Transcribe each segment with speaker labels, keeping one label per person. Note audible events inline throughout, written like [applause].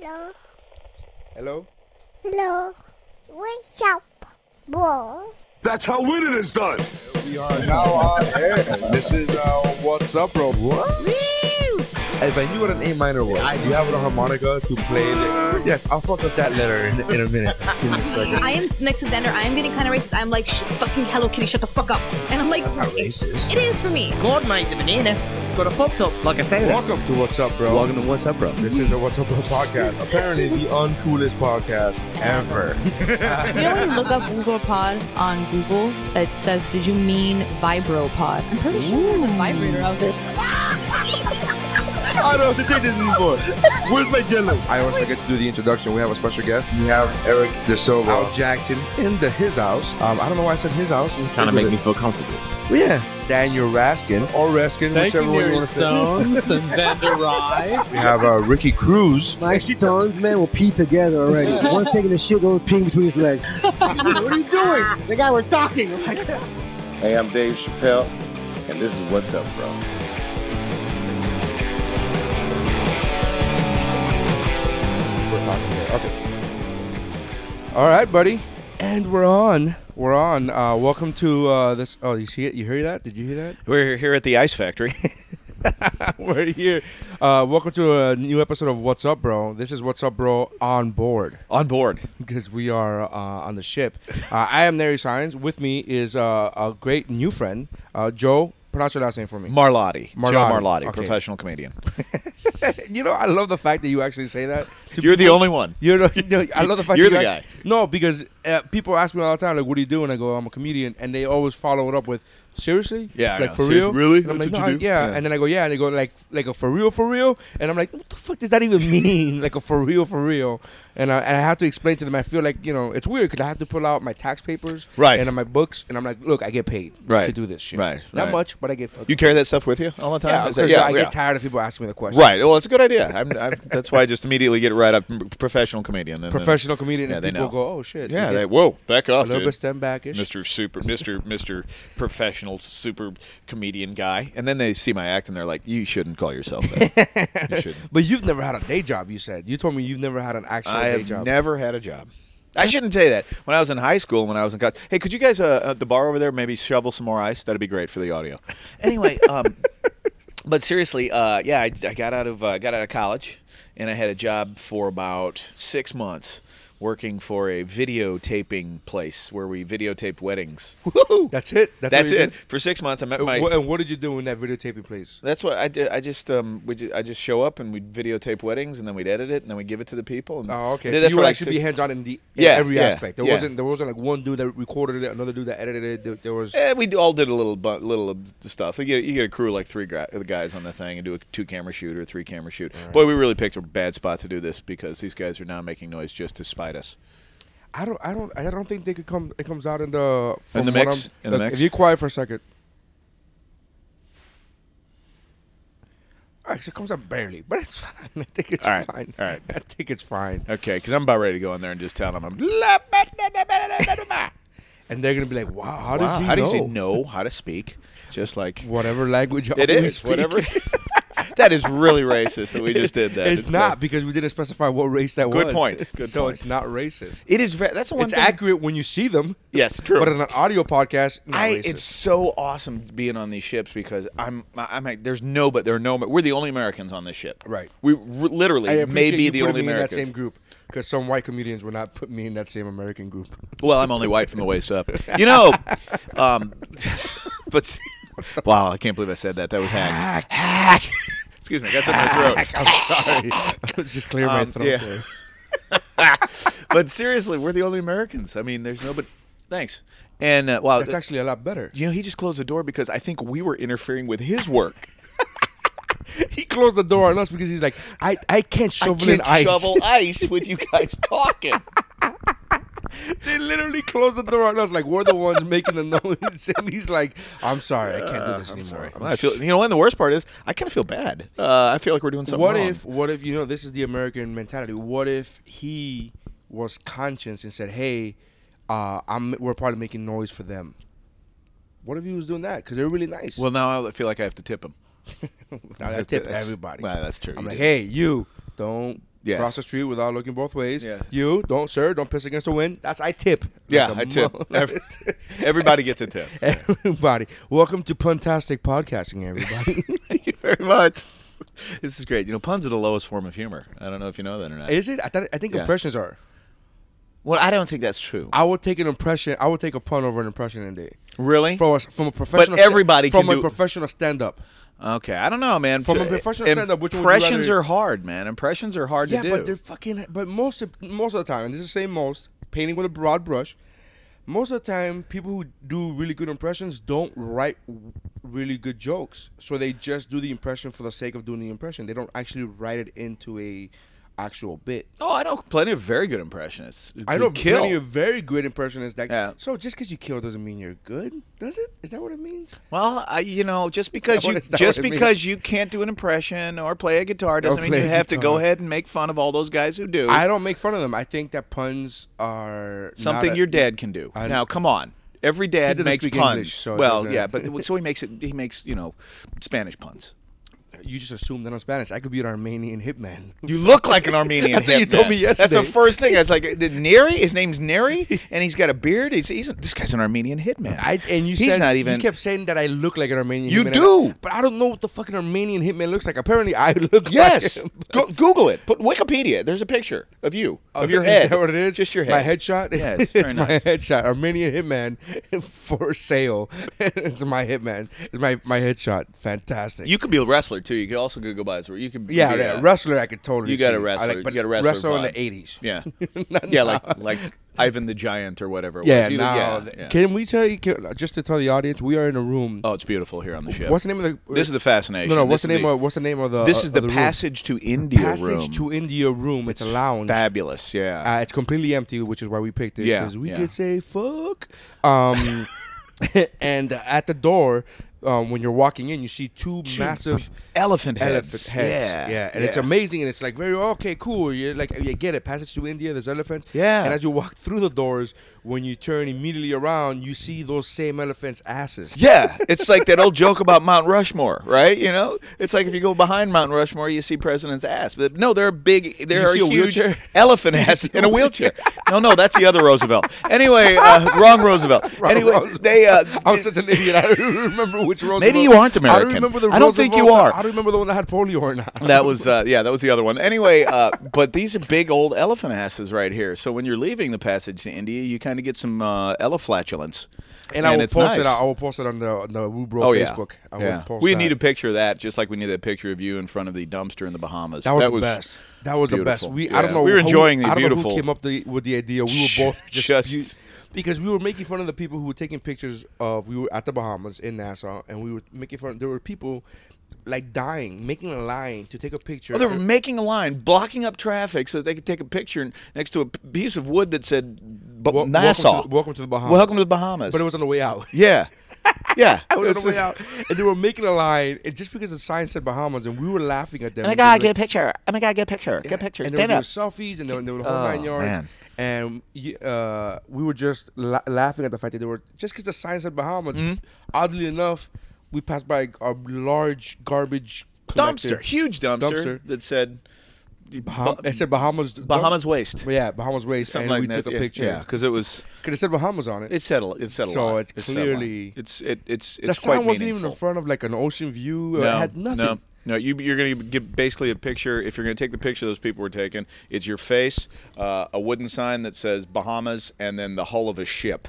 Speaker 1: Hello.
Speaker 2: Hello?
Speaker 1: Hello. What's up, boy?
Speaker 3: That's how winning is done.
Speaker 2: We are now on air. This is uh, What's Up, Bro. What? If I knew what an A minor was, you have a harmonica to play it. Yes, I'll fuck up that letter in, in a minute. Just give me a second.
Speaker 4: I am next to Xander. I am getting kind of racist. I'm like, "Sh- fucking Hello Kitty, shut the fuck up. And I'm like,
Speaker 2: That's not racist.
Speaker 4: it is for me.
Speaker 5: God made the banana. It's got a pop top, like I say.
Speaker 2: Welcome to What's Up, Bro.
Speaker 5: Welcome to What's Up, Bro.
Speaker 2: This is the What's Up, Bro podcast. Apparently, the uncoolest podcast ever.
Speaker 6: [laughs] You know when you look up Pod on Google, it says, "Did you mean vibropod?" I'm pretty sure there's a vibrator out there.
Speaker 2: I don't have to take this anymore. Where's my jello? I always forget to do the introduction. We have a special guest. We have Eric DeSilva. Al Jackson in the his house. Um, I don't know why I said his house. It's
Speaker 5: Kind of make me feel comfortable.
Speaker 2: Well, yeah. Daniel Raskin or Raskin,
Speaker 7: Thank
Speaker 2: whichever
Speaker 7: you,
Speaker 2: one you
Speaker 7: Mary
Speaker 2: want to say.
Speaker 7: Sones
Speaker 2: [laughs]
Speaker 7: and Xander Rye.
Speaker 2: We have uh, Ricky Cruz.
Speaker 8: My sons, man, will pee together already. One's taking a shit, one's peeing between his legs. what are you doing? The guy we're talking. I'm like,
Speaker 9: Hey, I'm Dave Chappelle, and this is What's Up, Bro.
Speaker 2: We're talking here. Okay. All right, buddy. And we're on. We're on. Uh, welcome to uh, this. Oh, you see it? You hear that? [laughs] Did you hear
Speaker 5: We're here at the Ice Factory. [laughs]
Speaker 2: that? we're here. Uh, welcome to a new episode of What's Up, Bro. This is What's Up, Bro on board.
Speaker 5: on board.
Speaker 2: because we are uh, on the ship. Uh, I am Nary Sines. With me is uh, a great new friend, uh, Joe. Pronounce your last name for me.
Speaker 5: Marlotti. Joe
Speaker 2: Marlotti.
Speaker 5: Marlotti,
Speaker 2: Okay.
Speaker 5: professional comedian.
Speaker 2: you know, I love the fact that you actually say that. to
Speaker 5: You're the
Speaker 2: people.
Speaker 5: only one.
Speaker 2: You know, [laughs] you know, I love the fact
Speaker 5: You're
Speaker 2: that
Speaker 5: the
Speaker 2: you
Speaker 5: guy.
Speaker 2: actually- no, because uh, people ask me all the time, like, "What do you do?" And I go, "I'm a comedian," and they always follow it up with, "Seriously?
Speaker 5: Yeah, I
Speaker 2: like
Speaker 5: know.
Speaker 2: for
Speaker 5: Seriously?
Speaker 2: real?
Speaker 5: Really?
Speaker 2: And I'm
Speaker 5: That's
Speaker 2: like,
Speaker 5: what you
Speaker 2: "No,
Speaker 5: do?"
Speaker 2: yeah.
Speaker 5: Yeah.
Speaker 2: And then I go, "Yeah," and they go, "Like, like a for real, for real?" And I'm like, "What the fuck does that even [laughs] mean? like a for real, for real?" And I, and I have to explain to them. I feel like you know, it's weird because I have to pull out my tax papers,
Speaker 5: Right.
Speaker 2: and my books, and I'm like, "Look, I get paid
Speaker 5: Right.
Speaker 2: to do this shit.
Speaker 5: Right,
Speaker 2: Not
Speaker 5: right.
Speaker 2: much, but I get fucking
Speaker 5: You carry that stuff with you all the time?
Speaker 2: yeah,
Speaker 5: Is
Speaker 2: because
Speaker 5: that-
Speaker 2: I
Speaker 5: yeah.
Speaker 2: get tired of people asking me the question.
Speaker 5: Right. Well, it's a good idea. I'm, I'm, that's why I just immediately get it right up. Professional comedian. and then-
Speaker 2: Professional comedian,
Speaker 5: Yeah,
Speaker 2: and
Speaker 5: they
Speaker 2: people
Speaker 5: know.
Speaker 2: go, "Oh shit!"
Speaker 5: Yeah.
Speaker 2: you
Speaker 5: They,
Speaker 2: get
Speaker 5: whoa. Back
Speaker 2: a
Speaker 5: off,
Speaker 2: little
Speaker 5: dude.
Speaker 2: bit stem backish.
Speaker 5: Mr. Super, Mr. Mr. Professional Super Comedian Guy, and then they see my act and they're like, "You shouldn't call yourself that. [laughs] you shouldn't."
Speaker 2: But you've never had a day job, you said. You told me you've never had an actual day
Speaker 5: I have
Speaker 2: job.
Speaker 5: never had a job. I shouldn't say that. When I was in high school, when I was in college, hey, could you guys uh, at the bar over there maybe shovel some more ice? That'd be great for the audio.
Speaker 2: [laughs]
Speaker 5: Anyway, um, but seriously, uh, yeah, I, I got out of uh, got out of college, and I had a job for about six months working for a videotaping place where we
Speaker 2: [laughs]
Speaker 5: videotape weddings.
Speaker 2: That's it. That's,
Speaker 5: That's
Speaker 2: what you
Speaker 5: it for six months. I met
Speaker 2: Did?
Speaker 5: my.
Speaker 2: Wh- and what did you do in that videotaping place?
Speaker 5: That's what I did. I just um, we ju- I just show up and we'd videotape weddings and then we'd edit it and then we'd give it to the people. And
Speaker 2: Oh, okay.
Speaker 5: Did
Speaker 2: So
Speaker 5: that
Speaker 2: you
Speaker 5: for
Speaker 2: were
Speaker 5: like
Speaker 2: actually be
Speaker 5: six-
Speaker 2: hands on in the in
Speaker 5: Yeah,
Speaker 2: every
Speaker 5: yeah,
Speaker 2: aspect. There
Speaker 5: yeah.
Speaker 2: wasn't there wasn't like one dude that recorded it, another dude that edited it. There, there was
Speaker 5: Eh, we d- all did a little bu- little of the stuff. You get, you get a crew of like three gra- guys on the thing and do a two camera shoot or a three camera shoot. Boy, we really picked a bad spot to do this because these guys are now making noise just to spite us.
Speaker 2: I don't I don't I don't think they could come it comes out in the from
Speaker 5: the
Speaker 2: what
Speaker 5: mix?
Speaker 2: I'm-
Speaker 5: In the
Speaker 2: look,
Speaker 5: mix?
Speaker 2: If you quiet for a second. Actually, it comes out barely, but it's [laughs] fine. I think it's
Speaker 5: All right,
Speaker 2: fine.
Speaker 5: all right.
Speaker 2: I think it's fine.
Speaker 5: Okay, because I'm about ready to go in there and just tell them I'm.
Speaker 2: And they're gonna be like, "Wow, how
Speaker 5: Wow,
Speaker 2: does he
Speaker 5: how
Speaker 2: know?
Speaker 5: does he know how to speak? Just like
Speaker 2: Whatever language
Speaker 5: it
Speaker 2: we
Speaker 5: is,
Speaker 2: speak.
Speaker 5: whatever. [laughs] that is really racist that we just did that.
Speaker 2: It's, not
Speaker 5: like-
Speaker 2: because we didn't specify what race that was.
Speaker 5: Good point. Good
Speaker 2: so
Speaker 5: point.
Speaker 2: it's not racist.
Speaker 5: it is. Very, that's the one.
Speaker 2: It's
Speaker 5: thing-
Speaker 2: accurate when you see them.
Speaker 5: Yes, true.
Speaker 2: But in an audio podcast, not
Speaker 5: I,
Speaker 2: racist.
Speaker 5: it's so awesome being on these ships because I'm I'm like, there's no but there are no we're the only Americans on this ship.
Speaker 2: Right.
Speaker 5: We r- literally
Speaker 2: I appreciate
Speaker 5: maybe
Speaker 2: you
Speaker 5: the
Speaker 2: putting
Speaker 5: only
Speaker 2: me in that
Speaker 5: Americans.
Speaker 2: same group because some white comedians would not put me in that same American
Speaker 5: [laughs]
Speaker 2: group.
Speaker 5: Well, I'm only white from the waist up.
Speaker 2: [laughs]
Speaker 5: You know, um, [laughs] but wow, I can't believe I said that. That was hack. Hack. Excuse me, I got something in my
Speaker 2: [laughs]
Speaker 5: throat.
Speaker 2: I'm sorry. I was just clearing my
Speaker 5: Um,
Speaker 2: throat
Speaker 5: yeah. [laughs]
Speaker 2: there.
Speaker 5: But seriously, we're the only Americans. I mean, there's nobody. Thanks. And uh, wow,
Speaker 2: That's actually a lot better.
Speaker 5: you know, he just closed the door because I think we were interfering with his work.
Speaker 2: He closed the door on us because he's like, I, I can't shovel in ice.
Speaker 5: shovel ice with you guys talking.
Speaker 2: [laughs] they literally closed the door on us like we're the ones making the [laughs] noise. And he's like, I'm sorry, I can't do this anymore. I'm
Speaker 5: Well, Uh, I feel you know, and the worst part is, I kind of feel bad. Uh, I feel like we're doing something
Speaker 2: what
Speaker 5: wrong.
Speaker 2: if what if you know this is the american mentality what if he was conscious and said hey uh i'm we're probably making noise for them what if he was doing that because they're really nice
Speaker 5: Well, now I feel like I have to tip him.
Speaker 2: i, I
Speaker 5: that's-
Speaker 2: tip
Speaker 5: that's-
Speaker 2: everybody
Speaker 5: well, that's true,
Speaker 2: i'm
Speaker 5: you
Speaker 2: like
Speaker 5: do.
Speaker 2: hey you don't
Speaker 5: Yes.
Speaker 2: Cross the street without looking both ways.
Speaker 5: Yes.
Speaker 2: You don't, sir. Don't piss against the wind. That's I tip.
Speaker 5: Yeah,
Speaker 2: Like a
Speaker 5: I tip.
Speaker 2: mo- [laughs]
Speaker 5: Every- Everybody gets a tip.
Speaker 2: Everybody, welcome to Puntastic Podcasting,
Speaker 5: [laughs]
Speaker 2: everybody.
Speaker 5: [laughs] Thank you very much. This is great. You know, puns are the lowest form of humor. I don't know if you know that or not.
Speaker 2: Is it? I thought, I think
Speaker 5: Yeah.
Speaker 2: impressions are.
Speaker 5: Well, I don't think that's true.
Speaker 2: I would take an impression. I would take a pun over an impression in day.
Speaker 5: Really?
Speaker 2: From a, from a professional.
Speaker 5: everybody can
Speaker 2: from a
Speaker 5: do-
Speaker 2: professional stand up.
Speaker 5: Okay, I don't know, man.
Speaker 2: From a
Speaker 5: T-
Speaker 2: professional stand-up, which would you
Speaker 5: impressions
Speaker 2: rather-
Speaker 5: are hard, man. Impressions are hard
Speaker 2: Yeah,
Speaker 5: to do.
Speaker 2: but they're fucking. But most of most of the time, and this is saying most painting with a broad brush. Most of the time, people who do really good impressions don't write w- really good jokes, so they just do the impression for the sake of doing the impression. They don't actually write it into a actual bit.
Speaker 5: oh, I know plenty of very good impressionists.
Speaker 2: I
Speaker 5: who
Speaker 2: know
Speaker 5: kill.
Speaker 2: plenty of very good impressionists that.
Speaker 5: Yeah.
Speaker 2: So just because you kill doesn't mean you're good, does it? Is that what it means?
Speaker 5: Well, I, you know, just because
Speaker 2: that
Speaker 5: you
Speaker 2: what- is that
Speaker 5: just
Speaker 2: what it means?
Speaker 5: because you can't do an impression or play a guitar doesn't mean you
Speaker 2: play a
Speaker 5: have to go
Speaker 2: guitar.
Speaker 5: ahead and make fun of all those guys who do.
Speaker 2: I don't make fun of them. I think that puns are
Speaker 5: Something
Speaker 2: not a-
Speaker 5: your dad can do.
Speaker 2: I-
Speaker 5: now, come on. Every dad
Speaker 2: doesn't
Speaker 5: makes
Speaker 2: speak
Speaker 5: puns.
Speaker 2: English, so it
Speaker 5: well,
Speaker 2: doesn't- [laughs]
Speaker 5: yeah, but so he makes it. He makes you know Spanish puns.
Speaker 2: You just assume that I'm Spanish. I could be an Armenian hitman.
Speaker 5: [laughs] You look like an Armenian.
Speaker 2: That's what you
Speaker 5: hitman.
Speaker 2: told me
Speaker 5: That's the
Speaker 2: yesterday.
Speaker 5: first thing.
Speaker 2: [laughs]
Speaker 5: It's like the Neri. His name's Neri, and he's got a beard. He's, he's this guy's an Armenian hitman.
Speaker 2: I and you
Speaker 5: he's
Speaker 2: said
Speaker 5: not even.
Speaker 2: you kept saying that I look like an Armenian.
Speaker 5: You
Speaker 2: hitman, and
Speaker 5: do.
Speaker 2: I- but I don't know what the fucking Armenian hitman looks like. Apparently, I [laughs] look
Speaker 5: [laughs] yes,
Speaker 2: like him.
Speaker 5: Go, Google it. Put Wikipedia. There's a picture of you of your
Speaker 2: is
Speaker 5: head.
Speaker 2: that what it is?
Speaker 5: Just your head.
Speaker 2: My headshot.
Speaker 5: Yeah,
Speaker 2: [laughs]
Speaker 5: it's
Speaker 2: it's,
Speaker 5: very
Speaker 2: my
Speaker 5: nice.
Speaker 2: headshot. Armenian hitman [laughs] for sale. [laughs] it's my hitman. It's my my headshot. Fantastic.
Speaker 5: You could be a wrestler too. You could also could go by as you could.
Speaker 2: yeah,
Speaker 5: you could,
Speaker 2: yeah,
Speaker 5: uh,
Speaker 2: wrestler. I could totally.
Speaker 5: You got
Speaker 2: see.
Speaker 5: a
Speaker 2: I
Speaker 5: wrestler.
Speaker 2: like-
Speaker 5: you got a
Speaker 2: in
Speaker 5: wrestler. vibe.
Speaker 2: the eighties.
Speaker 5: Yeah,
Speaker 2: [laughs] Not
Speaker 5: yeah,
Speaker 2: now.
Speaker 5: like like Ivan the Giant or whatever. it
Speaker 2: Yeah,
Speaker 5: was. Either-
Speaker 2: now,
Speaker 5: yeah.
Speaker 2: Can we tell you? Can, just to tell the audience, we are in a room.
Speaker 5: oh, it's beautiful here on the ship.
Speaker 2: what's the name of the?
Speaker 5: This is the fascination.
Speaker 2: No, no.
Speaker 5: This
Speaker 2: What's the
Speaker 5: is
Speaker 2: name of? What's the name of the?
Speaker 5: This
Speaker 2: uh,
Speaker 5: is
Speaker 2: of
Speaker 5: the,
Speaker 2: room?
Speaker 5: passage to India
Speaker 2: Passage
Speaker 5: room.
Speaker 2: to India room. It's, a lounge.
Speaker 5: Fabulous. Yeah.
Speaker 2: Uh, it's completely empty, which is why we picked it.
Speaker 5: Yeah,
Speaker 2: because we
Speaker 5: yeah.
Speaker 2: could say fuck.
Speaker 5: [laughs]
Speaker 2: Um, and at the door, um, when you're walking in, you see two
Speaker 5: [laughs]
Speaker 2: massive
Speaker 5: elephant heads.
Speaker 2: elephant heads.
Speaker 5: Yeah,
Speaker 2: yeah, and it's
Speaker 5: yeah.
Speaker 2: amazing, and it's like very okay, cool. You like you get it. Passage to India. There's elephants.
Speaker 5: Yeah.
Speaker 2: and as you walk through the doors, when you turn immediately around, you see those same elephants' asses.
Speaker 5: Yeah, it's like that old joke about Mount Rushmore, right? You know, it's like if you go behind Mount Rushmore, you see president's ass. But no, there are big, there
Speaker 2: You
Speaker 5: are
Speaker 2: see a
Speaker 5: huge
Speaker 2: wheelchair? [laughs]
Speaker 5: elephant ass in a wheelchair. No, no, that's the other Roosevelt. Anyway, uh,
Speaker 2: [laughs]
Speaker 5: wrong Roosevelt. anyway,
Speaker 2: Roosevelt.
Speaker 5: they. Uh,
Speaker 2: I'm such an idiot. I [laughs] don't remember which Roosevelt.
Speaker 5: you aren't
Speaker 2: I
Speaker 5: American.
Speaker 2: don't remember the
Speaker 5: I don't think you
Speaker 2: Roosevelt- I
Speaker 5: are.
Speaker 2: don't remember the one that had polio or not.
Speaker 5: that was uh, yeah, that was the other one. Anyway, uh, but these are big old elephant asses right here. So when you're leaving the passage to India, you kind of get some uh, eleflatulence.
Speaker 2: [laughs] And, I will
Speaker 5: it's
Speaker 2: post it.
Speaker 5: nice.
Speaker 2: I will post it on the on the Rubro
Speaker 5: Oh
Speaker 2: Facebook.
Speaker 5: yeah,
Speaker 2: I
Speaker 5: yeah.
Speaker 2: will post
Speaker 5: we
Speaker 2: that.
Speaker 5: need a picture of that, just like we need that picture of you in front of the dumpster in the Bahamas.
Speaker 2: That was the best. That was the best.
Speaker 5: beautiful.
Speaker 2: We I don't
Speaker 5: Yeah.
Speaker 2: know.
Speaker 5: We were
Speaker 2: how
Speaker 5: enjoying the
Speaker 2: I don't know
Speaker 5: beautiful-
Speaker 2: who came up the, with the idea. We were both just,
Speaker 5: Just-
Speaker 2: you- because we were making fun of the people who were taking pictures of. We were at the Bahamas in Nassau, and we were making fun. There were people like dying, making a line to take a picture.
Speaker 5: Oh, they were making a line, blocking up traffic so that they could take a picture next to a p- piece of wood that said B-
Speaker 2: Wel- welcome
Speaker 5: Nassau.
Speaker 2: to the- welcome to the Bahamas.
Speaker 5: Welcome to the Bahamas.
Speaker 2: but it was on the way out.
Speaker 5: yeah, yeah.
Speaker 2: [laughs] I was
Speaker 5: It's-
Speaker 2: on the way out, and they were making a line, and just because the sign said Bahamas, and we were laughing at them.
Speaker 5: Oh my
Speaker 2: because
Speaker 5: god,
Speaker 2: we
Speaker 5: get
Speaker 2: were
Speaker 5: a picture. Oh my god, get a picture. Get a picture.
Speaker 2: And they
Speaker 5: Stand
Speaker 2: were
Speaker 5: up.
Speaker 2: doing selfies and they were, they were the whole
Speaker 5: Oh,
Speaker 2: nine yards.
Speaker 5: man.
Speaker 2: And y- uh, we were just la- laughing at the fact that they were just because the signs said Bahamas.
Speaker 5: Mm-hmm.
Speaker 2: Oddly enough, we passed by a large garbage
Speaker 5: dumpster,
Speaker 2: collector.
Speaker 5: huge dumpster,
Speaker 2: Dumpster.
Speaker 5: that said
Speaker 2: Baham-
Speaker 5: Ba-
Speaker 2: it said Bahamas.
Speaker 5: Bahamas waste.
Speaker 2: yeah, Bahamas waste. and
Speaker 5: Something like
Speaker 2: we
Speaker 5: that.
Speaker 2: took a
Speaker 5: yeah,
Speaker 2: picture.
Speaker 5: Yeah, because it was
Speaker 2: Because it said Bahamas on it.
Speaker 5: it said a, it said a
Speaker 2: So
Speaker 5: lot.
Speaker 2: it's
Speaker 5: It said a lot.
Speaker 2: clearly-
Speaker 5: it's it it's
Speaker 2: the
Speaker 5: it's quite
Speaker 2: sign wasn't even in
Speaker 5: meaningful.
Speaker 2: front of like an ocean view.
Speaker 5: No,
Speaker 2: it had nothing.
Speaker 5: No, no. You, you're going to get basically a picture. If you're going to take the picture those people were taking, it's your face, uh, a wooden sign that says Bahamas, and then the hull of a ship,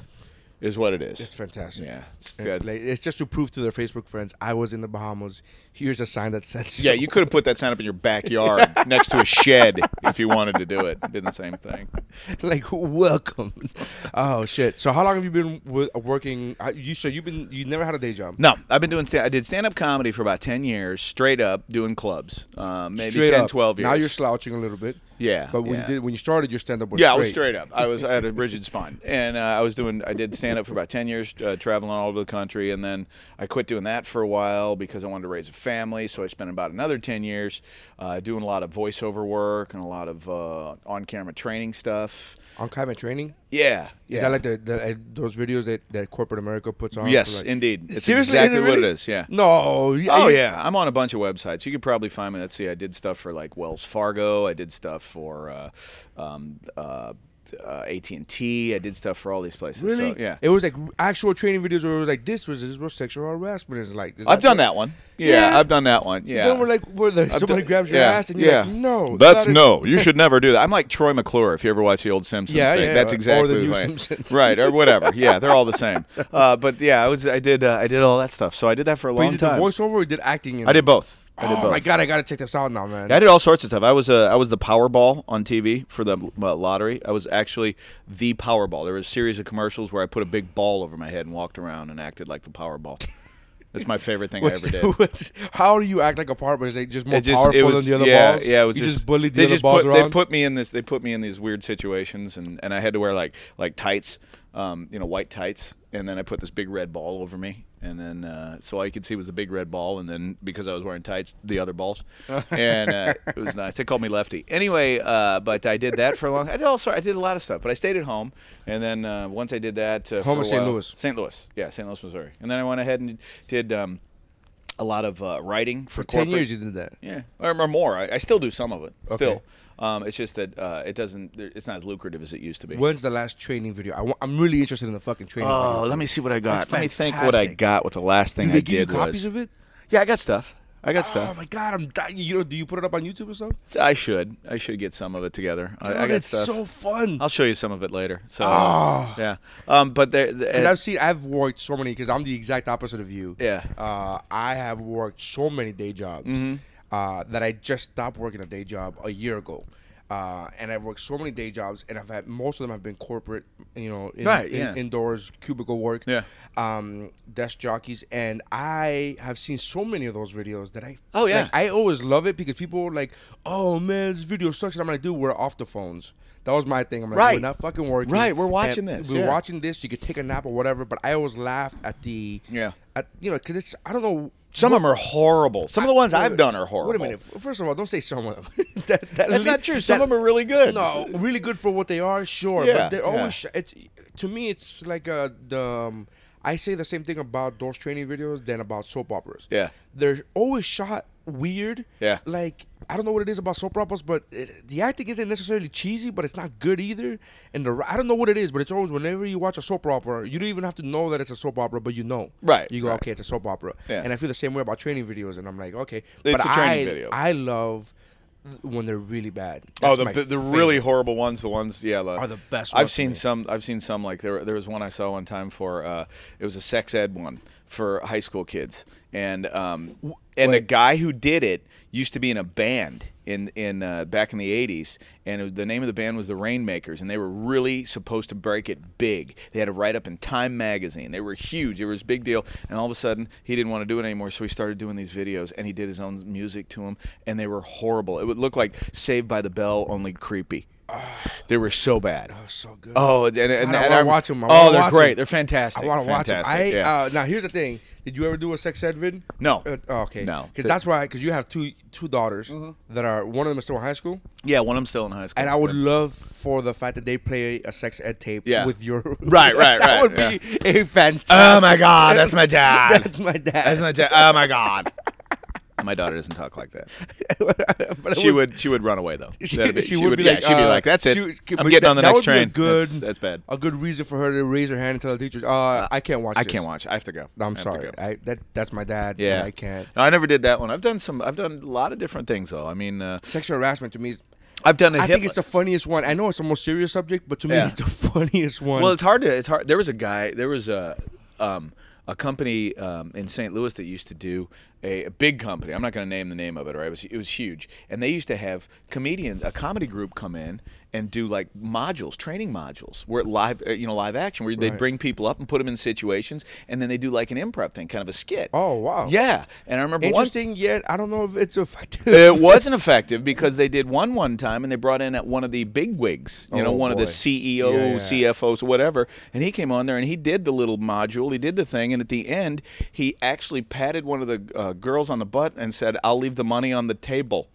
Speaker 5: is what it is.
Speaker 2: It's fantastic.
Speaker 5: Yeah, it's
Speaker 2: It's,
Speaker 5: good.
Speaker 2: like- it's just to prove to their Facebook friends I was in the Bahamas. Here's a sign that says. [laughs]
Speaker 5: Yeah, you could have put that sign up in your backyard next to a shed if you wanted to do it. Did the same thing.
Speaker 2: like welcome. Oh shit! So how long have you been w- working? uh, You so you've been you never had a day job.
Speaker 5: No, I've been doing. St- I did stand up comedy for about ten years, straight up doing clubs, uh, maybe
Speaker 2: Straight
Speaker 5: 10,
Speaker 2: up.
Speaker 5: 12 years.
Speaker 2: Now you're slouching a little bit.
Speaker 5: Yeah,
Speaker 2: But when
Speaker 5: yeah.
Speaker 2: you did when you started your stand up was
Speaker 5: yeah,
Speaker 2: straight.
Speaker 5: I was straight up. I was I had a rigid spine, and uh, I was doing. I did stand up for about ten years, uh, traveling all over the country, and then I quit doing that for a while because I wanted to raise a family. So I spent about another ten years uh, doing a lot of voiceover work and a lot of uh, on camera training stuff. stuff.
Speaker 2: on climate training.
Speaker 5: Yeah, yeah.
Speaker 2: Is that like the, the uh, those videos that, that corporate America puts on? for,
Speaker 5: Yes,
Speaker 2: like-
Speaker 5: indeed. It's
Speaker 2: Seriously?
Speaker 5: exactly
Speaker 2: Is it
Speaker 5: what it
Speaker 2: really?
Speaker 5: is. Yeah.
Speaker 2: No. y-
Speaker 5: Oh
Speaker 2: I-
Speaker 5: yeah, I'm on a bunch of websites. You could probably find me. Let's see, I did stuff for like Wells Fargo. I did stuff for uh, um, uh, uh, AT and T. I did stuff for all these places.
Speaker 2: Really?
Speaker 5: So, yeah.
Speaker 2: It was like actual training videos where it was like this was this is where sexual harassment is like.
Speaker 5: I've done that one. Yeah, I've done that one. Yeah.
Speaker 2: Then we're like where the,
Speaker 5: I've
Speaker 2: somebody
Speaker 5: done-
Speaker 2: grabs your
Speaker 5: yeah,
Speaker 2: ass and you're
Speaker 5: yeah.
Speaker 2: like, no.
Speaker 5: That's
Speaker 2: that is- [laughs]
Speaker 5: no. You should never do that. I'm like Troy McClure. If you ever watch the old Simpsons
Speaker 2: Yeah,
Speaker 5: thing,
Speaker 2: yeah,
Speaker 5: that's
Speaker 2: or the
Speaker 5: exactly
Speaker 2: new
Speaker 5: right.
Speaker 2: Simpsons.
Speaker 5: right or whatever. Yeah,
Speaker 2: [laughs]
Speaker 5: they're all the same. Uh, but yeah, I was I did uh, I did all that stuff. So I did that for a
Speaker 2: But you
Speaker 5: long
Speaker 2: did
Speaker 5: time.
Speaker 2: the voiceover or you did acting? In
Speaker 5: I
Speaker 2: it?
Speaker 5: did both. I did
Speaker 2: Oh
Speaker 5: both.
Speaker 2: my god, I gotta check this out now, man.
Speaker 5: I did all sorts of stuff. I was uh, I was the Powerball on TV for the uh, lottery. I was actually the Powerball. There was a series of commercials where I put a big ball over my head and walked around and acted like the Powerball. That's my favorite
Speaker 2: [laughs]
Speaker 5: thing I
Speaker 2: What's
Speaker 5: ever [laughs]
Speaker 2: the-
Speaker 5: did.
Speaker 2: what's- how do you act like a part? Was they just more
Speaker 5: It just-
Speaker 2: powerful
Speaker 5: it was-
Speaker 2: than the other
Speaker 5: yeah,
Speaker 2: balls?
Speaker 5: Yeah, it was
Speaker 2: you
Speaker 5: just,
Speaker 2: just, bullied the
Speaker 5: they
Speaker 2: other
Speaker 5: just
Speaker 2: balls
Speaker 5: put,
Speaker 2: around.
Speaker 5: They put me in this. They put me in these weird situations, and, and I had to wear like like tights, um, you know, white tights, and then I put this big red ball over me, and then uh, so all you could see was the big red ball, and then because I was wearing tights, the
Speaker 2: [laughs]
Speaker 5: other balls, and uh, it was nice. They called me lefty. Anyway, uh, but I did that for a long. I did also I did a lot of stuff, but I stayed at home, and then uh, once I did that, uh,
Speaker 2: Home of
Speaker 5: for a
Speaker 2: St.
Speaker 5: while-
Speaker 2: Louis.
Speaker 5: St. Louis, yeah, St. Louis, Missouri, and then I went ahead and did. Um, a lot of uh, writing
Speaker 2: for
Speaker 5: for,
Speaker 2: ten
Speaker 5: corporate-
Speaker 2: years. You did that.
Speaker 5: yeah, or, or more. I, I still do some of it.
Speaker 2: Okay.
Speaker 5: Still, um, it's just that uh, it doesn't. there- It's not as lucrative as it used to be.
Speaker 2: When's the last training video? I want, I'm really interested in the fucking training.
Speaker 5: Oh,
Speaker 2: video.
Speaker 5: let me see what I got.
Speaker 2: That's
Speaker 5: Let me think what I
Speaker 2: fantastic.
Speaker 5: got. What the last thing
Speaker 2: Do they
Speaker 5: I
Speaker 2: give you
Speaker 5: did
Speaker 2: copies
Speaker 5: was.
Speaker 2: of it?
Speaker 5: Yeah, I got stuff. I got
Speaker 2: Oh
Speaker 5: stuff.
Speaker 2: my god, I'm dying. You know, do you put it up on YouTube or something?
Speaker 5: I should. I should get some of it together. I, I
Speaker 2: Dude,
Speaker 5: got
Speaker 2: Oh, it's
Speaker 5: stuff.
Speaker 2: so Ah. fun.
Speaker 5: I'll show you some of it later. So yeah, um, but there. the-
Speaker 2: 'Cause I've seen, I've worked so many. Because I'm the exact opposite of you.
Speaker 5: Yeah. Mm-hmm.
Speaker 2: Uh, I have worked so many day jobs uh, that I just stopped working a day job a year ago. Uh, and I've worked so many day jobs, and I've had most of them have been corporate, you know, in,
Speaker 5: Right,
Speaker 2: in-
Speaker 5: yeah.
Speaker 2: indoors cubicle work,
Speaker 5: Yeah.
Speaker 2: um, desk jockeys, and I have seen so many of those videos that I,
Speaker 5: Oh, yeah.
Speaker 2: like, I always love it because people are like, oh man, this video sucks, and I'm like, dude, we're off the phones. That was my thing. I'm like,
Speaker 5: Right.
Speaker 2: we're not fucking working.
Speaker 5: Right, we're
Speaker 2: And
Speaker 5: watching this,
Speaker 2: We're
Speaker 5: yeah.
Speaker 2: watching this. You could take a nap or whatever, but I always laughed at the
Speaker 5: Yeah.
Speaker 2: at, you know, because it's I don't know.
Speaker 5: some of them are horrible. Some of the ones
Speaker 2: Wait,
Speaker 5: I've
Speaker 2: wait,
Speaker 5: done are horrible.
Speaker 2: Wait a minute. F- First of all, don't say some of them. [laughs] that, that
Speaker 5: That's
Speaker 2: lea-
Speaker 5: not true. Some of 'em are really good. Oh,
Speaker 2: No, really good for what they are, sure.
Speaker 5: Yeah,
Speaker 2: but they're
Speaker 5: yeah.
Speaker 2: always. sh- It's, to me, it's like uh, the. Um, I say the same thing about those training videos than about soap operas.
Speaker 5: Yeah.
Speaker 2: they're always shot weird.
Speaker 5: Yeah.
Speaker 2: like I don't know what it is about soap operas, but it, the acting isn't necessarily cheesy, but it's not good either. And the ri- I don't know what it is, but it's always whenever you watch a soap opera, you don't even have to know that it's a soap opera, but you know.
Speaker 5: Right,
Speaker 2: You go,
Speaker 5: right.
Speaker 2: okay, it's a soap opera.
Speaker 5: Yeah.
Speaker 2: And I feel the same way about training videos, and I'm like, okay,
Speaker 5: It's
Speaker 2: but
Speaker 5: a training
Speaker 2: I,
Speaker 5: video.
Speaker 2: I love when they're really bad.
Speaker 5: Oh,
Speaker 2: That's
Speaker 5: the
Speaker 2: my
Speaker 5: the
Speaker 2: favorite.
Speaker 5: really horrible ones, the ones yeah, the,
Speaker 2: Are the best
Speaker 5: I've
Speaker 2: ones to
Speaker 5: seen
Speaker 2: me.
Speaker 5: some. I've seen some like there. There was one I saw one time for uh, it was a sex ed one for high school kids, and um, and the guy who did it used to be in a band in in uh, back in the '80s, and it was- the name of the band was the Rainmakers, and they were really supposed to break it big. They had a write up in Time magazine. They were huge. It was a big deal, and all of a sudden he didn't want to do it anymore, so he started doing these videos, and he did his own music to them, and they were horrible. It would look like Saved by the Bell, only creepy. They were so bad. Oh, so good. Oh, and, and, and
Speaker 2: I wanna
Speaker 5: I'm-
Speaker 2: watch 'em. I wanna
Speaker 5: Oh, they're
Speaker 2: watch
Speaker 5: great.
Speaker 2: 'em.
Speaker 5: They're fantastic.
Speaker 2: I want to watch them. I
Speaker 5: Fantastic, yeah.
Speaker 2: uh, now here's the thing: Did you ever do a sex ed vid?
Speaker 5: No.
Speaker 2: Uh, oh, okay.
Speaker 5: No.
Speaker 2: Because that's why. Because you have two two daughters
Speaker 5: Mm-hmm.
Speaker 2: that are one of them is still in high school,
Speaker 5: yeah, when I'm still in high school.
Speaker 2: and I would
Speaker 5: but-
Speaker 2: love for the fact that they play a sex ed tape
Speaker 5: Yeah.
Speaker 2: with your [laughs]
Speaker 5: [laughs] Right,
Speaker 2: that
Speaker 5: right, right,
Speaker 2: would be a fantastic.
Speaker 5: Oh my God, that's [laughs] my
Speaker 2: [laughs]
Speaker 5: dad.
Speaker 2: That's my dad.
Speaker 5: That's my dad. Oh my God. [laughs] my daughter doesn't talk like [laughs] that.
Speaker 2: But it
Speaker 5: She would. [laughs] She would run away though.
Speaker 2: [laughs] She,
Speaker 5: That'd
Speaker 2: she would be
Speaker 5: yeah,
Speaker 2: like,
Speaker 5: she'd be
Speaker 2: uh,
Speaker 5: like, "That's it.
Speaker 2: she would-
Speaker 5: I'm
Speaker 2: but
Speaker 5: getting
Speaker 2: that-
Speaker 5: on the
Speaker 2: that
Speaker 5: next
Speaker 2: would be a
Speaker 5: train."
Speaker 2: good-
Speaker 5: That's, that's bad.
Speaker 2: a good reason for her to raise her hand and tell the teachers, uh, I can't watch.
Speaker 5: I
Speaker 2: this.
Speaker 5: can't watch. I have to go.
Speaker 2: I'm
Speaker 5: I have to
Speaker 2: sorry.
Speaker 5: go.
Speaker 2: I that that's my dad.
Speaker 5: yeah,
Speaker 2: I can't.
Speaker 5: No, I never did that one. I've done some. I've done a lot of different things though. I mean, uh,
Speaker 2: Sexual harassment to me is.
Speaker 5: I've done a
Speaker 2: I
Speaker 5: hip-
Speaker 2: think it's the funniest one. I know it's the most serious subject, but to me,
Speaker 5: Yeah.
Speaker 2: it's the [laughs] funniest one.
Speaker 5: Well, it's hard to. It's hard. There was a guy. There was a um, a company um, in St. Louis that used to do a, a big company. I'm not going to name the name of it. Right? It was it was huge, and they used to have comedians, a comedy group, come in and do like modules, training modules, where it live, uh, you know, live action, where they would bring people up and put them in situations, and then they do like an improv thing, kind of a skit.
Speaker 2: Oh, wow.
Speaker 5: Yeah, and I remember one. Uh,
Speaker 2: interesting yet I don't know if it's effective.
Speaker 5: It wasn't effective because they did one one time and they brought in at one of the big wigs, you know,
Speaker 2: Oh,
Speaker 5: one of the E
Speaker 2: boy.
Speaker 5: CEO,
Speaker 2: Yeah, yeah.
Speaker 5: CFOs, whatever. And he came on there and he did the little module, he did the thing, and at the end, he actually patted one of the uh, girls on the butt and said, "I'll leave the money on the table."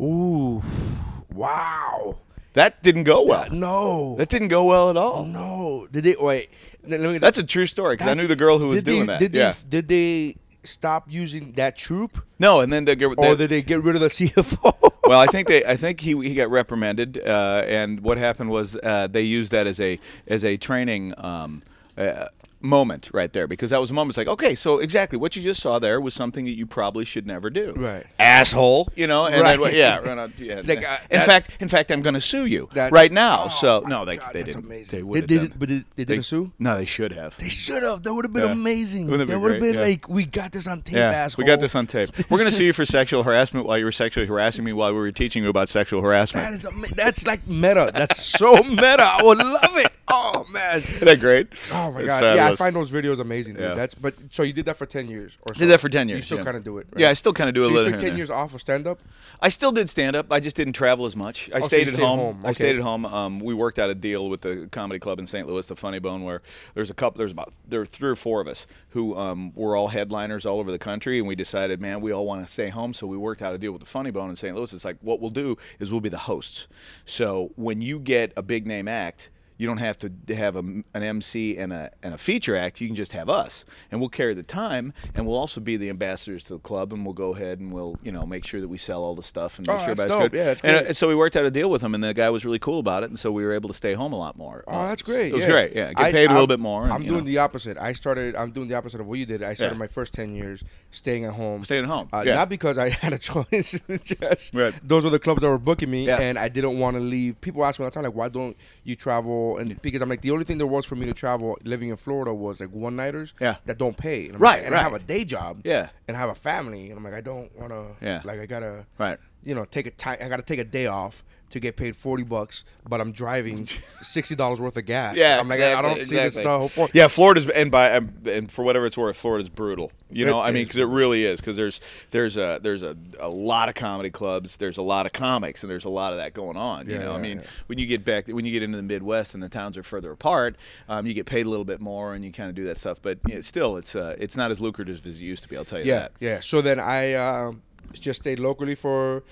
Speaker 2: Ooh, [laughs] wow.
Speaker 5: That didn't go well.
Speaker 2: No.
Speaker 5: That didn't go well at all.
Speaker 2: No. Did they wait? Let me,
Speaker 5: That's a true story because
Speaker 2: [laughs]
Speaker 5: I
Speaker 2: That's-
Speaker 5: knew the girl who was
Speaker 2: did they-
Speaker 5: doing that.
Speaker 2: Did
Speaker 5: yeah.
Speaker 2: they, did they stop using that troop,
Speaker 5: no, and then they, they,
Speaker 2: or did they get rid of the [laughs] CFO?
Speaker 5: well, I think they, I think he, he got reprimanded, uh, and what happened was uh, they used that as a as a training um, uh, moment right there because that was a moment. It's like, okay, so exactly what you just saw there was something that you probably should never do,
Speaker 2: Right.
Speaker 5: Asshole, you know, and then
Speaker 2: Right. [laughs]
Speaker 5: yeah, run out, yeah.
Speaker 2: Like, uh,
Speaker 5: in
Speaker 2: that-
Speaker 5: fact, in fact, I'm going to sue you
Speaker 2: That- Oh,
Speaker 5: right now. so no, they, they
Speaker 2: that's
Speaker 5: didn't.
Speaker 2: amazing.
Speaker 5: They
Speaker 2: They
Speaker 5: would
Speaker 2: did- but did- they didn't sue?
Speaker 5: No, they should have.
Speaker 2: They should have. That would have been
Speaker 5: Yeah.
Speaker 2: amazing.
Speaker 5: Wouldn't it be
Speaker 2: that would have
Speaker 5: great?
Speaker 2: been
Speaker 5: Yeah.
Speaker 2: like, we got this on tape, asshole.
Speaker 5: we got this
Speaker 2: [laughs]
Speaker 5: on tape. We're gonna
Speaker 2: This
Speaker 5: sue you
Speaker 2: is-
Speaker 5: for sexual harassment while you were sexually harassing me while we were teaching you about sexual
Speaker 2: That
Speaker 5: harassment.
Speaker 2: is ama- that's like meta. That's so meta. I would love it. Oh man.
Speaker 5: Isn't that great?
Speaker 2: Oh my
Speaker 5: It's
Speaker 2: god. Yeah, I
Speaker 5: fabulous.
Speaker 2: find those videos amazing. Dude.
Speaker 5: Yeah.
Speaker 2: That's but so you did that for ten years or so.
Speaker 5: Did that for 10 years.
Speaker 2: You still
Speaker 5: yeah.
Speaker 2: kind of do it. right?
Speaker 5: Yeah, I still kind of do
Speaker 2: so
Speaker 5: a little
Speaker 2: You
Speaker 5: here
Speaker 2: took
Speaker 5: and
Speaker 2: ten
Speaker 5: there.
Speaker 2: years off of stand up.
Speaker 5: I still did stand up. I just didn't travel as much. I
Speaker 2: Oh, so
Speaker 5: stayed
Speaker 2: you
Speaker 5: at
Speaker 2: stayed
Speaker 5: home.
Speaker 2: home.
Speaker 5: I stayed
Speaker 2: Okay.
Speaker 5: at home. Um, we worked out a deal with the comedy club in St. Louis, the Funny Bone, where there's a couple. There's about there were three or four of us who um, were all headliners all over the country, and we decided, man, we all want to stay home. So we worked out a deal with the Funny Bone in St. Louis. It's like what we'll do is we'll be the hosts. So when you get a big name act. You don't have to have a, an MC and a, and a feature act. You can just have us, and we'll carry the time, and we'll also be the ambassadors to the club, and we'll go ahead and we'll you know make sure that we sell all the stuff and make
Speaker 2: Oh,
Speaker 5: sure
Speaker 2: that's
Speaker 5: everybody's
Speaker 2: dope.
Speaker 5: good.
Speaker 2: Yeah, that's
Speaker 5: And, uh,
Speaker 2: great.
Speaker 5: and so we worked out a deal with him, and the guy was really cool about it, and so we were able to stay home a lot more.
Speaker 2: Oh,
Speaker 5: Uh,
Speaker 2: that's great.
Speaker 5: It was
Speaker 2: yeah.
Speaker 5: great. Yeah, get
Speaker 2: I-
Speaker 5: paid a little
Speaker 2: I'm-
Speaker 5: bit more. and,
Speaker 2: I'm
Speaker 5: you
Speaker 2: doing
Speaker 5: know.
Speaker 2: the opposite. I started. I'm doing the opposite of what you did. I started
Speaker 5: Yeah.
Speaker 2: my first ten years staying at home.
Speaker 5: Staying at home,
Speaker 2: Uh,
Speaker 5: yeah.
Speaker 2: Not because I [laughs] had a choice. just
Speaker 5: Right.
Speaker 2: those were the clubs that were booking me,
Speaker 5: Yeah.
Speaker 2: and I didn't want to leave. People ask me all the time, like, why don't you travel? And because I'm like, the only thing there was for me to travel living in Florida was like one nighters.
Speaker 5: Yeah.
Speaker 2: That don't pay. And I'm
Speaker 5: Right,
Speaker 2: like- and
Speaker 5: right.
Speaker 2: I have a day job.
Speaker 5: Yeah.
Speaker 2: And I have a family, and I'm like, I don't want to.
Speaker 5: Yeah.
Speaker 2: Like I gotta.
Speaker 5: Right.
Speaker 2: You know, take a time. I gotta take a day off. To get paid forty bucks, but I'm
Speaker 5: [laughs]
Speaker 2: driving sixty dollars worth of gas.
Speaker 5: Yeah,
Speaker 2: I'm like, I
Speaker 5: exactly,
Speaker 2: don't see this
Speaker 5: exactly.
Speaker 2: the whole point.
Speaker 5: Yeah, Florida's and by um, and for whatever it's worth, Florida's brutal. You know,
Speaker 2: It
Speaker 5: I mean,
Speaker 2: is
Speaker 5: because it really is. Because there's there's a there's a, a lot of comedy clubs, there's a lot of comics, and there's a lot of that going on. you
Speaker 2: Yeah,
Speaker 5: know, I
Speaker 2: yeah,
Speaker 5: mean,
Speaker 2: yeah.
Speaker 5: when you get back when you get into the Midwest and the towns are further apart, um, you get paid a little bit more and you kind of do that stuff. But you know, still, it's uh, it's not as lucrative as it used to be. I'll tell you
Speaker 2: yeah,
Speaker 5: that.
Speaker 2: yeah. So then I um, just stayed locally for.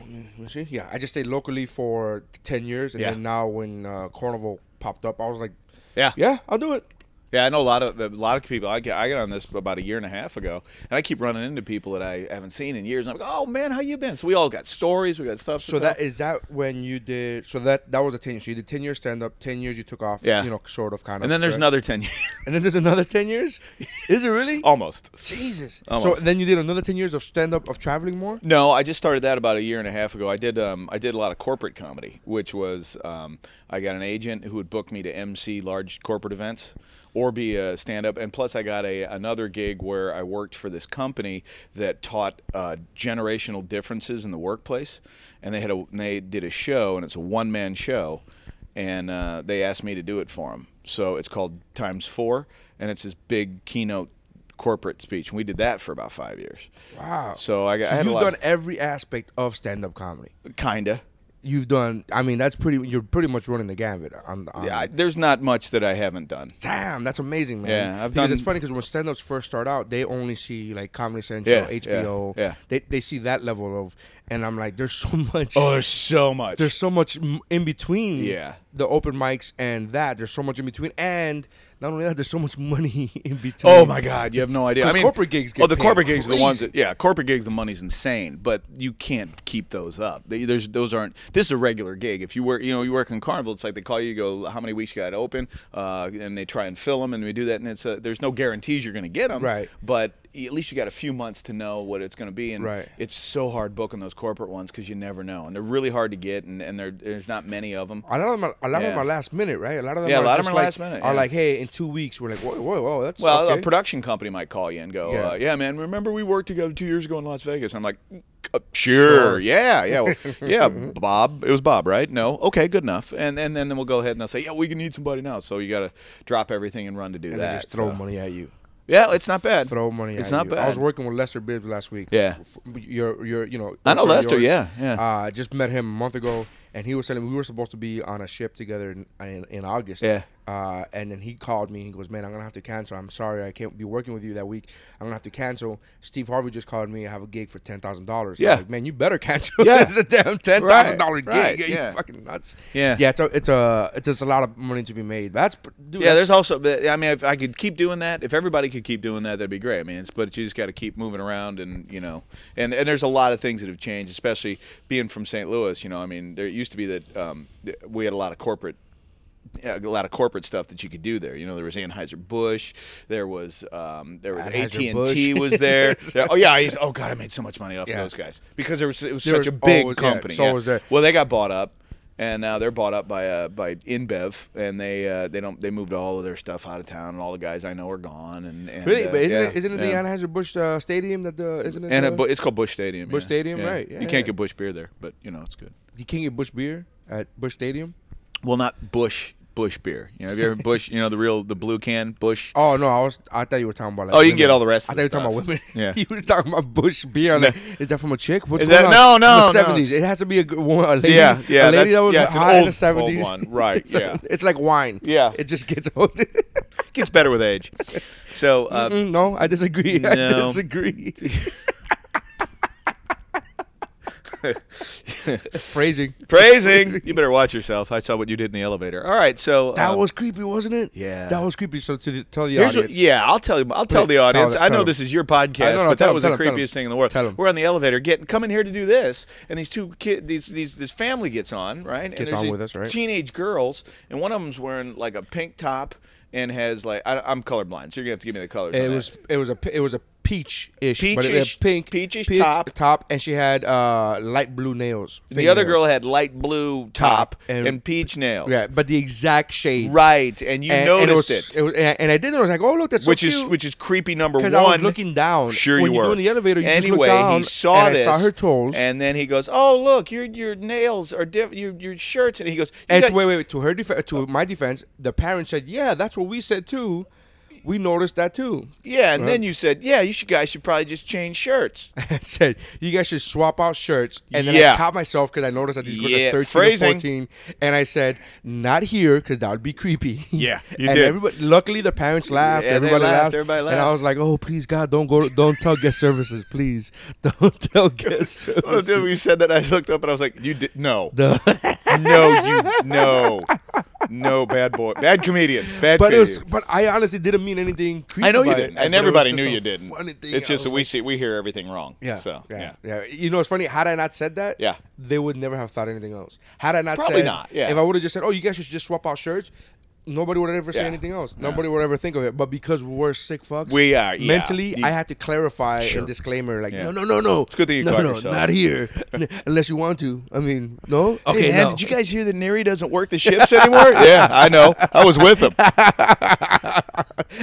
Speaker 2: let me see. Yeah, I just stayed locally for ten years, and
Speaker 5: Yeah.
Speaker 2: then now when uh, Carnival popped up, I was like,
Speaker 5: Yeah.
Speaker 2: yeah, I'll do it.
Speaker 5: Yeah, I know a lot of a lot of people. I got, I got on this about a year and a half ago, and I keep running into people that I haven't seen in years. And I'm like, "Oh man, how you been?" So we all got stories, we got stuff. to
Speaker 2: So
Speaker 5: tell.
Speaker 2: that is that when you did. So that that was a ten years. So you did ten years stand up, ten years you took off.
Speaker 5: Yeah.
Speaker 2: you know, sort of, kind of.
Speaker 5: and then there's
Speaker 2: right?
Speaker 5: another ten years, [laughs]
Speaker 2: And then there's another ten years. is it really?
Speaker 5: almost.
Speaker 2: Jesus. So
Speaker 5: Almost.
Speaker 2: then you did another ten years of stand up of traveling more.
Speaker 5: No, I just started that about a year and a half ago. I did um, I did a lot of corporate comedy, which was um, I got an agent who would book me to MC large corporate events or be a stand up, and plus I got a another gig where I worked for this company that taught uh, generational differences in the workplace, and they had a and they did a show, and it's a one man show, and uh, they asked me to do it for them. So it's called Times Four, and it's this big keynote corporate speech. And we did that for about five years.
Speaker 2: Wow.
Speaker 5: So Oh, I, got- I had a
Speaker 2: you've
Speaker 5: lot
Speaker 2: done
Speaker 5: of-
Speaker 2: every aspect of stand up comedy.
Speaker 5: Kinda.
Speaker 2: you've done. I mean, that's pretty. You're pretty much running the gambit. On, on,
Speaker 5: Yeah, I, there's not much that I haven't done.
Speaker 2: damn, that's amazing, man.
Speaker 5: Yeah, I've
Speaker 2: because
Speaker 5: done-
Speaker 2: It's funny because when stand-ups first start out, they only see like Comedy Central,
Speaker 5: Yeah, yeah,
Speaker 2: HBO.
Speaker 5: yeah.
Speaker 2: They they see that level of, and I'm like, there's so much.
Speaker 5: Oh, there's so much.
Speaker 2: there's so much m- in between.
Speaker 5: Yeah.
Speaker 2: The open mics and that. There's so much in between, and not only that, there's so much money [laughs] in between.
Speaker 5: oh my God, you have no idea. I
Speaker 2: 'Cause
Speaker 5: mean,
Speaker 2: corporate gigs get
Speaker 5: oh, the
Speaker 2: paid
Speaker 5: corporate gigs are the ones
Speaker 2: crazy.
Speaker 5: that yeah, corporate gigs the money's insane, but you can't keep those up. They, there's those aren't. This is a regular gig. If you work, you know, you work in Carnival, it's like they call you, you go, how many weeks you got open, uh, and they try and fill them, and we do that, and it's a, there's no guarantees you're going to get them,
Speaker 2: Right.
Speaker 5: But at least you got a few months to know what it's going to be, and
Speaker 2: Right.
Speaker 5: it's so hard booking those corporate ones because you never know, and they're really hard to get, and, and there- there's not many of them.
Speaker 2: A lot of them, are, a lot of them
Speaker 5: Yeah.
Speaker 2: are last minute, right? A lot of them,
Speaker 5: Yeah, a
Speaker 2: are
Speaker 5: lot of
Speaker 2: just
Speaker 5: them are
Speaker 2: like-
Speaker 5: last minute,
Speaker 2: Are
Speaker 5: yeah.
Speaker 2: like, hey, in two weeks, we're like, whoa, whoa, whoa, that's
Speaker 5: Well,
Speaker 2: okay.
Speaker 5: a production company might call you and go, yeah.
Speaker 2: Yeah.
Speaker 5: Uh, "Yeah, man, remember we worked together two years ago in Las Vegas?" And I'm like, "Uh, "Sure, yeah,
Speaker 2: [laughs]
Speaker 5: yeah, well, yeah." Bob, it was Bob, right? No, okay, good enough. And and then we'll go ahead and they'll say, "Yeah, we can need somebody now." So you got to drop everything and run to do
Speaker 2: And
Speaker 5: that.
Speaker 2: they just throw
Speaker 5: so-
Speaker 2: money at you.
Speaker 5: Yeah, it's not bad.
Speaker 2: throw money.
Speaker 5: It's
Speaker 2: at
Speaker 5: not
Speaker 2: you.
Speaker 5: bad.
Speaker 2: I was working with Lester Bibbs last week.
Speaker 5: Yeah.
Speaker 2: F- You're, you're, you know.
Speaker 5: I
Speaker 2: friend
Speaker 5: know
Speaker 2: of
Speaker 5: Lester,
Speaker 2: yours.
Speaker 5: yeah, yeah.
Speaker 2: Uh, I just met him a month ago, and he was telling me we were supposed to be on a ship together in in, in August.
Speaker 5: Yeah.
Speaker 2: Uh, and then he called me. He goes, "Man, I'm gonna have to cancel. I'm sorry, I can't be working with you that week. I'm gonna have to cancel." Steve Harvey just called me. I have a gig for ten thousand dollars.
Speaker 5: Yeah.
Speaker 2: like, man, you better cancel.
Speaker 5: Yeah.
Speaker 2: Yeah, it's a [laughs] damn ten thousand dollar
Speaker 5: Right,
Speaker 2: gig.
Speaker 5: right,
Speaker 2: yeah,
Speaker 5: yeah.
Speaker 2: you fucking nuts.
Speaker 5: Yeah.
Speaker 2: yeah. It's a, it's a it's just a lot of money to be made. That's pr- dude,
Speaker 5: yeah,
Speaker 2: that's-
Speaker 5: there's also. but, I mean, if I could keep doing that, if everybody could keep doing that, that'd be great. I mean, it's, but you just got to keep moving around, and you know, and, and there's a lot of things that have changed, especially being from St. Louis. You know, I mean, there used to be that um, th- we had a lot of corporate. A lot of corporate stuff that you could do there. You know, there was Anheuser Busch. There was um, there was AT and T
Speaker 2: [laughs] Anheuser-Busch.
Speaker 5: was there. There- Oh yeah, I used, oh god, I made so much money off
Speaker 2: Yeah.
Speaker 5: of those guys because there was it was
Speaker 2: There
Speaker 5: such
Speaker 2: was
Speaker 5: a big
Speaker 2: always- yeah,
Speaker 5: company.
Speaker 2: so was there.
Speaker 5: Well, they got bought up, and now they're bought up by uh, by InBev, and they uh, they don't they moved all of their stuff out of town, and all the guys I know are gone. And, and
Speaker 2: really,
Speaker 5: uh,
Speaker 2: but isn't
Speaker 5: yeah,
Speaker 2: it, isn't it
Speaker 5: yeah.
Speaker 2: the Anheuser Busch uh, Stadium that the isn't it?
Speaker 5: and
Speaker 2: the,
Speaker 5: it, it's called Bush Stadium.
Speaker 2: Busch
Speaker 5: yeah.
Speaker 2: Stadium,
Speaker 5: Yeah.
Speaker 2: right,
Speaker 5: you
Speaker 2: yeah.
Speaker 5: can't get Bush beer there, but you know it's good.
Speaker 2: you can't get Bush beer at Bush Stadium.
Speaker 5: Well, not Bush Bush beer. You know, have you ever Bush? You know, the real the blue can Bush.
Speaker 2: Oh no, I was I thought you were talking about. Like,
Speaker 5: Oh, you can get all the rest
Speaker 2: I
Speaker 5: of
Speaker 2: thought
Speaker 5: the
Speaker 2: you were talking about women.
Speaker 5: stuff. Yeah.
Speaker 2: [laughs] you were talking about Bush beer. I'm
Speaker 5: No.
Speaker 2: Like, is that from a chick? What's
Speaker 5: Is
Speaker 2: going
Speaker 5: that-
Speaker 2: on?
Speaker 5: no,
Speaker 2: From the
Speaker 5: no, no.
Speaker 2: 70s. It has to be a, gr- woman, a lady.
Speaker 5: Yeah,
Speaker 2: A
Speaker 5: yeah,
Speaker 2: lady
Speaker 5: that's-
Speaker 2: that was
Speaker 5: yeah, it's an
Speaker 2: high in the
Speaker 5: old- old
Speaker 2: 70s.
Speaker 5: one,
Speaker 2: [laughs]
Speaker 5: right,
Speaker 2: It's a-
Speaker 5: yeah.
Speaker 2: it's like wine.
Speaker 5: Yeah.
Speaker 2: It just gets old. [laughs]
Speaker 5: Gets better with age. So uh,
Speaker 2: Mm, no, I disagree. [laughs] I
Speaker 5: no. [laughs]
Speaker 2: disagree. [laughs] Phrasing.
Speaker 5: phrasing, you better watch yourself. I saw what you did in the elevator. All right, so
Speaker 2: That
Speaker 5: um,
Speaker 2: was creepy, wasn't it?
Speaker 5: Yeah.
Speaker 2: That was creepy. So to the, tell the
Speaker 5: Here's what-
Speaker 2: audience.
Speaker 5: yeah, I'll tell you. I'll tell the
Speaker 2: Tell
Speaker 5: audience.
Speaker 2: them,
Speaker 5: I
Speaker 2: tell
Speaker 5: know
Speaker 2: them.
Speaker 5: this is your
Speaker 2: I
Speaker 5: podcast,
Speaker 2: know, no,
Speaker 5: but
Speaker 2: tell
Speaker 5: that
Speaker 2: them,
Speaker 5: was
Speaker 2: tell
Speaker 5: the
Speaker 2: them, tell
Speaker 5: creepiest
Speaker 2: them.
Speaker 5: thing in the world.
Speaker 2: Tell them.
Speaker 5: We're on the elevator, getting coming here to do this, and these two kid, these these this family gets on right, and
Speaker 2: Gets
Speaker 5: there's
Speaker 2: on
Speaker 5: these
Speaker 2: with us, right?
Speaker 5: Teenage girls, and one of them's wearing like a pink top and has like I, I'm colorblind, so you're gonna have to give me the colors.
Speaker 2: It
Speaker 5: on
Speaker 2: was
Speaker 5: that.
Speaker 2: it was a p- it was a peach ish, but it
Speaker 5: Peach-ish-
Speaker 2: a pink,
Speaker 5: peach-ish
Speaker 2: peach
Speaker 5: top.
Speaker 2: top, and she had uh, light blue nails.
Speaker 5: the other girl
Speaker 2: fingernails.
Speaker 5: had light blue top,
Speaker 2: Top
Speaker 5: and,
Speaker 2: and-
Speaker 5: peach nails.
Speaker 2: yeah, but the exact shade,
Speaker 5: right, and you
Speaker 2: and, and
Speaker 5: noticed
Speaker 2: it, was,
Speaker 5: it,
Speaker 2: was- and, and I did. I was like, oh look, that's so
Speaker 5: which is
Speaker 2: cute.
Speaker 5: which is creepy number one.
Speaker 2: Because I was looking down.
Speaker 5: Sure,
Speaker 2: When
Speaker 5: you
Speaker 2: you
Speaker 5: were
Speaker 2: go in the elevator, you just look
Speaker 5: anyway, he
Speaker 2: down,
Speaker 5: saw
Speaker 2: and I
Speaker 5: this.
Speaker 2: saw her toes.
Speaker 5: and then he goes, "Oh, look, your your nails are different. Your your shirts." And he goes, "You
Speaker 2: and
Speaker 5: got-
Speaker 2: to, wait, wait, wait, to her def- to my defense, the parents said, yeah, that's what we said too. We noticed that too.
Speaker 5: "Yeah."
Speaker 2: Uh-huh.
Speaker 5: And then you said, "Yeah, you should guys should probably just
Speaker 2: [laughs]
Speaker 5: change shirts."
Speaker 2: I said, you guys should swap out shirts. And then
Speaker 5: Yeah.
Speaker 2: I caught myself because I noticed that these girls
Speaker 5: Yeah,
Speaker 2: are 13
Speaker 5: phrasing.
Speaker 2: or 14. And I said, not here because that would be creepy.
Speaker 5: Yeah,
Speaker 2: [laughs]
Speaker 5: you
Speaker 2: and
Speaker 5: did.
Speaker 2: Everybody, luckily, the parents laughed.
Speaker 5: Yeah, they
Speaker 2: everybody
Speaker 5: laughed,
Speaker 2: laughed,
Speaker 5: everybody
Speaker 2: And I
Speaker 5: laughed.
Speaker 2: was like, oh, please, God, don't go. Don't tell
Speaker 5: [laughs]
Speaker 2: guest services, please. [laughs] Don't tell guest
Speaker 5: Well,
Speaker 2: services. [laughs]
Speaker 5: dude, [laughs] when you said that, I looked up and I was like, "You did no, no, you no, [laughs] no, bad boy, bad comedian, bad."
Speaker 2: But it was,
Speaker 5: comedian.
Speaker 2: but I honestly didn't mean anything. Creepy
Speaker 5: I know you
Speaker 2: about it,
Speaker 5: didn't,
Speaker 2: but it
Speaker 5: and
Speaker 2: was
Speaker 5: everybody
Speaker 2: just
Speaker 5: knew
Speaker 2: a
Speaker 5: you didn't.
Speaker 2: funny thing.
Speaker 5: It's
Speaker 2: I
Speaker 5: just
Speaker 2: was
Speaker 5: that we
Speaker 2: like-
Speaker 5: see we hear everything wrong.
Speaker 2: Yeah,
Speaker 5: So yeah.
Speaker 2: yeah. You know, it's funny. Had I not said that,
Speaker 5: Yeah.
Speaker 2: they would never have thought anything else. Had I not
Speaker 5: Probably
Speaker 2: said-
Speaker 5: not, yeah.
Speaker 2: If I would have just said, "Oh, you guys should just swap out shirts," nobody would ever say
Speaker 5: Yeah.
Speaker 2: anything else.
Speaker 5: Yeah.
Speaker 2: Nobody would ever think of it. But because we're sick fucks,
Speaker 5: We are, yeah.
Speaker 2: mentally.
Speaker 5: You-
Speaker 2: I had to clarify
Speaker 5: Sure.
Speaker 2: and disclaimer, like,
Speaker 5: Yeah.
Speaker 2: no, no, no, no. It's
Speaker 5: good that you
Speaker 2: no,
Speaker 5: caught
Speaker 2: no,
Speaker 5: yourself.
Speaker 2: not here, [laughs] N- unless you want to. I mean, no. Okay,
Speaker 5: hey man,
Speaker 2: no.
Speaker 5: did you guys hear that Neri doesn't work the ships anymore?
Speaker 2: [laughs]
Speaker 5: yeah, I know. I was with [laughs] him.
Speaker 2: [laughs]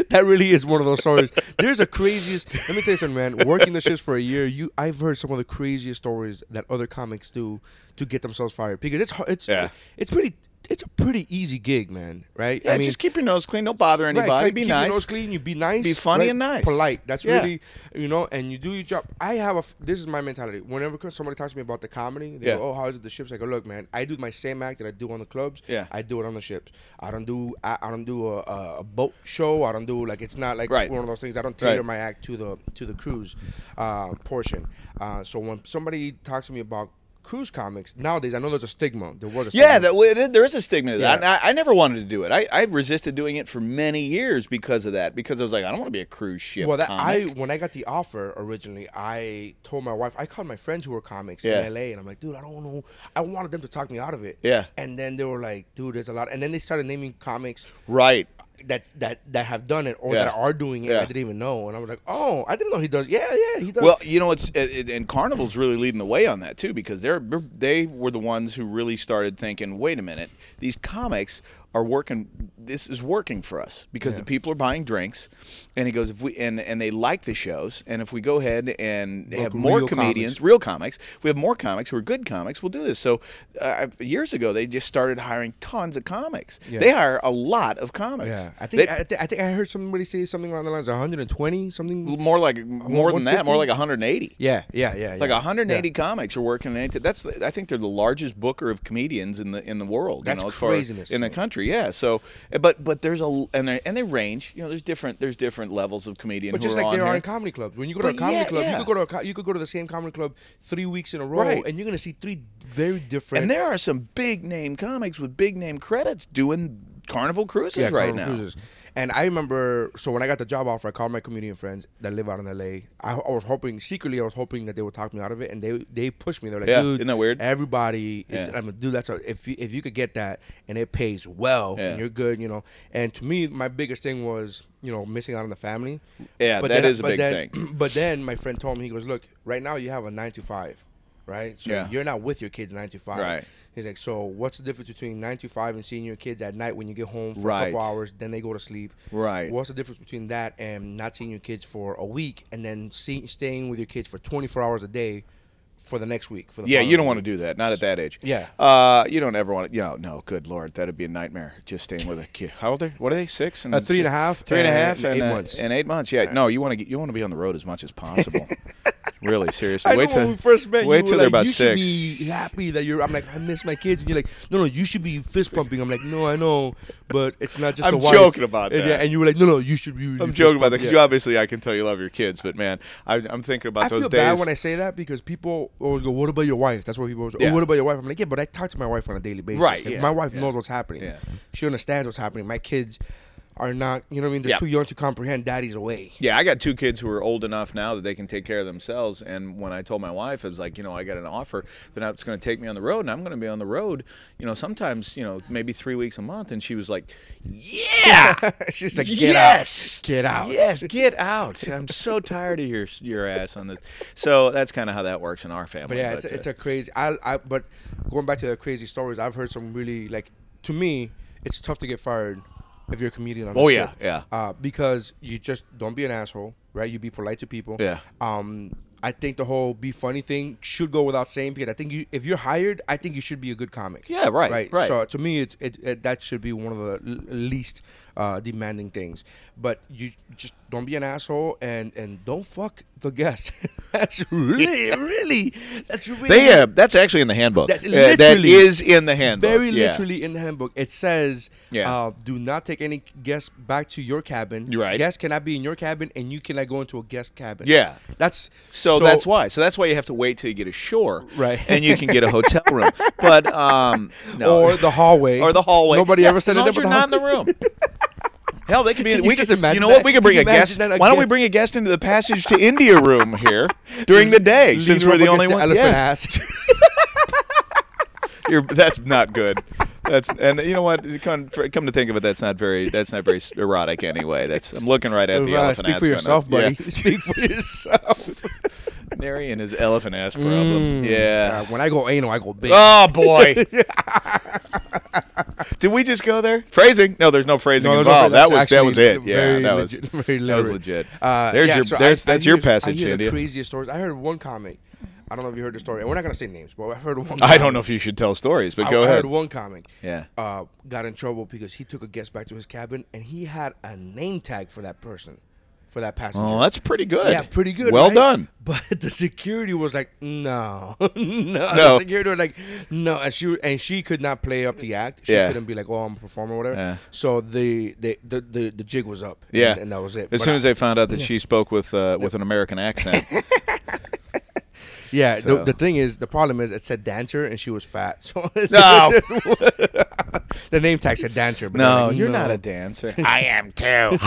Speaker 2: that really is one of those stories. There's the craziest. Let me tell you something, man. Working the shifts for a year, you I've heard some of the craziest stories that other comics do to get themselves fired because it's har- it's
Speaker 5: Yeah.
Speaker 2: it's pretty it's a pretty easy gig, man. Right?
Speaker 5: Yeah, just keep your nose clean. Don't bother
Speaker 2: right,
Speaker 5: anybody.
Speaker 2: keep-
Speaker 5: be
Speaker 2: keep
Speaker 5: nice.
Speaker 2: Your nose clean. You be nice.
Speaker 5: Be funny
Speaker 2: right,
Speaker 5: and nice.
Speaker 2: Polite. That's
Speaker 5: Yeah.
Speaker 2: really you know, and you do your job. I have a. f- This is my mentality. Whenever co- somebody talks to me about the comedy, they
Speaker 5: Yeah.
Speaker 2: go, "Oh, how is it the ships?" I go, "Look, man, I do my same act that I do on the clubs.
Speaker 5: Yeah.
Speaker 2: I do it on the ships. I don't do. I, I don't do a, a, a boat show. I don't do like it's not like
Speaker 5: Right.
Speaker 2: one of those things. I don't tailor
Speaker 5: Right.
Speaker 2: my act to the to the cruise uh, portion. Uh, so when somebody talks to me about cruise comics nowadays, I know there's a stigma. There was a
Speaker 5: Yeah,
Speaker 2: stigma.
Speaker 5: that well, it, is- there is a stigma to that.
Speaker 2: Yeah.
Speaker 5: And I, I never wanted to do it. I, I resisted doing it for many years because of that. Because I was like, I don't want to be a cruise ship.
Speaker 2: Well, that
Speaker 5: comic.
Speaker 2: I when I got the offer originally, I told my wife. I called my friends who were comics
Speaker 5: Yeah.
Speaker 2: in LA, and I'm like, dude, I don't know. I wanted them to talk me out of it.
Speaker 5: Yeah.
Speaker 2: And then they were like, dude, there's a lot. And then they started naming comics
Speaker 5: right.
Speaker 2: that that that have done it or
Speaker 5: Yeah.
Speaker 2: that are doing it.
Speaker 5: Yeah.
Speaker 2: I didn't even know, and I was like, oh, I didn't know he does. Yeah, yeah, he does.
Speaker 5: Well, you know, it's uh, it, it- and Carnival's really leading the way on that too because they're they were the ones who really started thinking, wait a minute, these comics are working. This is working for us because the people are buying drinks, and he goes if we and and they like the shows, and if we go ahead and have more
Speaker 2: real
Speaker 5: comedians, real comics, if we have more comics who are good comics, we'll do this. So uh, years ago, they just started hiring tons of comics. They hire a lot of comics.
Speaker 2: Yeah. Yeah, I think
Speaker 5: They-
Speaker 2: I, th- I think I heard somebody say something along the lines of 120 something.
Speaker 5: more like more than that,
Speaker 2: 150?
Speaker 5: more like 180.
Speaker 2: Yeah, yeah, yeah.
Speaker 5: Like
Speaker 2: yeah.
Speaker 5: 180 comics are working. In any that's I think they're the largest booker of comedians in the in the world.
Speaker 2: That's
Speaker 5: you know, as far as-
Speaker 2: craziness,
Speaker 5: in the
Speaker 2: though.
Speaker 5: country. Yeah. So, but but there's a and they and they range. You know, there's different there's different levels of comedian.
Speaker 2: But
Speaker 5: who
Speaker 2: just
Speaker 5: are
Speaker 2: like
Speaker 5: on
Speaker 2: there are
Speaker 5: here.
Speaker 2: in comedy clubs. When you go to
Speaker 5: But
Speaker 2: a comedy
Speaker 5: yeah,
Speaker 2: club,
Speaker 5: yeah.
Speaker 2: you could go to a co- you could go to the same comedy club three weeks in a row,
Speaker 5: Right.
Speaker 2: and you're gonna see three very different.
Speaker 5: And there are some big name comics with big name credits doing Carnival cruises
Speaker 2: yeah,
Speaker 5: right
Speaker 2: Carnival
Speaker 5: now.
Speaker 2: Cruises. And I remember, so when I got the job offer, I called my comedian friends that live out in LA. I, I was hoping secretly, I was hoping that they would talk me out of it, and they they pushed me. They're like,
Speaker 5: Yeah,
Speaker 2: dude,
Speaker 5: isn't that weird?
Speaker 2: Everybody, is,
Speaker 5: Yeah.
Speaker 2: I'm like, dude, that's a, if you, if you could get that and it pays well
Speaker 5: Yeah.
Speaker 2: and you're good, you know. And to me, my biggest thing was you know missing out on the family.
Speaker 5: Yeah, that
Speaker 2: that is
Speaker 5: is a big
Speaker 2: [clears throat]
Speaker 5: thing.
Speaker 2: But then my friend told me he goes, look, right now you have a nine to five, right? So
Speaker 5: Yeah.
Speaker 2: you're not with your kids nine to five.
Speaker 5: Right.
Speaker 2: He's like, so what's the difference between nine to five and seeing your kids at night when you get home for a
Speaker 5: Right.
Speaker 2: couple hours, then they go to sleep.
Speaker 5: Right.
Speaker 2: What's the difference between that and not seeing your kids for a week and then see, staying with your kids for 24 hours a day for the next week? For the
Speaker 5: Yeah, you don't
Speaker 2: following
Speaker 5: want to
Speaker 2: week?
Speaker 5: do that. Not at that age.
Speaker 2: Yeah.
Speaker 5: Uh, you don't ever want to. You know, no. Good lord, that'd be a nightmare. Just staying with a kid. How old are? What are they? Six and
Speaker 2: Uh, three and a half
Speaker 5: Three and a
Speaker 2: and
Speaker 5: half and
Speaker 2: eight
Speaker 5: uh,
Speaker 2: months.
Speaker 5: And eight months. Yeah. No, you want to get. You want to be on the road as much
Speaker 2: [laughs]
Speaker 5: as possible. really, seriously.
Speaker 2: I
Speaker 5: wait
Speaker 2: know
Speaker 5: till
Speaker 2: when we first met, you
Speaker 5: Wait
Speaker 2: were
Speaker 5: till
Speaker 2: like,
Speaker 5: they're about
Speaker 2: you
Speaker 5: six.
Speaker 2: Should be happy that you're. I'm like, I miss my kids, and you're like, no, no, you should be fist pumping. I'm like, no, I know, but it's not just.
Speaker 5: I'm
Speaker 2: the wife.
Speaker 5: joking about
Speaker 2: And, yeah,
Speaker 5: that.
Speaker 2: and you were like, no, no, you should be.
Speaker 5: I'm joking about that because
Speaker 2: yeah.
Speaker 5: you obviously I can tell you love your kids, but man, I, I'm thinking about
Speaker 2: I
Speaker 5: those
Speaker 2: feel
Speaker 5: days.
Speaker 2: bad when I say that because people always go, "What about your wife?" That's what people always.
Speaker 5: Yeah.
Speaker 2: Oh, what about your wife? I'm like, yeah, but I talk to my wife on a daily basis.
Speaker 5: Right,
Speaker 2: Like,
Speaker 5: yeah,
Speaker 2: my wife
Speaker 5: yeah,
Speaker 2: knows what's happening.
Speaker 5: yeah.
Speaker 2: She understands what's happening. My kids are not. You know what I mean? They're
Speaker 5: Yeah.
Speaker 2: too young to comprehend. Daddy's away.
Speaker 5: Yeah, I got two kids who are old enough now that they can take care of themselves. And when I told my wife, I was like, you know, I got an offer that it's going to take me on the road, and I'm going to be on the road, you know, sometimes, you know, maybe three weeks a month. And she was like, yeah,
Speaker 2: [laughs] She's like, "Get out.
Speaker 5: yes,
Speaker 2: Get out."
Speaker 5: yes, get out. I'm so tired of your your ass on this. So that's kind of how that works in our family. uh,
Speaker 2: But yeah, it's, a, it's a crazy. I, I but going back to the crazy stories, I've heard some really like to me, it's tough to get fired if you're a comedian. On
Speaker 5: Oh,
Speaker 2: the
Speaker 5: yeah,
Speaker 2: ship.
Speaker 5: yeah.
Speaker 2: Uh, because you just don't be an asshole, right? You be polite to people.
Speaker 5: Yeah.
Speaker 2: Um, I think the whole be funny thing should go without saying. Because I think you, if you're hired, I think you should be a good comic.
Speaker 5: Yeah, right, right.
Speaker 2: So to me, it's it, it that should be one of the l- least uh, demanding things. But you just don't be an asshole and and don't fuck the guest. [laughs] that's really, really, that's really.
Speaker 5: they uh, that's actually in the handbook.
Speaker 2: That's
Speaker 5: Uh, that
Speaker 2: literally-
Speaker 5: is in the handbook.
Speaker 2: very
Speaker 5: yeah.
Speaker 2: literally in the handbook, it says,
Speaker 5: Yeah.
Speaker 2: uh, "Do not take any guests back to your cabin.
Speaker 5: You're right.
Speaker 2: Guests cannot be in your cabin, and you cannot go into a guest cabin.
Speaker 5: Yeah.
Speaker 2: that's
Speaker 5: So, that's why. So that's why you have to wait till you get ashore,
Speaker 2: Right.
Speaker 5: And you can get a hotel
Speaker 2: [laughs]
Speaker 5: room, but um, no.
Speaker 2: Or the hallway.
Speaker 5: or the hallway.
Speaker 2: Nobody
Speaker 5: Yeah,
Speaker 2: ever said
Speaker 5: as long
Speaker 2: it
Speaker 5: as
Speaker 2: about the
Speaker 5: you're not in the room. [laughs] Hell, they could be.
Speaker 2: Can you
Speaker 5: we
Speaker 2: just
Speaker 5: could,
Speaker 2: imagine
Speaker 5: you know what?
Speaker 2: that?
Speaker 5: We could bring
Speaker 2: Can
Speaker 5: a
Speaker 2: you imagine
Speaker 5: guest. Why
Speaker 2: that a
Speaker 5: don't we
Speaker 2: guest-
Speaker 5: bring a guest into the passage to India room here during the day,
Speaker 2: Lean
Speaker 5: since
Speaker 2: her
Speaker 5: we're
Speaker 2: up
Speaker 5: the
Speaker 2: against
Speaker 5: only one?
Speaker 2: Elephant
Speaker 5: Yes. You're, that's not good. That's and you know what? Come, come to think of it, that's not very that's not very erotic anyway. That's I'm looking right [laughs] at the
Speaker 2: Right,
Speaker 5: elephant
Speaker 2: speak
Speaker 5: ass
Speaker 2: for
Speaker 5: kind of-
Speaker 2: yourself, buddy.
Speaker 5: Yeah.
Speaker 2: Speak for
Speaker 5: [laughs]
Speaker 2: yourself.
Speaker 5: Nary and his elephant ass problem.
Speaker 2: Uh,
Speaker 5: Yeah.
Speaker 2: when I go anal, I go big.
Speaker 5: Oh boy. [laughs] Did we just go there? Phrasing? No, there's no phrasing
Speaker 2: No, there's no
Speaker 5: involved.
Speaker 2: phrasing.
Speaker 5: that
Speaker 2: That's
Speaker 5: was that was it.
Speaker 2: actually
Speaker 5: Yeah,
Speaker 2: very
Speaker 5: that was
Speaker 2: legit- very
Speaker 5: that was
Speaker 2: literate.
Speaker 5: legit.
Speaker 2: Uh,
Speaker 5: there's
Speaker 2: yeah,
Speaker 5: your
Speaker 2: so I-
Speaker 5: there's
Speaker 2: I
Speaker 5: that's
Speaker 2: hear-
Speaker 5: your passage,
Speaker 2: I hear the
Speaker 5: India.
Speaker 2: craziest stories. I heard one comic. I don't know if you heard the story, and we're not gonna say names, but I heard one.
Speaker 5: [laughs] [laughs] I don't
Speaker 2: comic-
Speaker 5: know if you should tell stories, but
Speaker 2: I,
Speaker 5: go
Speaker 2: I
Speaker 5: ahead.
Speaker 2: heard one comic.
Speaker 5: Yeah.
Speaker 2: Uh, got in trouble because he took a guest back to his cabin, and he had a name tag for that person, for that passenger.
Speaker 5: Oh, that's pretty good.
Speaker 2: Yeah, pretty good.
Speaker 5: Well
Speaker 2: right?
Speaker 5: done.
Speaker 2: [laughs] But the security was like, no, [laughs] no. The
Speaker 5: No.
Speaker 2: security was like, no, and she and she could not play up the act. She
Speaker 5: Yeah.
Speaker 2: couldn't be like, oh, I'm a performer, or whatever.
Speaker 5: Yeah.
Speaker 2: So the the, the the the jig was up. and-
Speaker 5: Yeah,
Speaker 2: and, that was it.
Speaker 5: As
Speaker 2: But
Speaker 5: soon
Speaker 2: I-
Speaker 5: as they found out that she spoke with uh, with an American accent,
Speaker 2: yeah,
Speaker 5: so-
Speaker 2: the, the thing is, the problem is, it said dancer, and she was fat. [laughs] So
Speaker 5: [laughs] No. [laughs]
Speaker 2: the name tag said dancer. But
Speaker 5: no,
Speaker 2: I'm like,
Speaker 5: you're
Speaker 2: no.
Speaker 5: not a
Speaker 2: [laughs]
Speaker 5: dancer. I am too. [laughs]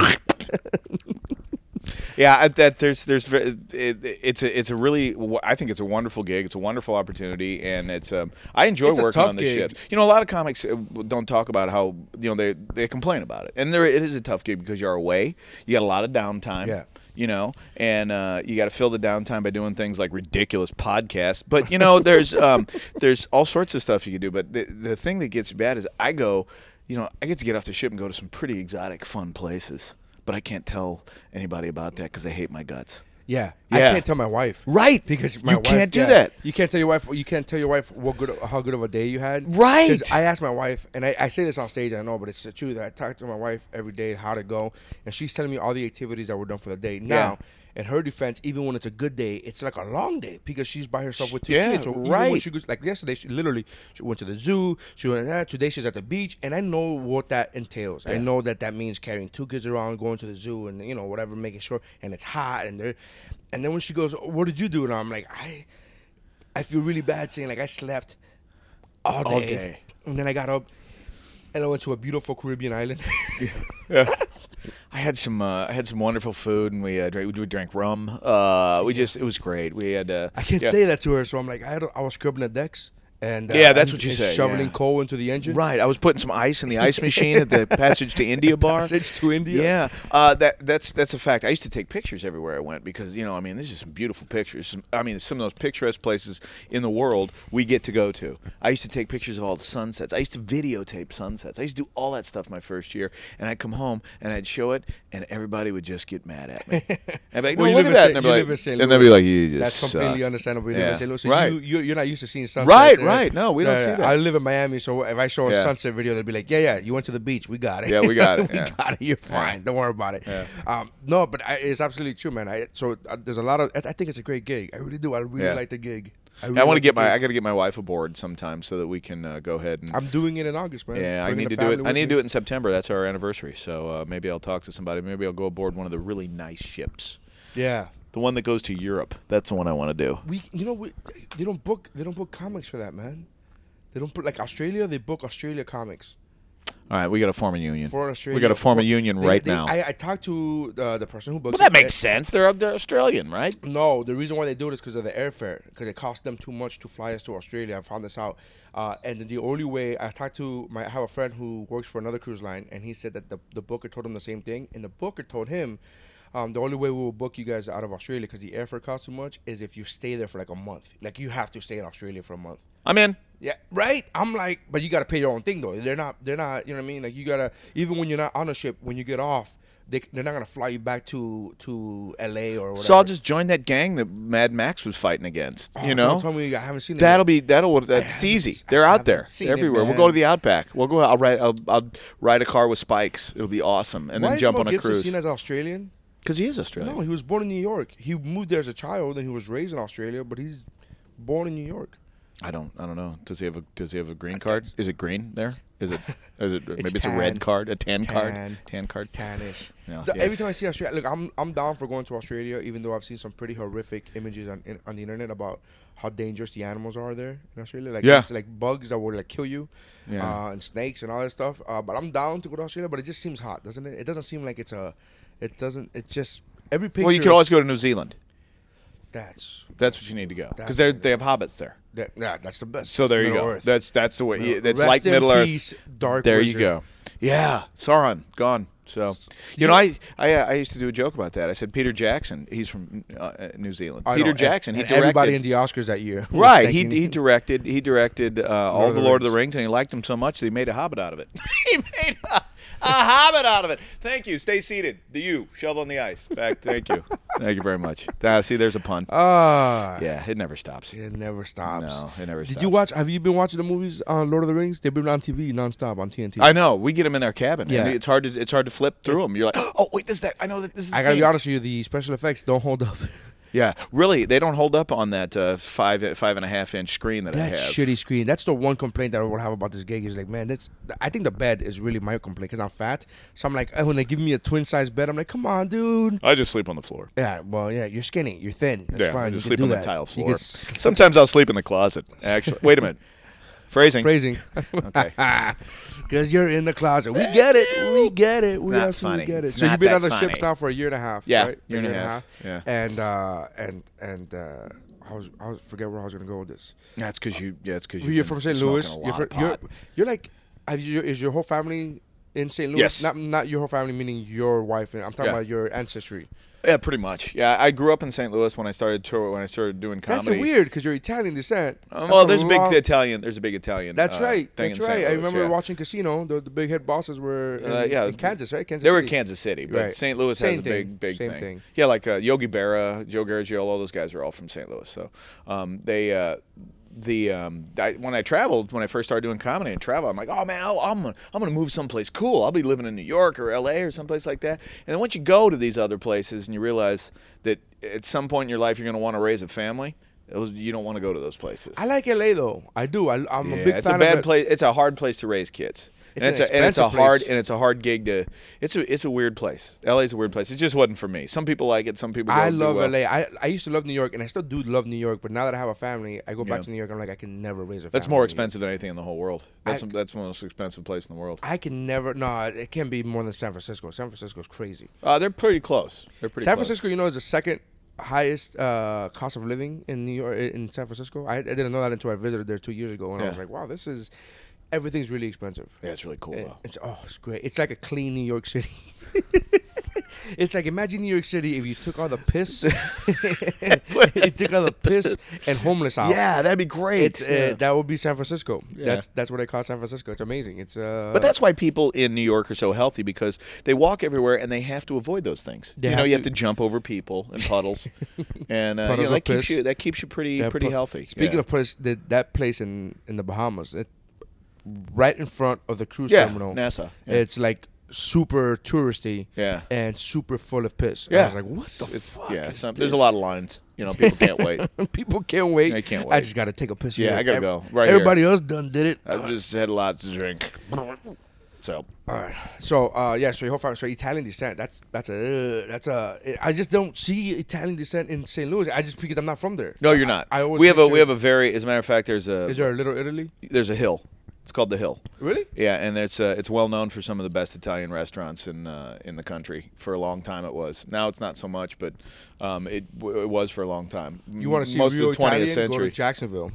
Speaker 5: yeah, I, that there's there's ver- it, it's a it's a really wo- I think it's a wonderful gig. It's a wonderful opportunity, and it's um I enjoy
Speaker 2: It's a
Speaker 5: working
Speaker 2: tough
Speaker 5: on this
Speaker 2: gig.
Speaker 5: ship. You know, a lot of comics uh, don't talk about how you know they they complain about it, and there it is a tough gig because you're away. You got a lot of downtime.
Speaker 2: Yeah.
Speaker 5: You know, and uh, you got to fill the downtime by doing things like ridiculous podcasts. But you
Speaker 2: [laughs]
Speaker 5: know, there's um, there's all sorts of stuff you can do. But the, the thing that gets bad is I go, you know, I get to get off the ship and go to some pretty exotic, fun places. But I can't tell anybody about that because they hate my guts.
Speaker 2: Yeah. I
Speaker 5: Yeah.
Speaker 2: can't tell my wife.
Speaker 5: Right.
Speaker 2: Because my
Speaker 5: You
Speaker 2: wife,
Speaker 5: can't do
Speaker 2: yeah.
Speaker 5: that.
Speaker 2: You can't tell your wife. You can't tell your wife what good, how good of a day you had.
Speaker 5: Right.
Speaker 2: 'Cause I asked my wife, and I, I say this on stage, I know, but it's the truth. I talk to my wife every day how to go, and she's telling me all the activities that were done for the day. Now, in her defense, even when it's a good day, it's like a long day because she's by herself with two
Speaker 5: Yeah,
Speaker 2: kids. So even when
Speaker 5: right.
Speaker 2: she goes, like yesterday, she literally she went to the zoo. She went that. Today she's at the beach, and I know what that entails. I know that that means carrying two kids around, going to the zoo, and you know whatever, making sure. And it's hot, and they're, and then when she goes, "What did you do?" and I'm like, I, I feel really bad saying like I slept all day,
Speaker 5: All day.
Speaker 2: and then I got up, and I went to a beautiful Caribbean island. [laughs]
Speaker 5: I had some uh, I had some wonderful food and we uh, drank, we drank rum. Uh, we just it was great. We had uh,
Speaker 2: I can't
Speaker 5: yeah.
Speaker 2: say that to her, so I'm like, I, don't, I was scrubbing the decks. And, uh,
Speaker 5: Yeah, that's
Speaker 2: and-
Speaker 5: what you
Speaker 2: and
Speaker 5: said,
Speaker 2: Shoveling
Speaker 5: yeah.
Speaker 2: coal into the engine.
Speaker 5: Right, I was putting some ice in the ice machine
Speaker 2: [laughs]
Speaker 5: at the Passage to India bar.
Speaker 2: Passage to India.
Speaker 5: Yeah, uh, that that's that's a fact. I used to take pictures everywhere I went because you know, I mean, this is some beautiful pictures. Some, I mean, some of those picturesque places in the world we get to go to. I used to take pictures of all the sunsets. I used to videotape sunsets. I used to do all that stuff my first year, and I'd come home and I'd show it, and everybody would just get mad
Speaker 2: [laughs]
Speaker 5: at me. I'd be like, no,
Speaker 2: Well, you
Speaker 5: look
Speaker 2: live
Speaker 5: at
Speaker 2: in Sa-
Speaker 5: that, and they'd be
Speaker 2: you
Speaker 5: like,
Speaker 2: live in St.
Speaker 5: and they'd be
Speaker 2: Louis.
Speaker 5: like, you just
Speaker 2: That's completely
Speaker 5: suck."
Speaker 2: understandable. You
Speaker 5: uh, Yeah.
Speaker 2: live in St. Louis, so
Speaker 5: right?
Speaker 2: you, you, you're not used to seeing sunset.
Speaker 5: Right, right. No, we don't see that.
Speaker 2: I live in Miami, so if I show a
Speaker 5: Yeah.
Speaker 2: sunset video, they'd be like, "Yeah, yeah, you went to the beach. We got it.
Speaker 5: Yeah,
Speaker 2: [laughs]
Speaker 5: we got it,
Speaker 2: we
Speaker 5: yeah.
Speaker 2: got it. You're fine. Don't worry about it." Um, no, but I, it's absolutely true, man. I, so uh, there's a lot of. I, I think it's a great gig. I really do. I really
Speaker 5: Yeah.
Speaker 2: like the gig.
Speaker 5: I,
Speaker 2: really
Speaker 5: want to
Speaker 2: like
Speaker 5: get
Speaker 2: the
Speaker 5: my I
Speaker 2: gig.
Speaker 5: got to get my wife aboard sometime so that we can uh, go ahead and
Speaker 2: I'm doing it in August, man.
Speaker 5: Yeah, I
Speaker 2: Bringing
Speaker 5: need
Speaker 2: the
Speaker 5: to do it.
Speaker 2: family
Speaker 5: I
Speaker 2: with
Speaker 5: need to
Speaker 2: me.
Speaker 5: do it in September. That's our anniversary. So uh, maybe I'll talk to somebody. Maybe I'll go aboard one of the really nice ships.
Speaker 2: Yeah.
Speaker 5: The one that goes to Europe. That's the one I want to do.
Speaker 2: we you know we they don't book they don't book comics for that man they don't put like australia they book australia comics
Speaker 5: All right, we got to form a union.
Speaker 2: for australia
Speaker 5: we got to form a
Speaker 2: for-
Speaker 5: union
Speaker 2: they-
Speaker 5: right
Speaker 2: they-
Speaker 5: now.
Speaker 2: I, I talked to uh, the person who books
Speaker 5: well,
Speaker 2: it,
Speaker 5: that makes
Speaker 2: and-
Speaker 5: sense. They're up there Australian, right?
Speaker 2: no the reason why they do it is because of the airfare because it costs them too much to fly us to australia i found this out uh, and the only way i talked to my I have a friend who works for another cruise line and he said that the, the booker told him the same thing and the booker told him um, the only way we will book you guys out of australia because the airfare costs too much is if you stay there for like a month like you have to stay in australia for a month
Speaker 5: I'm in.
Speaker 2: Yeah, right. I'm like, but you gotta pay your own thing though. They're not, they're not. You know what I mean? Like you gotta, even when you're not on a ship, when you get off, they they're not gonna fly you back to to L.A. or whatever.
Speaker 5: So I'll just join that gang that Mad Max was fighting against.
Speaker 2: Oh,
Speaker 5: you
Speaker 2: don't
Speaker 5: know,
Speaker 2: tell me I haven't seen it
Speaker 5: that'll
Speaker 2: yet.
Speaker 5: be that'll that's
Speaker 2: haven't
Speaker 5: easy.
Speaker 2: s- I
Speaker 5: They're out
Speaker 2: haven't
Speaker 5: there
Speaker 2: seen it,
Speaker 5: everywhere. we'll
Speaker 2: man.
Speaker 5: go to the outback. We'll go. I'll ride. I'll, I'll ride a car with spikes. It'll be awesome. And
Speaker 2: Why
Speaker 5: then
Speaker 2: is
Speaker 5: jump
Speaker 2: Mel
Speaker 5: on a
Speaker 2: Gibson
Speaker 5: cruise.
Speaker 2: Seen as Australian?
Speaker 5: Because he is Australian.
Speaker 2: No, he was born in New York. He moved there as a child and he was raised in Australia, but he's born in New York.
Speaker 5: I don't. I don't know. Does he have a Does he have a green card? Is it green there?
Speaker 2: [laughs]
Speaker 5: Is it? Is it maybe it's a
Speaker 2: tan.
Speaker 5: red card, a tan
Speaker 2: It's
Speaker 5: card,
Speaker 2: tan.
Speaker 5: tan card.
Speaker 2: It's tannish.
Speaker 5: Yeah,
Speaker 2: The- Every
Speaker 5: yes.
Speaker 2: time I see Australia, look, I'm I'm down for going to Australia, even though I've seen some pretty horrific images on in, on the internet about how dangerous the animals are there in Australia. Like
Speaker 5: Yeah.
Speaker 2: it's like bugs that will like kill you,
Speaker 5: Yeah.
Speaker 2: uh, and snakes and all that stuff. Uh, but I'm down to go to Australia, but it just seems hot, doesn't it? It doesn't seem like it's a, it doesn't. It's just every picture.
Speaker 5: Well, you
Speaker 2: is-
Speaker 5: could always go to New Zealand.
Speaker 2: That's
Speaker 5: That's what you need to go because
Speaker 2: That's
Speaker 5: they
Speaker 2: what I
Speaker 5: they have hobbits there.
Speaker 2: that, yeah, that's the best.
Speaker 5: So there you
Speaker 2: Middle
Speaker 5: go.
Speaker 2: Earth.
Speaker 5: That's that's the way.
Speaker 2: Middle-
Speaker 5: That's
Speaker 2: Rest
Speaker 5: like
Speaker 2: in
Speaker 5: Middle
Speaker 2: peace,
Speaker 5: Earth.
Speaker 2: Dark
Speaker 5: There you
Speaker 2: Wizard.
Speaker 5: go. Yeah, Sauron gone. So, you know, I, I I used to do a joke about that. I said Peter Jackson. He's from uh, uh, New Zealand.
Speaker 2: I know,
Speaker 5: Peter
Speaker 2: and-
Speaker 5: Jackson.
Speaker 2: and
Speaker 5: he directed.
Speaker 2: everybody in the Oscars that year. [laughs] was
Speaker 5: Right, he,
Speaker 2: thanking-
Speaker 5: he directed he directed uh, all
Speaker 2: of
Speaker 5: the
Speaker 2: the
Speaker 5: Lord of the Rings, and he liked them so much that he made a Hobbit out of it. [laughs] he made a, a Hobbit out of it. Thank you. Stay seated. The you shoveling
Speaker 2: [laughs]
Speaker 5: the ice. Back. Thank you. Thank you very much. Ah, see, there's a pun.
Speaker 2: Ah.
Speaker 5: yeah, it never stops.
Speaker 2: It never stops.
Speaker 5: No, it never
Speaker 2: Did
Speaker 5: stops.
Speaker 2: you watch? Have you been watching the movies on Lord of the Rings? They've been on TV nonstop on TNT.
Speaker 5: I know. We get them in our cabin. Yeah,
Speaker 2: Yeah.
Speaker 5: it's hard to it's hard to flip through them. You're like, [gasps] oh wait, this is that. I know that this is.
Speaker 2: I gotta
Speaker 5: the
Speaker 2: be
Speaker 5: scene."
Speaker 2: honest with you. The special effects don't hold up.
Speaker 5: Yeah, really, they don't hold up on that uh, five five and a half inch screen that, I
Speaker 2: That
Speaker 5: have.
Speaker 2: shitty screen. That's the one complaint that I would have about this gig. Is like, man, that's. I think the bed is really my complaint because I'm fat. So I'm like, oh, when they give me a twin size bed, I'm like, come on, dude.
Speaker 5: I just sleep on the floor.
Speaker 2: Yeah, well, yeah, you're skinny, you're thin. That's
Speaker 5: Yeah,
Speaker 2: fine.
Speaker 5: I
Speaker 2: you
Speaker 5: just
Speaker 2: can
Speaker 5: sleep
Speaker 2: do
Speaker 5: on the
Speaker 2: that.
Speaker 5: tile
Speaker 2: You
Speaker 5: floor.
Speaker 2: can s-
Speaker 5: Sometimes I'll sleep in the closet. Actually, wait
Speaker 2: [laughs]
Speaker 5: a minute. Phrasing.
Speaker 2: Phrasing.
Speaker 5: [laughs]
Speaker 2: [laughs]
Speaker 5: Okay.
Speaker 2: Because you're in the closet. We get it. We get it. we
Speaker 5: not
Speaker 2: absolutely
Speaker 5: funny.
Speaker 2: get it.
Speaker 5: It's
Speaker 2: so
Speaker 5: not
Speaker 2: you've been
Speaker 5: that
Speaker 2: on the
Speaker 5: funny.
Speaker 2: ships now for a year and a half.
Speaker 5: Yeah,
Speaker 2: right?
Speaker 5: year and a half.
Speaker 2: Yeah. And uh, and and uh, I was I was, forget where I was gonna go with this.
Speaker 5: That's because you. Yeah, it's because
Speaker 2: You're from St. Louis. You're, from, you're you're like, have you, is your whole family in St. Louis?
Speaker 5: Yes.
Speaker 2: Not not your whole family, meaning your wife. and I'm talking
Speaker 5: Yeah.
Speaker 2: about your ancestry.
Speaker 5: Yeah, pretty much. Yeah, I grew up in St. Louis when I started tour, when I started doing comedy.
Speaker 2: That's weird because you're Italian descent.
Speaker 5: Um,
Speaker 2: That's
Speaker 5: well, there's a big
Speaker 2: lot-
Speaker 5: Italian. There's a big Italian.
Speaker 2: That's
Speaker 5: uh,
Speaker 2: right.
Speaker 5: Thing
Speaker 2: That's
Speaker 5: in St.
Speaker 2: right. I
Speaker 5: Louis,
Speaker 2: remember
Speaker 5: yeah.
Speaker 2: watching Casino. The, the big head bosses were in,
Speaker 5: Uh, yeah,
Speaker 2: in Kansas, right? Kansas.
Speaker 5: They were
Speaker 2: City.
Speaker 5: in Kansas City, but
Speaker 2: Right.
Speaker 5: St. Louis
Speaker 2: Same
Speaker 5: has a
Speaker 2: thing.
Speaker 5: big, big
Speaker 2: Same
Speaker 5: thing.
Speaker 2: thing.
Speaker 5: Yeah, like uh, Yogi Berra, Joe Garagiola, all those guys are all from St. Louis. So um, they, uh, the um, I, when I traveled, when I first started doing comedy and travel, I'm like, oh man, I'll, I'm gonna, I'm gonna move someplace cool. I'll be living in New York or L.A. or someplace like that. And then once you go to these other places and you realize that at some point in your life you're gonna want to raise a family, those, you don't want to go to those places.
Speaker 2: I like LA though. I do. I, I'm
Speaker 5: Yeah,
Speaker 2: a big
Speaker 5: it's
Speaker 2: fan
Speaker 5: a bad
Speaker 2: of it.
Speaker 5: place. It's a hard place to raise kids. and
Speaker 2: It's
Speaker 5: it's
Speaker 2: an
Speaker 5: a, and it's a
Speaker 2: expensive
Speaker 5: hard
Speaker 2: place.
Speaker 5: and it's a hard gig to. It's a it's a weird place. LA's a weird place. It just wasn't for me. Some people like it. Some people. Don't
Speaker 2: I
Speaker 5: do
Speaker 2: love
Speaker 5: well.
Speaker 2: LA. I, I used to love New York, and I still do love New York. But now that I have a family, I go
Speaker 5: Yeah.
Speaker 2: back to New York. I'm like, I can never raise a.
Speaker 5: That's
Speaker 2: family in
Speaker 5: more
Speaker 2: New York.
Speaker 5: expensive than anything in the whole world. That's
Speaker 2: I-
Speaker 5: that's one of the most expensive places in the world.
Speaker 2: I can never. No, it can't be more than San Francisco. San Francisco's crazy.
Speaker 5: Uh, they're pretty close. They're pretty.
Speaker 2: San
Speaker 5: close.
Speaker 2: Francisco, you know, is the second highest uh, cost of living in New York in San Francisco. I, I didn't know that until I visited there two years ago, and I
Speaker 5: Yeah.
Speaker 2: was like, wow, this is everything's really expensive.
Speaker 5: Yeah, it's really cool
Speaker 2: It-
Speaker 5: though.
Speaker 2: It's oh, it's great. It's like a clean New York City. [laughs] it's like imagine New York City if you took all the
Speaker 5: [laughs]
Speaker 2: piss, [laughs] you took all the piss and homeless out.
Speaker 5: Yeah, that'd be great.
Speaker 2: It's, uh,
Speaker 5: Yeah.
Speaker 2: That would be San Francisco.
Speaker 5: Yeah.
Speaker 2: That's that's what I call San Francisco. It's amazing. It's uh,
Speaker 5: But that's why people in New York are so healthy because they walk everywhere and they have to avoid those things.
Speaker 2: They
Speaker 5: you know,
Speaker 2: have
Speaker 5: you have
Speaker 2: to-
Speaker 5: to jump over people
Speaker 2: [laughs]
Speaker 5: and puddles, and uh, you
Speaker 2: Puddles
Speaker 5: know,
Speaker 2: of
Speaker 5: that keeps
Speaker 2: piss.
Speaker 5: you that keeps you pretty
Speaker 2: that
Speaker 5: pretty
Speaker 2: pla-
Speaker 5: healthy.
Speaker 2: Speaking
Speaker 5: Yeah.
Speaker 2: of place, that, that place in in the Bahamas, it, right in front of the cruise
Speaker 5: Yeah,
Speaker 2: terminal,
Speaker 5: NASA, yeah.
Speaker 2: It's like super touristy,
Speaker 5: Yeah.
Speaker 2: and super full of piss. And
Speaker 5: Yeah.
Speaker 2: I was like, what the fuck?
Speaker 5: yeah,
Speaker 2: is
Speaker 5: some- there's a
Speaker 2: this?
Speaker 5: lot of lines. You know, people
Speaker 2: [laughs]
Speaker 5: can't wait.
Speaker 2: People can't wait.
Speaker 5: They can't
Speaker 2: I
Speaker 5: wait.
Speaker 2: just gotta take a piss.
Speaker 5: Yeah,
Speaker 2: here.
Speaker 5: I gotta
Speaker 2: Ev-
Speaker 5: go. Right here. Uh,
Speaker 2: Everybody else done did it.
Speaker 5: I've just had lots to drink. So
Speaker 2: All right. So uh, yeah, so your whole family, so Italian descent. That's that's a that's a. I just don't see Italian descent in St. Louis. I just because I'm not from there.
Speaker 5: no, you're not.
Speaker 2: I always
Speaker 5: we have a we
Speaker 2: picture-
Speaker 5: have a very as a matter of fact there's a
Speaker 2: Is there a Little Italy?
Speaker 5: there's a hill. It's called the Hill.
Speaker 2: Really?
Speaker 5: Yeah, and it's uh, it's well known for some of the best Italian restaurants in uh, in the country. For a long time, it was. Now it's not so much, but um, it, w- it was for a long time.
Speaker 2: You want to see
Speaker 5: most
Speaker 2: real
Speaker 5: of the 20th
Speaker 2: Italian? Go to
Speaker 5: century?
Speaker 2: Jacksonville.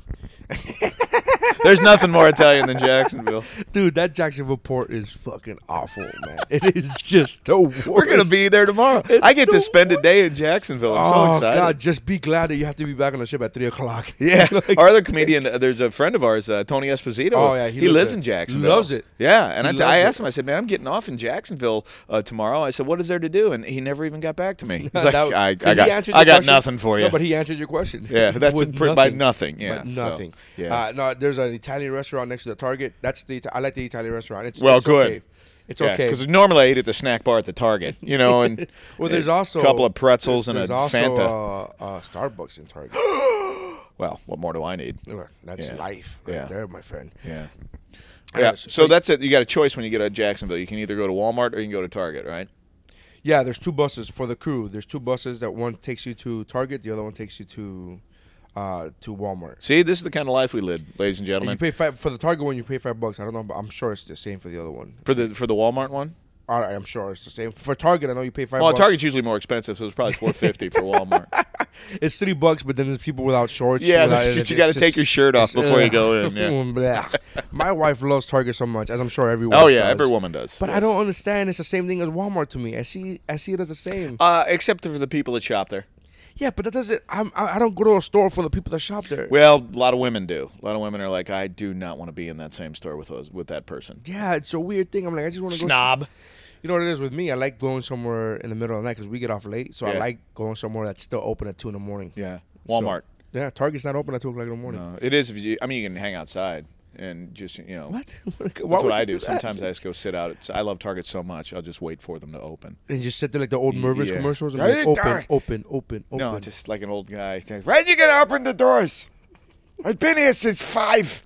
Speaker 5: There's nothing more Italian
Speaker 2: [laughs]
Speaker 5: than Jacksonville.
Speaker 2: Dude, that Jacksonville port is fucking awful, man. It is just the worst.
Speaker 5: We're gonna be there tomorrow.
Speaker 2: It's
Speaker 5: I get
Speaker 2: the
Speaker 5: to spend a day in Jacksonville. I'm so
Speaker 2: Oh
Speaker 5: excited.
Speaker 2: God, just be glad that you have to be back on the ship at three o'clock. [laughs]
Speaker 5: Yeah,
Speaker 2: Like,
Speaker 5: our other comedian. uh, There's a friend of ours, uh, Tony Esposito.
Speaker 2: Oh, yeah, he
Speaker 5: he,
Speaker 2: lives
Speaker 5: lives
Speaker 2: there.
Speaker 5: in Jacksonville.
Speaker 2: Loves it.
Speaker 5: Yeah, and I, t-
Speaker 2: loves
Speaker 5: I
Speaker 2: it.
Speaker 5: asked him. I said, "Man, I'm getting off in Jacksonville uh, tomorrow." I said, "What is there to do?" And he never even got back
Speaker 2: [laughs]
Speaker 5: to me. He's like,
Speaker 2: that-
Speaker 5: I, I
Speaker 2: 'cause he
Speaker 5: got,
Speaker 2: answered
Speaker 5: I
Speaker 2: your
Speaker 5: got
Speaker 2: question.
Speaker 5: nothing for you.
Speaker 2: No, but he answered your question. [laughs]
Speaker 5: Yeah, that's
Speaker 2: With
Speaker 5: it, pr- by nothing, yeah,
Speaker 2: By
Speaker 5: so,
Speaker 2: nothing.
Speaker 5: yeah.
Speaker 2: Uh, no, there's an Italian restaurant next to the Target. That's the Ita- I like the Italian restaurant. It's
Speaker 5: well,
Speaker 2: it's
Speaker 5: good.
Speaker 2: Okay. It's okay.
Speaker 5: Because normally I eat at the snack bar at the Target, you know, and
Speaker 2: [laughs] well, there's also
Speaker 5: a couple of pretzels
Speaker 2: there's-
Speaker 5: and a
Speaker 2: there's
Speaker 5: Fanta.
Speaker 2: also, uh, uh, Starbucks in Target.
Speaker 5: [gasps] well, what more do I need?
Speaker 2: That's
Speaker 5: Yeah.
Speaker 2: life right
Speaker 5: Yeah.
Speaker 2: there, my friend.
Speaker 5: Yeah.
Speaker 2: All
Speaker 5: Yeah.
Speaker 2: right,
Speaker 5: So that's it. You got a choice when you get out of Jacksonville. You can either go to Walmart or you can go to Target, right?
Speaker 2: Yeah, there's two buses for the crew. There's two buses that one takes you to Target, the other one takes you to uh, to Walmart.
Speaker 5: See, this is the kind of life we live, ladies and
Speaker 2: And you
Speaker 5: gentlemen.
Speaker 2: pay five for the Target one. You pay five bucks. I don't know, but I'm sure it's the same for the other one.
Speaker 5: For the for the Walmart one.
Speaker 2: All right, I'm sure it's the same for Target. I know you pay five.
Speaker 5: Well,
Speaker 2: bucks.
Speaker 5: Target's usually more expensive, so it's probably four fifty for Walmart.
Speaker 2: it's three bucks, but then there's people without shorts.
Speaker 5: Yeah,
Speaker 2: without-
Speaker 5: that's
Speaker 2: it's
Speaker 5: just- you gotta
Speaker 2: just-
Speaker 5: take your shirt off
Speaker 2: it's-
Speaker 5: before you
Speaker 2: ugh.
Speaker 5: go in,
Speaker 2: [laughs]
Speaker 5: yeah.
Speaker 2: Blech. My wife loves Target so much, as I'm sure everyone.
Speaker 5: oh yeah,
Speaker 2: does.
Speaker 5: every woman does.
Speaker 2: But I
Speaker 5: Yes.
Speaker 2: don't understand. It's the same thing as Walmart to me. I see, I see it as the same.
Speaker 5: Uh, except for the people that shop there.
Speaker 2: yeah, but that doesn't. I'm, I I don't go to a store for the people that shop there.
Speaker 5: Well, a lot of women do. A lot of women are like, I do not want to be in that same store with those, with that person.
Speaker 2: Yeah, it's a weird thing. I'm like, I just want to go.
Speaker 5: Snob.
Speaker 2: You know what it is with me? I like going somewhere in the middle of the night because we get off late. So I
Speaker 5: Yeah.
Speaker 2: like going somewhere that's still open at two in the morning.
Speaker 5: Yeah.
Speaker 2: So-
Speaker 5: Walmart.
Speaker 2: yeah, Target's not open at two o'clock in the morning.
Speaker 5: Uh, it is. If you, I mean, you can hang outside and just you know.
Speaker 2: What?
Speaker 5: That's what I do. Sometimes I just go sit out. It's- I love Target so much. I'll just wait for them to open.
Speaker 2: and just sit there like the old Mervyn's
Speaker 5: Yeah.
Speaker 2: commercials and
Speaker 5: Hey,
Speaker 2: like, open,
Speaker 5: Target.
Speaker 2: open, open, open.
Speaker 5: No, just like an old guy.
Speaker 8: When you gonna open the doors? I've been here since five.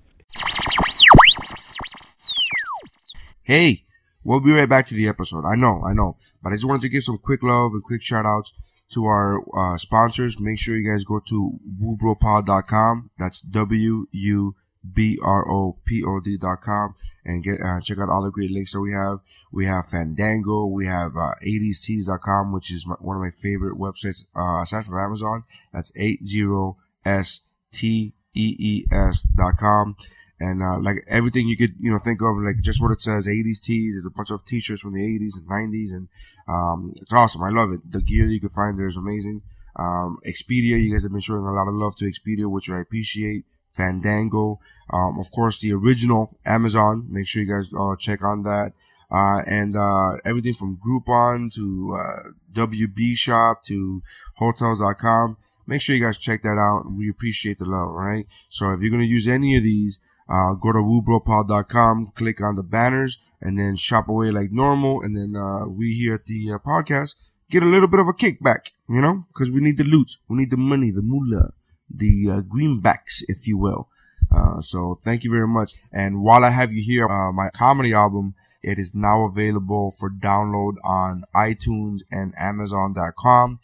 Speaker 2: Hey, we'll be right back to the episode. I know, I know. But I just wanted to give some quick love and quick shout outs to our uh, sponsors. Make sure you guys go to woobropod.com. That's W U B R O P O D.com and get uh, check out all the great links that we have. We have Fandango, we have uh, 80stees.com, which is my, one of my favorite websites uh, aside from Amazon. That's 80s T E E S dot com.
Speaker 8: and uh, like everything you could you know think of like just what it says 80s tees there's a bunch of t-shirts from the 80s and 90s and um, it's awesome i love it the gear that you can find there is amazing um, expedia you guys have been showing a lot of love to expedia which i appreciate fandango um, of course the original amazon make sure you guys uh, check on that uh, and uh, everything from groupon to uh, wb shop to hotels.com make sure you guys check that out. We appreciate the love, all right? So if you're going to use any of these, uh, go to woobropod.com, click on the banners, and then shop away like normal. And then uh, we here at the uh, podcast get a little bit of a kickback, you know, because we need the loot, we need the money, the moolah, the uh, greenbacks, if you will. Uh, so thank you very much. And while I have you here, uh, my comedy album, it is now available for download on iTunes and Amazon.com.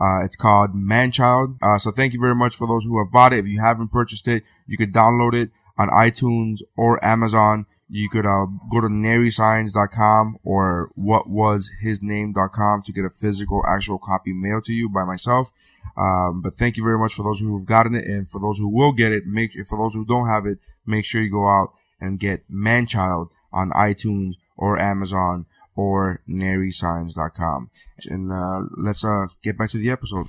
Speaker 8: Uh, it's called Manchild. Uh, so thank you very much for those who have bought it. If you haven't purchased it, you could download it on iTunes or Amazon. You could uh, go to narysigns.com or whatwashisname.com to get a physical, actual copy mailed to you by myself. Um, but thank you very much for those who have gotten it, and for those who will get it, make for those who don't have it, make sure you go out and get Manchild on iTunes or Amazon or narysigns.com. And uh, let's uh, get back to the episode.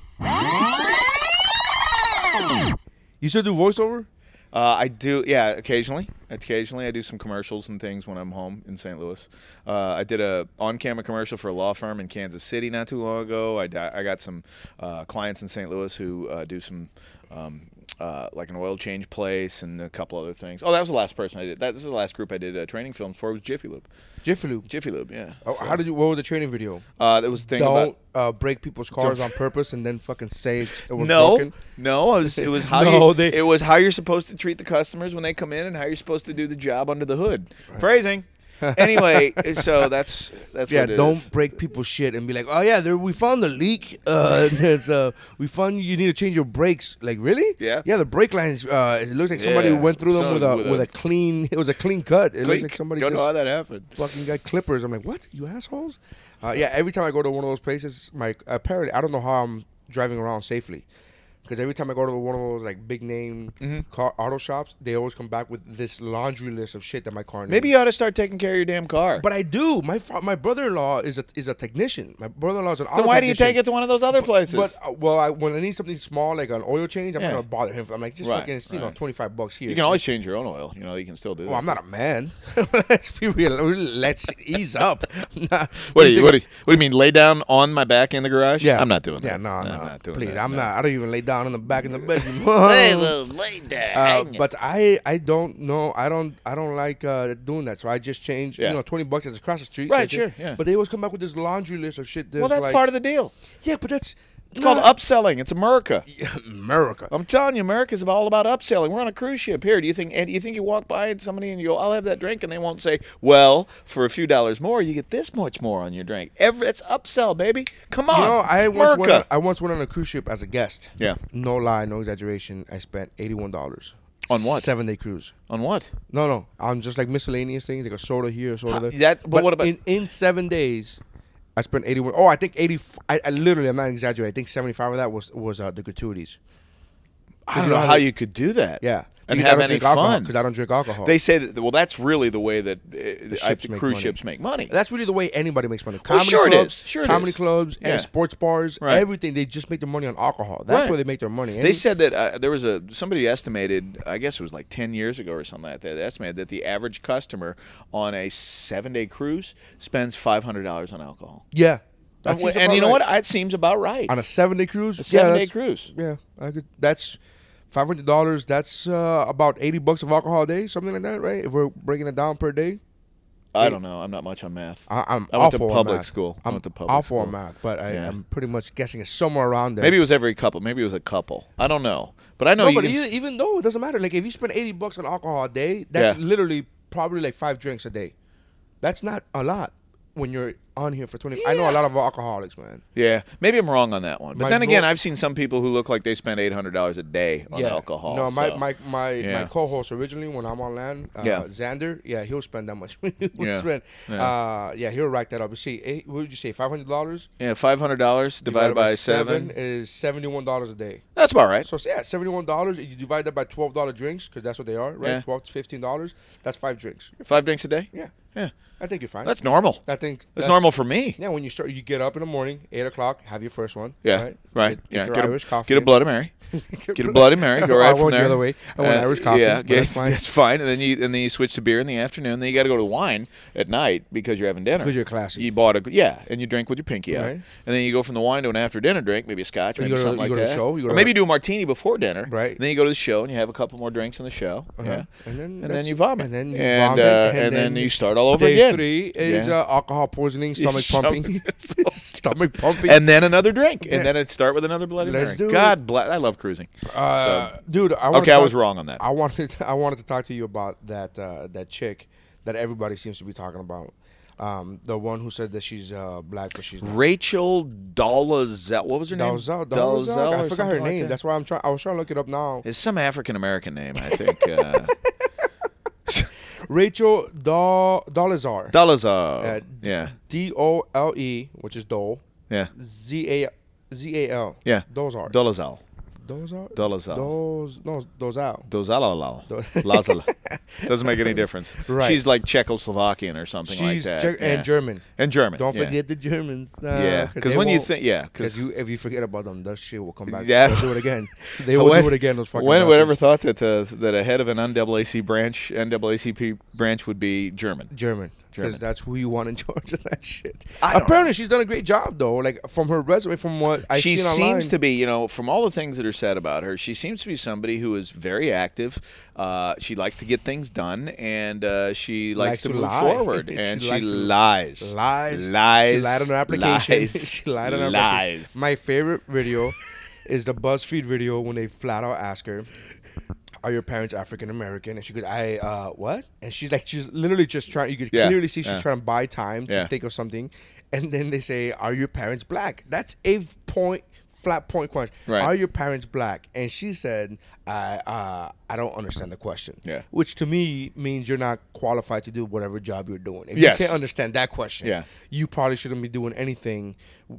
Speaker 2: You still do voiceover?
Speaker 5: Uh, I do, yeah, occasionally. Occasionally, I do some commercials and things when I'm home in St. Louis. Uh, I did a on-camera commercial for a law firm in Kansas City not too long ago. I, di- I got some uh, clients in St. Louis who uh, do some. Um, uh, like an oil change place and a couple other things. Oh, that was the last person I did. That this is the last group I did uh, training films for. Was Jiffy Lube.
Speaker 2: Jiffy Lube.
Speaker 5: Jiffy Lube. Yeah.
Speaker 2: Oh, How did you? What was the training video?
Speaker 5: Uh, that was the thing about
Speaker 2: Don't uh, break people's cars on purpose and then fucking say it's, it was
Speaker 5: no,
Speaker 2: broken.
Speaker 5: no. It
Speaker 2: [laughs]
Speaker 5: was, it was how
Speaker 2: No,
Speaker 5: you,
Speaker 2: they-
Speaker 5: it was how you're supposed to treat the customers when they come in, and how you're supposed to do the job under the hood.
Speaker 2: [laughs]
Speaker 5: Phrasing. anyway, so that's that's
Speaker 2: Yeah,
Speaker 5: What it
Speaker 2: don't
Speaker 5: is.
Speaker 2: break people's shit and be like, oh yeah, there we found the leak. Uh, [laughs] there's uh, we found you need to change your brakes. Like really?
Speaker 5: Yeah.
Speaker 2: Yeah, the brake lines. Uh, it looks like somebody
Speaker 5: Yeah,
Speaker 2: went through them
Speaker 5: some-
Speaker 2: with a
Speaker 5: with
Speaker 2: with
Speaker 5: a-
Speaker 2: a, clean. It was a clean cut. It looks
Speaker 5: Clink.
Speaker 2: like somebody
Speaker 5: don't know how
Speaker 2: just
Speaker 5: that happened.
Speaker 2: fucking got clippers. I'm like, what? You assholes? Uh, yeah. Every time I go to one of those places, my apparently I don't know how I'm driving around safely. Because every time I go to one of those like big name
Speaker 5: Mm-hmm.
Speaker 2: car auto shops, they always come back with this laundry list of shit that my car. Needs.
Speaker 5: Maybe you ought to start taking care of your damn car.
Speaker 2: But I do. My fa- my brother in law is a is a technician. My brother in law is an.
Speaker 5: then why do you take it to one of those other places?
Speaker 2: But uh, well, I, when I need something small like an oil change, I'm
Speaker 5: Yeah.
Speaker 2: not gonna bother him. For, I'm like, just
Speaker 5: Right,
Speaker 2: fucking, it's, you know,
Speaker 5: right.
Speaker 2: twenty five bucks here.
Speaker 5: you can always change your own oil. You know, you can still do.
Speaker 2: Well,
Speaker 5: that.
Speaker 2: Oh, I'm not a man. [laughs] Let's be real. Let's ease up. [laughs] Nah,
Speaker 5: What do
Speaker 2: you
Speaker 5: you
Speaker 2: think-
Speaker 5: what do you, what do you mean? Lay down on my back in the garage?
Speaker 2: Yeah,
Speaker 5: I'm not doing
Speaker 2: Yeah,
Speaker 5: that.
Speaker 2: no, no,
Speaker 5: I'm not doing
Speaker 2: please,
Speaker 5: that.
Speaker 2: I'm
Speaker 5: no.
Speaker 2: not. I don't even lay down on the back in
Speaker 5: [laughs]
Speaker 2: the bedroom. [laughs]
Speaker 10: lay
Speaker 2: Uh, but I, I don't know. I don't, I don't like uh, doing that. So I just change,
Speaker 5: Yeah.
Speaker 2: you know, twenty bucks as across the street.
Speaker 5: Right,
Speaker 2: something.
Speaker 5: sure, yeah.
Speaker 2: But they always come back with this laundry list of shit.
Speaker 5: Well, that's part of the deal.
Speaker 2: Yeah, but that's
Speaker 5: It's called Oh, upselling. It's America.
Speaker 2: [laughs] America.
Speaker 5: I'm telling you, America's about- all about upselling. We're on a cruise ship here. Do you think? And you think you walk by and somebody and you go, "I'll have that drink," and they won't say, "Well, for a few dollars more, you get this much more on your drink." Every it's upsell, baby. Come on,
Speaker 2: You know, I once
Speaker 5: America.
Speaker 2: went, on, I once went on a cruise ship as a guest.
Speaker 5: Yeah.
Speaker 2: No lie, no exaggeration. I spent eighty-one dollars
Speaker 5: On what?
Speaker 2: Seven day cruise.
Speaker 5: on what?
Speaker 2: No, no. I'm just like miscellaneous things, like a soda here, a soda
Speaker 5: Huh,
Speaker 2: there.
Speaker 5: that- but what about-
Speaker 2: in, in seven days? I spent eighty-one. Oh, I think eighty. I, I literally, I'm not exaggerating. I think seventy-five of that was was uh, the gratuities.
Speaker 5: I don't
Speaker 2: you
Speaker 5: know
Speaker 2: know how
Speaker 5: how
Speaker 2: they-
Speaker 5: you could do that.
Speaker 2: Yeah.
Speaker 5: and
Speaker 2: Because I
Speaker 5: have
Speaker 2: don't
Speaker 5: any
Speaker 2: drink alcohol,
Speaker 5: fun
Speaker 2: 'cause I don't drink alcohol.
Speaker 5: They say that. Well, that's really the way that uh, I
Speaker 2: ships
Speaker 5: think
Speaker 2: make
Speaker 5: cruise
Speaker 2: money.
Speaker 5: ships make money.
Speaker 2: That's really the way anybody makes money.
Speaker 5: Well,
Speaker 2: Comedy
Speaker 5: Oh, sure it
Speaker 2: clubs,
Speaker 5: is. Sure it
Speaker 2: comedy
Speaker 5: is.
Speaker 2: clubs
Speaker 5: Yeah.
Speaker 2: and sports bars,
Speaker 5: Right.
Speaker 2: everything. They just make their money on alcohol. That's
Speaker 5: Right.
Speaker 2: where they make their money.
Speaker 5: They
Speaker 2: Any-
Speaker 5: said that uh, there was a somebody estimated, I guess it was like ten years ago or something like that. Estimated that the average customer on a seven-day cruise spends five hundred dollars on alcohol.
Speaker 2: yeah. That
Speaker 5: and
Speaker 2: seems
Speaker 5: and you
Speaker 2: about
Speaker 5: know
Speaker 2: right.
Speaker 5: what? It seems about right.
Speaker 2: on a seven day cruise.
Speaker 5: A seven-day
Speaker 2: yeah, that's-
Speaker 5: cruise.
Speaker 2: Yeah, I could, that's five hundred dollars. That's uh, about eighty bucks of alcohol a day, something like that, right? If we're breaking it down per day,
Speaker 5: I don't know. I'm not much on math.
Speaker 2: I, I'm
Speaker 5: I went to
Speaker 2: awful at
Speaker 5: public
Speaker 2: math.
Speaker 5: school. I
Speaker 2: I'm
Speaker 5: went to public
Speaker 2: awful at
Speaker 5: school.
Speaker 2: math, but I,
Speaker 5: Yeah.
Speaker 2: I'm pretty much guessing it's somewhere around there.
Speaker 5: Maybe it was every couple. Maybe it was a couple. I don't know. But I know
Speaker 2: no,
Speaker 5: you
Speaker 2: but
Speaker 5: can
Speaker 2: even,
Speaker 5: s-
Speaker 2: even though it doesn't matter, like if you spend eighty bucks on alcohol a day, that's
Speaker 5: Yeah.
Speaker 2: literally probably like five drinks a day. That's not a lot. when you're on here for 20. I know a lot of alcoholics, man.
Speaker 5: Yeah, maybe I'm wrong on that one. But
Speaker 2: My
Speaker 5: then again,
Speaker 2: bro-
Speaker 5: I've seen some people who look like they spend eight hundred dollars a day on alcohol.
Speaker 2: No, my
Speaker 5: so-
Speaker 2: my my, my
Speaker 5: Yeah.
Speaker 2: co-host originally when I'm on land, uh,
Speaker 5: Yeah.
Speaker 2: Xander, yeah, he'll spend that much. [laughs] he'll
Speaker 5: Yeah.
Speaker 2: spend,
Speaker 5: Yeah.
Speaker 2: Uh, yeah, he'll rack that up. You see, eight, what would you say, five hundred dollars
Speaker 5: yeah, five hundred dollars divided by, seven.
Speaker 2: is seventy-one dollars a day.
Speaker 5: That's about right.
Speaker 2: So yeah, seventy-one dollars. You divide that by twelve dollar drinks because that's what they are, right?
Speaker 5: Yeah.
Speaker 2: Twelve to fifteen dollars. That's five drinks.
Speaker 5: Five drinks a day.
Speaker 2: Yeah,
Speaker 5: Yeah,
Speaker 2: I think you're fine.
Speaker 5: that's normal.
Speaker 2: I think
Speaker 5: that's normal for me.
Speaker 2: Yeah, when you start, you get up in the morning, eight o'clock, have your first one.
Speaker 5: Yeah,
Speaker 2: right.
Speaker 5: right.
Speaker 2: Get,
Speaker 5: yeah,
Speaker 2: get your
Speaker 5: get,
Speaker 2: Irish
Speaker 5: a,
Speaker 2: coffee. Oh,
Speaker 5: get
Speaker 2: [laughs]
Speaker 5: a Bloody Mary. Get a Bloody Mary. Go
Speaker 2: I
Speaker 5: right
Speaker 2: went
Speaker 5: from
Speaker 2: the
Speaker 5: there. Uh,
Speaker 2: other way. I went Irish coffee,
Speaker 5: Yeah,
Speaker 2: but
Speaker 5: yeah,
Speaker 2: that's
Speaker 5: that's [laughs]
Speaker 2: fine.
Speaker 5: fine. And then you and then you switch to beer in the afternoon. Then you got to go to wine at night because you're having dinner.
Speaker 2: 'Cause you're classy.
Speaker 5: You bought a yeah, and you drink with your pinky out.
Speaker 2: Right.
Speaker 5: And then you go from the wine to an after dinner drink, maybe a scotch,
Speaker 2: You
Speaker 5: maybe
Speaker 2: go to-
Speaker 5: something
Speaker 2: you
Speaker 5: like
Speaker 2: go to the
Speaker 5: that.
Speaker 2: show, you go
Speaker 5: or
Speaker 2: to-
Speaker 5: maybe you do a martini before dinner.
Speaker 2: Right. Uh-huh.
Speaker 5: And then you go to the show and you have a couple more drinks in the show. Yeah.
Speaker 2: And then
Speaker 5: and
Speaker 2: that's-
Speaker 5: then you vomit.
Speaker 2: and then you
Speaker 5: and,
Speaker 2: vomit,
Speaker 5: uh,
Speaker 2: and
Speaker 5: and then,
Speaker 2: then
Speaker 5: you start all over
Speaker 2: Day
Speaker 5: again.
Speaker 2: three is
Speaker 5: Yeah.
Speaker 2: uh, alcohol poisoning,
Speaker 5: [laughs]
Speaker 2: stomach pumping, stomach pumping.
Speaker 5: and then another drink,
Speaker 2: Yeah.
Speaker 5: and then it start with another Bloody
Speaker 2: Let's
Speaker 5: Mary.
Speaker 2: do it.
Speaker 5: God bless. I love cruising.
Speaker 2: Uh,
Speaker 5: So-
Speaker 2: dude, I wanna
Speaker 5: okay, I
Speaker 2: talk-
Speaker 5: was wrong on that.
Speaker 2: I wanted [laughs] I wanted to talk to you about that uh, that chick that everybody seems to be talking about. Um, the one who said that she's uh, black, but she's not.
Speaker 5: Rachel Dolezal. What was her name?
Speaker 2: Dalzell,
Speaker 5: Dalzell
Speaker 2: Dalzell, I forgot
Speaker 5: or
Speaker 2: her
Speaker 5: something like
Speaker 2: name.
Speaker 5: that?
Speaker 2: That's why I'm trying. I was trying to look it up now.
Speaker 5: It's some African American name, I think. Uh, [laughs]
Speaker 2: Rachel Dol Dolezar.
Speaker 5: Dolezal.
Speaker 2: Uh,
Speaker 5: yeah.
Speaker 2: D O L E, which is Dole.
Speaker 5: Yeah.
Speaker 2: Z A Z A L.
Speaker 5: Yeah.
Speaker 2: Dozar.
Speaker 5: Dolezal.
Speaker 2: Dozar.
Speaker 5: Dolezal.
Speaker 2: Doz. No, Dozal. [laughs]
Speaker 5: Dozalalal.
Speaker 2: Do-
Speaker 5: Lazala. Doesn't make any difference.
Speaker 2: Right.
Speaker 5: She's like Czechoslovakian or something like
Speaker 2: She's
Speaker 5: that.
Speaker 2: Czech-
Speaker 5: yeah.
Speaker 2: and German.
Speaker 5: And German.
Speaker 2: Don't
Speaker 5: yeah.
Speaker 2: forget the Germans. uh,
Speaker 5: Yeah, 'cause
Speaker 2: they
Speaker 5: when you
Speaker 2: won't-
Speaker 5: think- yeah, 'cause-
Speaker 2: you if you forget about them, that shit will come back.
Speaker 5: Yeah.
Speaker 2: they'll do it
Speaker 5: [laughs]
Speaker 2: again. They will
Speaker 5: When-
Speaker 2: do it again. Those fucking.
Speaker 5: When would ever
Speaker 2: bastards.
Speaker 5: thought that uh, that a head of an NAACP branch NAACP branch would be German?
Speaker 2: German, because
Speaker 5: German.
Speaker 2: that's who you want in [laughs] charge of that shit.
Speaker 5: I don't
Speaker 2: Apparently, she's done a great job though. Like from her resume, from what I
Speaker 5: she
Speaker 2: seen
Speaker 5: seems
Speaker 2: online,
Speaker 5: to be, you know, from all the things that are said about her, she seems to be somebody who is very active. Uh, she likes to get things done, and uh, she likes,
Speaker 2: Likes
Speaker 5: to,
Speaker 2: to
Speaker 5: move
Speaker 2: lie. [laughs]
Speaker 5: forward.
Speaker 2: She
Speaker 5: and she,
Speaker 2: likes to-
Speaker 5: lies,
Speaker 2: lies,
Speaker 5: lies.
Speaker 2: She lied on her application. [laughs]
Speaker 5: lies,
Speaker 2: she lied on her application.
Speaker 5: lies.
Speaker 2: My [laughs] favorite video is the BuzzFeed video when they flat out ask her, "Are your parents African American?" And she goes, "I uh what?" And she's like, she's literally just trying. You could
Speaker 5: Yeah,
Speaker 2: clearly see she's
Speaker 5: yeah.
Speaker 2: trying to buy time to
Speaker 5: Yeah.
Speaker 2: think of something. And then they say, "Are your parents black?" That's a point. Flat point question.
Speaker 5: Right.
Speaker 2: Are your parents black? And she said, "I uh, I don't understand the question."
Speaker 5: Yeah.
Speaker 2: Which to me means you're not qualified to do whatever job you're doing. If
Speaker 5: Yes.
Speaker 2: you can't understand that question,
Speaker 5: Yeah.
Speaker 2: you probably shouldn't be doing anything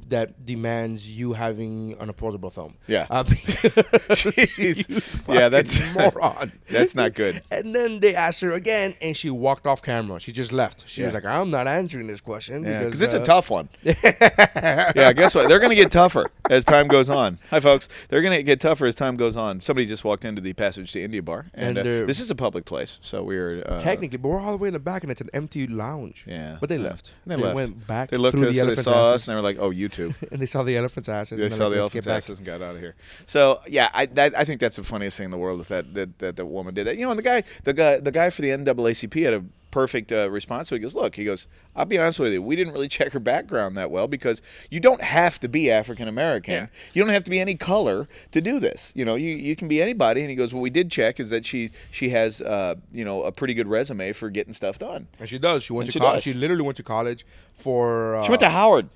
Speaker 2: that demands you having an opposable thumb.
Speaker 5: Yeah.
Speaker 2: Uh, [laughs] because you
Speaker 5: [laughs] Yeah, that's- [laughs]
Speaker 2: fucking moron.
Speaker 5: That's not good.
Speaker 2: And then they asked her again, and she walked off camera. She just left. She was
Speaker 5: Yeah.
Speaker 2: like, "I'm not answering this question
Speaker 5: because
Speaker 2: because
Speaker 5: it's
Speaker 2: uh,
Speaker 5: a
Speaker 2: [laughs]
Speaker 5: tough one. yeah, guess what? They're going to get tougher as time goes on. Hi, folks. They're going to get tougher as time goes on. Somebody just walked into the Passage to India bar,
Speaker 2: And
Speaker 5: and, uh,
Speaker 2: they're-
Speaker 5: this is a public place, so we're uh,
Speaker 2: Technically, but we're all the way in the back, and it's an empty lounge.
Speaker 5: Yeah,
Speaker 2: but they
Speaker 5: yeah.
Speaker 2: left.
Speaker 5: They, left.
Speaker 2: went back.
Speaker 5: They looked
Speaker 2: through
Speaker 5: at us.
Speaker 2: the
Speaker 5: and they
Speaker 2: elephant's
Speaker 5: saw us,
Speaker 2: asses,
Speaker 5: and they were like, "Oh, you
Speaker 2: [laughs]
Speaker 5: too."
Speaker 2: and they saw the elephant's asses.
Speaker 5: They
Speaker 2: and they're
Speaker 5: saw
Speaker 2: like,
Speaker 5: the
Speaker 2: "Let's get
Speaker 5: elephant's
Speaker 2: back."
Speaker 5: asses and got out of here. So yeah, I that, I think that's the funniest thing in the world that that that, that, that woman did. You know, and the guy the guy the guy for the NAACP had a perfect uh, response. He goes, "Look, he goes, I'll be honest with you, we didn't really check her background that well because you don't have to be African American, you don't have to be any color to do this. You know, you you can be anybody." And he goes, "What we did check is that she she has uh, you know a pretty good resume for getting stuff done.
Speaker 2: And she does. She went to
Speaker 5: And she
Speaker 2: college.
Speaker 5: does.
Speaker 2: She literally went to college for. Uh,
Speaker 5: She went to Howard."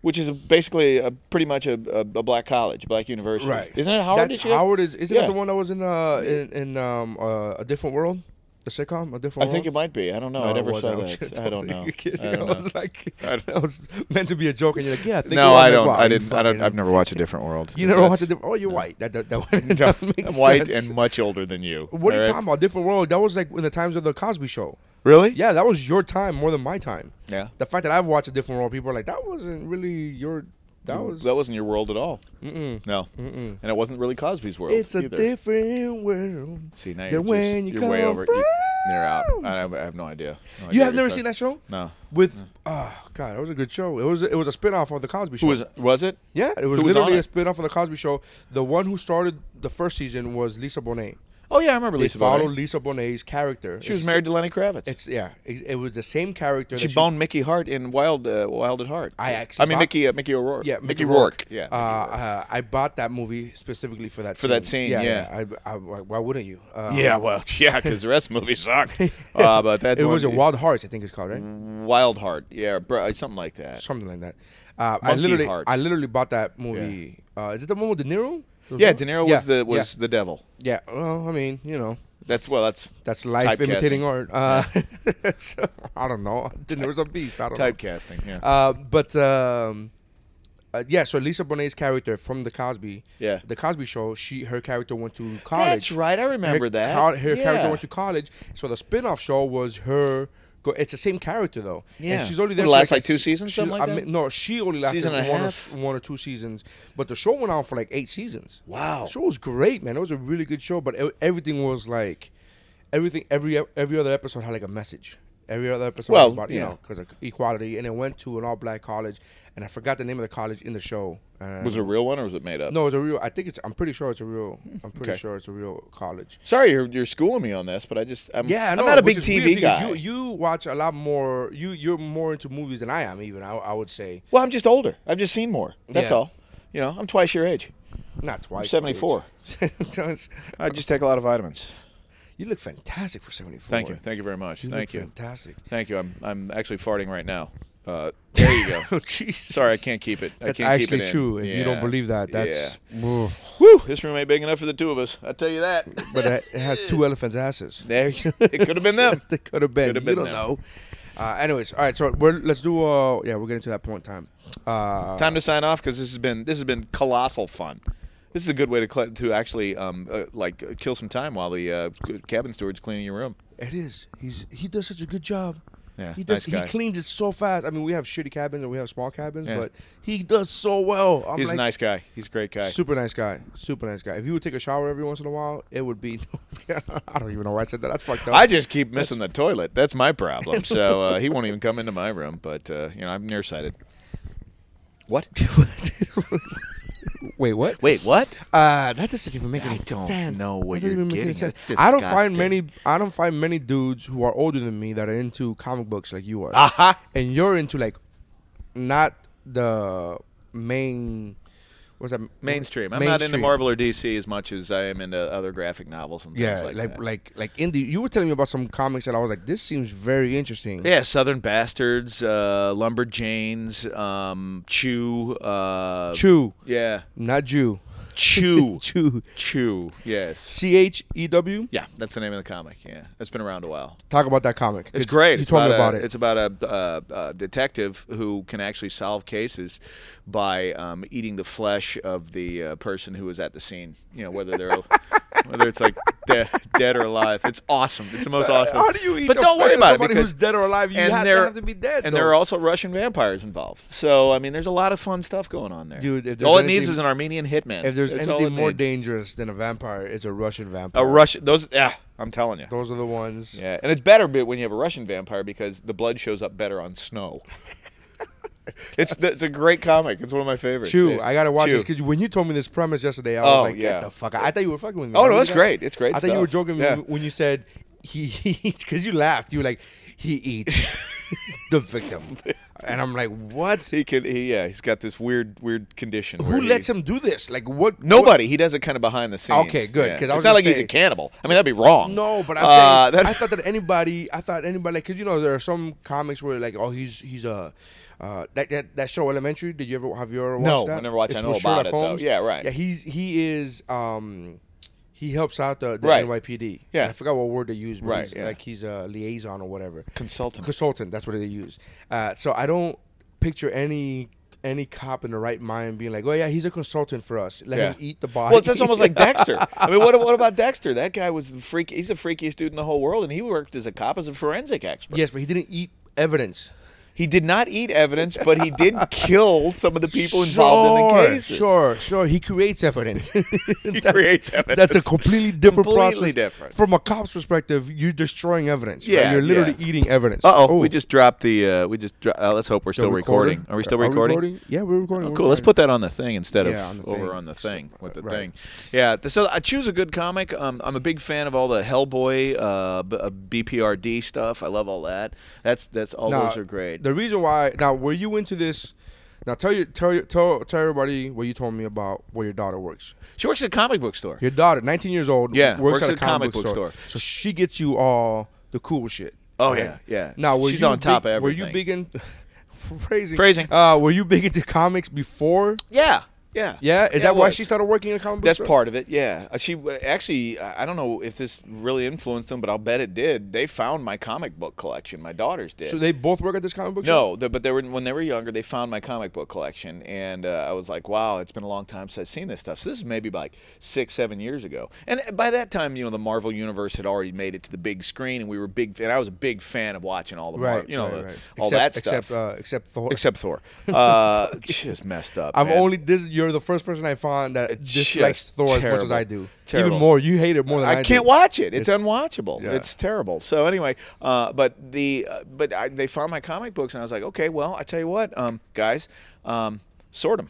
Speaker 5: Which is basically a, pretty much a, a, a black college, black university.
Speaker 2: Right.
Speaker 5: Isn't it Howard?
Speaker 2: That's
Speaker 5: that she had?
Speaker 2: Howard is isn't that
Speaker 5: Yeah.
Speaker 2: the one that was in uh in, in um uh, a different world? The sitcom? A different
Speaker 5: I
Speaker 2: world? Oh,
Speaker 5: think it might be. I don't know.
Speaker 2: No,
Speaker 5: I
Speaker 2: it
Speaker 5: never saw
Speaker 2: wasn't. I'm
Speaker 5: that.
Speaker 2: [laughs] just
Speaker 5: I don't know.
Speaker 2: totally kidding.
Speaker 5: I don't
Speaker 2: I was
Speaker 5: know. [laughs]
Speaker 2: like that was meant to be a joke and you're like, Yeah, I think
Speaker 5: No,
Speaker 2: you're
Speaker 5: I
Speaker 2: like,
Speaker 5: don't.
Speaker 2: wow,
Speaker 5: I
Speaker 2: you
Speaker 5: didn't. I don't.
Speaker 2: fucking-
Speaker 5: I've never watched a different world.
Speaker 2: [laughs] You never watched a
Speaker 5: That's- [laughs]
Speaker 2: different Oh you're white. That that, that, [laughs] that, makes
Speaker 5: White
Speaker 2: sense.
Speaker 5: and much older than you.
Speaker 2: What are you
Speaker 5: all right?
Speaker 2: talking about? Different world. That was like in the times of the Cosby show.
Speaker 5: Really?
Speaker 2: Yeah, that was your time more than my time.
Speaker 5: Yeah.
Speaker 2: The fact that I've watched a different world, people are like, That wasn't really your that was
Speaker 5: That wasn't your world at all. Mm-mm. No. Mm-mm. And it wasn't really Cosby's world.
Speaker 2: it's a
Speaker 5: either.
Speaker 2: different world.
Speaker 5: See now
Speaker 2: than
Speaker 5: you're
Speaker 2: when
Speaker 5: just
Speaker 2: you
Speaker 5: are way
Speaker 2: come
Speaker 5: over. You,
Speaker 2: from.
Speaker 5: you're out. I have, I have no idea. No idea
Speaker 2: You have
Speaker 5: what
Speaker 2: never
Speaker 5: you're
Speaker 2: seen
Speaker 5: talking-
Speaker 2: that show?
Speaker 5: No.
Speaker 2: With oh god, that was a good show. It was it was a spinoff of the Cosby Show.
Speaker 5: Who was it? Was it?
Speaker 2: Yeah, it was,
Speaker 5: Who was on
Speaker 2: literally
Speaker 5: it?
Speaker 2: a spinoff of the Cosby Show. The one who started the first season was Lisa Bonet.
Speaker 5: Oh yeah, I remember
Speaker 2: They
Speaker 5: Lisa
Speaker 2: follow
Speaker 5: Bonet.
Speaker 2: Lisa Bonet's character.
Speaker 5: She was married to Lenny Kravitz.
Speaker 2: It's yeah. It, it was the same character.
Speaker 5: she
Speaker 2: that
Speaker 5: boned Mickey Hart in Wild uh, Wild at Heart.
Speaker 2: I actually
Speaker 5: I mean
Speaker 2: bought-
Speaker 5: Mickey uh, Mickey O'Rourke.
Speaker 2: Yeah,
Speaker 5: Mickey, Rourke. Yeah.
Speaker 2: Uh, uh, I bought that movie specifically for that
Speaker 5: For that scene, yeah.
Speaker 2: I, I, why wouldn't you? Uh,
Speaker 5: yeah, well, [laughs] yeah, because the rest of the
Speaker 2: [laughs]
Speaker 5: movie sucked. Uh, but that's
Speaker 2: it was a
Speaker 5: one-
Speaker 2: Wild Hearts, I think it's called, right?
Speaker 5: Wild Heart. Yeah, bro, something like that.
Speaker 2: Something like that. Uh, I
Speaker 5: Monkey
Speaker 2: literally,
Speaker 5: Heart.
Speaker 2: I literally bought that movie. Uh, is it the one with De Niro?
Speaker 5: Yeah, De Niro was
Speaker 2: Yeah,
Speaker 5: the was the devil.
Speaker 2: Yeah. yeah. Well, I mean, you know,
Speaker 5: That's well, that's
Speaker 2: that's life imitating
Speaker 5: typecasting.
Speaker 2: art. Uh, [laughs] so, I don't know. De Niro's a beast. I don't know.
Speaker 5: Typecasting. Yeah.
Speaker 2: Uh, but um, uh, yeah, so Lisa Bonet's character from the Cosby,
Speaker 5: Yeah.
Speaker 2: the Cosby Show, she her character went to college.
Speaker 5: That's right, I remember
Speaker 2: her,
Speaker 5: that.
Speaker 2: co- her
Speaker 5: Yeah.
Speaker 2: character went to college, so the spin-off show was her. Go, it's the same character though.
Speaker 5: Yeah.
Speaker 2: and she's only there.
Speaker 5: What,
Speaker 2: for,
Speaker 5: last,
Speaker 2: a
Speaker 5: like, two
Speaker 2: s-
Speaker 5: seasons,
Speaker 2: she-
Speaker 5: something like
Speaker 2: I
Speaker 5: that?
Speaker 2: mean, no, she only lasted
Speaker 5: Season and a
Speaker 2: one, or,
Speaker 5: half?
Speaker 2: s- one or two seasons, but the show went on for like eight seasons.
Speaker 5: Wow.
Speaker 2: the show was great, man. It was a really good show, but e- everything was like, everything every every other episode had like a message. Every other episode,
Speaker 5: Well,
Speaker 2: was about, you
Speaker 5: yeah.
Speaker 2: know, because of equality, and it went to an all-black college, and I forgot the name of the college in the show. Uh,
Speaker 5: was it a real one or was it made up?
Speaker 2: no, it's a real. I think it's. I'm pretty sure it's a real. I'm pretty
Speaker 5: Okay.
Speaker 2: sure it's a real college.
Speaker 5: Sorry, you're, you're schooling me on this, but I just I'm,
Speaker 2: Yeah, I know,
Speaker 5: I'm not a
Speaker 2: which
Speaker 5: big
Speaker 2: is weird
Speaker 5: TV
Speaker 2: because
Speaker 5: guy.
Speaker 2: You, you watch a lot more. You you're more into movies than I am. Even I, I would say
Speaker 5: well, I'm just older. I've just seen more. That's
Speaker 2: Yeah.
Speaker 5: all. You know, I'm twice your age.
Speaker 2: not twice. my age. [laughs]
Speaker 5: 74.
Speaker 2: Sometimes-
Speaker 5: I just take a lot of vitamins.
Speaker 2: you look fantastic for 74.
Speaker 5: Thank you. Thank you very much.
Speaker 2: You
Speaker 5: Thank
Speaker 2: look
Speaker 5: you.
Speaker 2: Fantastic. [laughs]
Speaker 5: Thank you. I'm I'm actually farting right now. Uh, there
Speaker 2: [laughs]
Speaker 5: you go.
Speaker 2: Oh Jesus.
Speaker 5: Sorry, I can't keep it. I
Speaker 2: That's
Speaker 5: can't keep
Speaker 2: actually
Speaker 5: it in.
Speaker 2: true. If you don't
Speaker 5: Yeah.
Speaker 2: believe that, that's. Ugh.
Speaker 5: yeah. Whew, this room ain't big enough for the two of us. I tell you that.
Speaker 2: But it it has two elephants' asses.
Speaker 5: There you, it could have been them.
Speaker 2: [laughs] They could have been.
Speaker 5: Coulda
Speaker 2: you
Speaker 5: been
Speaker 2: don't
Speaker 5: them.
Speaker 2: know. Uh, anyways, all right. So we're let's do. Uh, yeah, we're getting to that point in time. Uh,
Speaker 5: Time to sign off because this has been this has been colossal fun. This is a good way to cl- to actually um uh, like uh, kill some time while the uh, c- cabin steward's cleaning your room.
Speaker 2: It is. He's he does such a good job.
Speaker 5: Yeah,
Speaker 2: he does.
Speaker 5: nice guy.
Speaker 2: He cleans it so fast. I mean, we have shitty cabins and we have small cabins,
Speaker 5: Yeah.
Speaker 2: but he does so well. I'm
Speaker 5: He's
Speaker 2: like,
Speaker 5: a nice guy. He's a great guy.
Speaker 2: Super nice guy. Super nice guy. If you would take a shower every once in a while, it would be. [laughs] I don't even know why I said that. That's fucked up.
Speaker 5: I [laughs] just keep missing the toilet. That's my problem. So uh, he won't even come into my room. But uh, you know, I'm nearsighted. What?
Speaker 2: [laughs] wait. What?
Speaker 5: Wait, what?
Speaker 2: Uh, that doesn't even make any sense.
Speaker 5: don't
Speaker 2: No
Speaker 5: know
Speaker 2: way.
Speaker 5: what you're getting at. It's
Speaker 2: I don't find
Speaker 5: disgusting.
Speaker 2: many. I don't find many dudes who are older than me that are into comic books like you are.
Speaker 5: Aha.
Speaker 2: And you're into like, not the main. What's that?
Speaker 5: Mainstream. I'm not into
Speaker 2: Mainstream.
Speaker 5: Marvel or DC as much as I am into other graphic novels and
Speaker 2: Yeah,
Speaker 5: things
Speaker 2: like
Speaker 5: like,
Speaker 2: like,
Speaker 5: that.
Speaker 2: like indie. You were telling me about some comics that I was like, this seems very interesting.
Speaker 5: Yeah, Southern Bastards, uh, Lumberjanes, um, Chew. Uh,
Speaker 2: Chew,
Speaker 5: Yeah.
Speaker 2: not Jew.
Speaker 5: Chew.
Speaker 2: Chew.
Speaker 5: Chew. Yes.
Speaker 2: C H E W.
Speaker 5: Yeah, that's the name of the comic. Yeah, it's been around a while.
Speaker 2: Talk about that comic.
Speaker 5: It's great.
Speaker 2: You
Speaker 5: it's
Speaker 2: told me
Speaker 5: a-
Speaker 2: about it.
Speaker 5: It's about a, uh, uh detective who can actually solve cases by um, eating the flesh of the uh, person who was at the scene. You know, whether they're [laughs] whether it's like de- dead or alive. It's awesome. It's the most awesome.
Speaker 2: How do you eat
Speaker 5: But
Speaker 2: the
Speaker 5: don't
Speaker 2: flesh
Speaker 5: worry
Speaker 2: of
Speaker 5: about it
Speaker 2: somebody
Speaker 5: because
Speaker 2: who's dead or alive? You
Speaker 5: and
Speaker 2: have to
Speaker 5: there-
Speaker 2: have to be dead,
Speaker 5: And there are
Speaker 2: though.
Speaker 5: also Russian vampires involved. So I mean, there's a lot of fun stuff going on there.
Speaker 2: Dude, if there's
Speaker 5: all it needs
Speaker 2: anything-
Speaker 5: is an Armenian hitman.
Speaker 2: If there's
Speaker 5: That's all
Speaker 2: anything
Speaker 5: it
Speaker 2: more
Speaker 5: needs.
Speaker 2: dangerous than a vampire, it's a Russian vampire.
Speaker 5: a Russian those. Yeah, I'm telling you.
Speaker 2: Those are the ones.
Speaker 5: Yeah, and it's better bit when you have a Russian vampire because the blood shows up better
Speaker 2: [laughs]
Speaker 5: on snow. it's it's a great comic. It's one of my favorites.
Speaker 2: Chew,
Speaker 5: yeah.
Speaker 2: I gotta watch
Speaker 5: Chew.
Speaker 2: this because when you told me this premise yesterday, I was
Speaker 5: Oh,
Speaker 2: like, "Get
Speaker 5: yeah.
Speaker 2: the fuck!" Out. I thought you were fucking with me.
Speaker 5: Oh,
Speaker 2: I
Speaker 5: no,
Speaker 2: really
Speaker 5: it's
Speaker 2: got-
Speaker 5: great. It's great
Speaker 2: I thought you were
Speaker 5: stuff.
Speaker 2: joking
Speaker 5: Yeah.
Speaker 2: when- when you said he [laughs] he eats because you laughed. You were like, "He
Speaker 5: [laughs]
Speaker 2: eats the victim," and I'm like, "What?
Speaker 5: he can he yeah he's got this weird weird condition.
Speaker 2: Who lets him do this? Like, what?
Speaker 5: Nobody. He does it kind of behind the scenes.
Speaker 2: Okay, good,
Speaker 5: Yeah.
Speaker 2: 'cause I
Speaker 5: It's
Speaker 2: was
Speaker 5: not
Speaker 2: gonna
Speaker 5: like he's
Speaker 2: say-
Speaker 5: a cannibal. I mean, that'd be wrong.
Speaker 2: No, but I'm
Speaker 5: Uh,
Speaker 2: saying,
Speaker 5: that-
Speaker 2: I thought that anybody, I thought anybody, like, cause you know there are some comics where like, oh, he's he's a uh, that, that that show Elementary. Did you ever have you ever watched
Speaker 5: No,
Speaker 2: that?
Speaker 5: I never watched it. I know
Speaker 2: with Sherlock
Speaker 5: about it, though.
Speaker 2: Holmes.
Speaker 5: Yeah, right.
Speaker 2: Yeah, he's he is um he helps out the, the
Speaker 5: Right.
Speaker 2: NYPD.
Speaker 5: Yeah.
Speaker 2: I forgot what word they use. But
Speaker 5: Right,
Speaker 2: he's,
Speaker 5: yeah.
Speaker 2: like he's a liaison or whatever.
Speaker 5: Consultant.
Speaker 2: Consultant. That's what they use. Uh, so I don't picture any. Any cop in the right mind being like, "Oh yeah, he's a consultant for us. Let him eat the body." [laughs]
Speaker 5: [laughs] Well, that's almost like Dexter. I mean, what, what about Dexter? That guy was the freak. He's the freakiest dude in the whole world, and he worked as a cop, as a forensic expert.
Speaker 2: yes, but he didn't eat evidence.
Speaker 5: He did not eat evidence, but
Speaker 2: [laughs]
Speaker 5: he did kill some of the people involved in the cases.
Speaker 2: Sure, sure. He creates
Speaker 5: [laughs]
Speaker 2: evidence. he [laughs]
Speaker 5: creates
Speaker 2: That's a
Speaker 5: evidence.
Speaker 2: completely different
Speaker 5: Completely
Speaker 2: process.
Speaker 5: different.
Speaker 2: From a cop's perspective, you're destroying evidence. right?
Speaker 5: Yeah,
Speaker 2: You're literally
Speaker 5: yeah.
Speaker 2: eating evidence.
Speaker 5: Uh oh, we just dropped the. Uh, we just. Dro- uh, let's hope we're
Speaker 2: The
Speaker 5: still recording. Are we still recording?
Speaker 2: Yeah, we're recording.
Speaker 5: Oh,
Speaker 2: We're
Speaker 5: cool. Let's
Speaker 2: fine.
Speaker 5: put that on the thing instead of
Speaker 2: Yeah, on the
Speaker 5: over
Speaker 2: thing.
Speaker 5: on the thing with the
Speaker 2: Right.
Speaker 5: thing. Yeah. th- So I choose a good comic. Um, I'm a big fan of all the Hellboy, uh, B- uh, BPRD stuff. I love all that. That's that's all
Speaker 2: Now,
Speaker 5: those are great.
Speaker 2: The reason why now were you into this? Now tell you tell you- tell tell everybody what you told me about where your daughter works.
Speaker 5: She works at a comic book store.
Speaker 2: Your daughter, 19 years old,
Speaker 5: Yeah,
Speaker 2: works, at, a comic, book store.
Speaker 5: store.
Speaker 2: So she gets you all the cool shit.
Speaker 5: Oh, yeah, yeah.
Speaker 2: Now were
Speaker 5: She's
Speaker 2: you
Speaker 5: on top
Speaker 2: big-
Speaker 5: of
Speaker 2: Were you
Speaker 5: everything.
Speaker 2: big in [laughs] phrasing?
Speaker 5: Phrasing.
Speaker 2: Uh, were you big into comics before?
Speaker 5: Yeah. Yeah.
Speaker 2: Yeah, is
Speaker 5: it
Speaker 2: that why
Speaker 5: was.
Speaker 2: she started working in a comic book?
Speaker 5: That's
Speaker 2: store?
Speaker 5: part of it. Yeah. Uh, She uh, actually, I I don't know if this really influenced them, but I'll bet it did. They found my comic book collection. My daughters did.
Speaker 2: So they both work at this comic book
Speaker 5: No, the, but they were when they were younger. They found my comic book collection, and uh, I was like, "Wow, it's been a long time since I've seen this stuff." So this is maybe like six, seven years ago. And uh, by that time, you know, the Marvel universe had already made it to the big screen, and we were big. And I was a big fan of watching all the,
Speaker 2: shop?
Speaker 5: Mar-
Speaker 2: Right.
Speaker 5: you know,
Speaker 2: right,
Speaker 5: the-
Speaker 2: right.
Speaker 5: all
Speaker 2: except,
Speaker 5: that stuff.
Speaker 2: Except uh, except Thor. [laughs]
Speaker 5: Except Thor, uh, just messed up.
Speaker 2: I'm
Speaker 5: man.
Speaker 2: only this. You're the first person I found that dislikes
Speaker 5: just
Speaker 2: Thor as much as
Speaker 5: terrible.
Speaker 2: I do.
Speaker 5: Terrible.
Speaker 2: Even more. You hate it more than I,
Speaker 5: I, can't
Speaker 2: do.
Speaker 5: watch it. It's,
Speaker 2: It's-
Speaker 5: unwatchable.
Speaker 2: yeah.
Speaker 5: It's terrible. So anyway, uh, but the uh, but I, they found my comic books and I was like, okay, well, I tell you what, um, guys, um, sort them.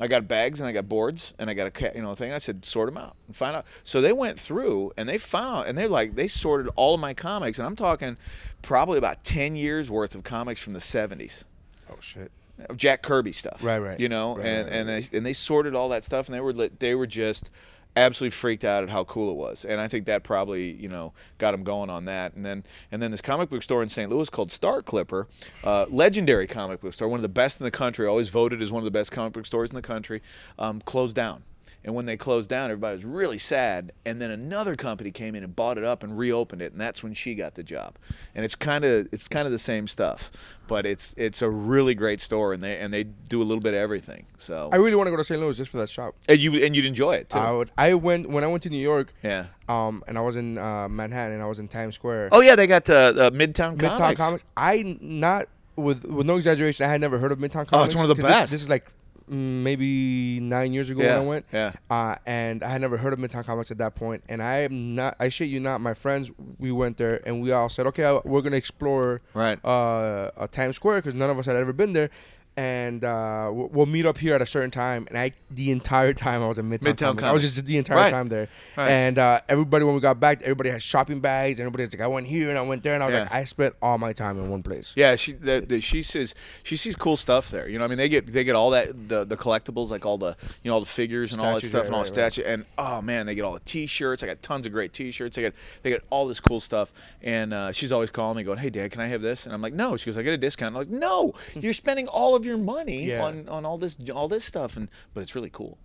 Speaker 5: I got bags and I got boards and I got a ca- you know thing. I said sort them out and find out. So they went through and they found and they're like they sorted all of my comics and I'm talking probably about ten years worth of comics from the '70s.
Speaker 2: Oh shit.
Speaker 5: of Jack Kirby stuff.
Speaker 2: Right, right.
Speaker 5: You know,
Speaker 2: Right,
Speaker 5: and
Speaker 2: right,
Speaker 5: and they and they sorted all that stuff, and they were lit, they were just absolutely freaked out at how cool it was, and I think that probably you know got them going on that, and then and then this comic book store in St. Louis called Star Clipper, uh, legendary comic book store, one of the best in the country, always voted as one of the best comic book stores in the country, um, closed down. And when they closed down, everybody was really sad. And then another company came in and bought it up and reopened it, and that's when she got the job. And it's kind of it's kind of the same stuff, but it's it's a really great store, and they and they do a little bit of everything. So
Speaker 2: I really want to go to St. Louis just for that shop.
Speaker 5: and you and you'd enjoy it too.
Speaker 2: I would. I went when I went to New York.
Speaker 5: Yeah.
Speaker 2: Um, and I was in uh, Manhattan, and I was in Times Square.
Speaker 5: oh yeah, they got uh, the Midtown,
Speaker 2: Midtown Comics. I n- not with with no exaggeration. I had never heard of Midtown Comics.
Speaker 5: Oh, it's one of
Speaker 2: 'cause
Speaker 5: the
Speaker 2: this-
Speaker 5: best.
Speaker 2: This, is like mm, maybe nine years ago
Speaker 5: Yeah,
Speaker 2: when I went.
Speaker 5: yeah.
Speaker 2: Uh, and I had never heard of Midtown Comics at that point. And I am not. I shit you not. My friends, we went there and we all said, okay, I- we're gonna explore
Speaker 5: Right.
Speaker 2: uh, uh Times Square because none of us had ever been there. And uh, we'll we'll meet up here at a certain time. And I, the entire time I was in Midtown,
Speaker 5: Midtown
Speaker 2: Comics. I was
Speaker 5: Comics.
Speaker 2: just the entire
Speaker 5: Right.
Speaker 2: time there.
Speaker 5: Right.
Speaker 2: And uh, everybody, when we got back, everybody had shopping bags. And everybody's like, I went here and I went there. And I was
Speaker 5: Yeah.
Speaker 2: like, I spent all my time in one place.
Speaker 5: Yeah, she the, the, she says she sees cool stuff there. You know, I mean, they get they get all that the, the collectibles, like all the you know all the figures and all that
Speaker 2: Statues,
Speaker 5: stuff
Speaker 2: right,
Speaker 5: and all the
Speaker 2: right, right.
Speaker 5: statue. And oh man, they get all the T-shirts. I got tons of great T-shirts. They got they got all this cool stuff. And uh, she's always calling me, going, "Hey, Dad, can I have this?" And I'm like, "No." She goes, "I get a discount." I'm like, "No, you're spending all of your money
Speaker 2: Hmm. Yeah.
Speaker 5: on on all this all this stuff." And but it's really cool.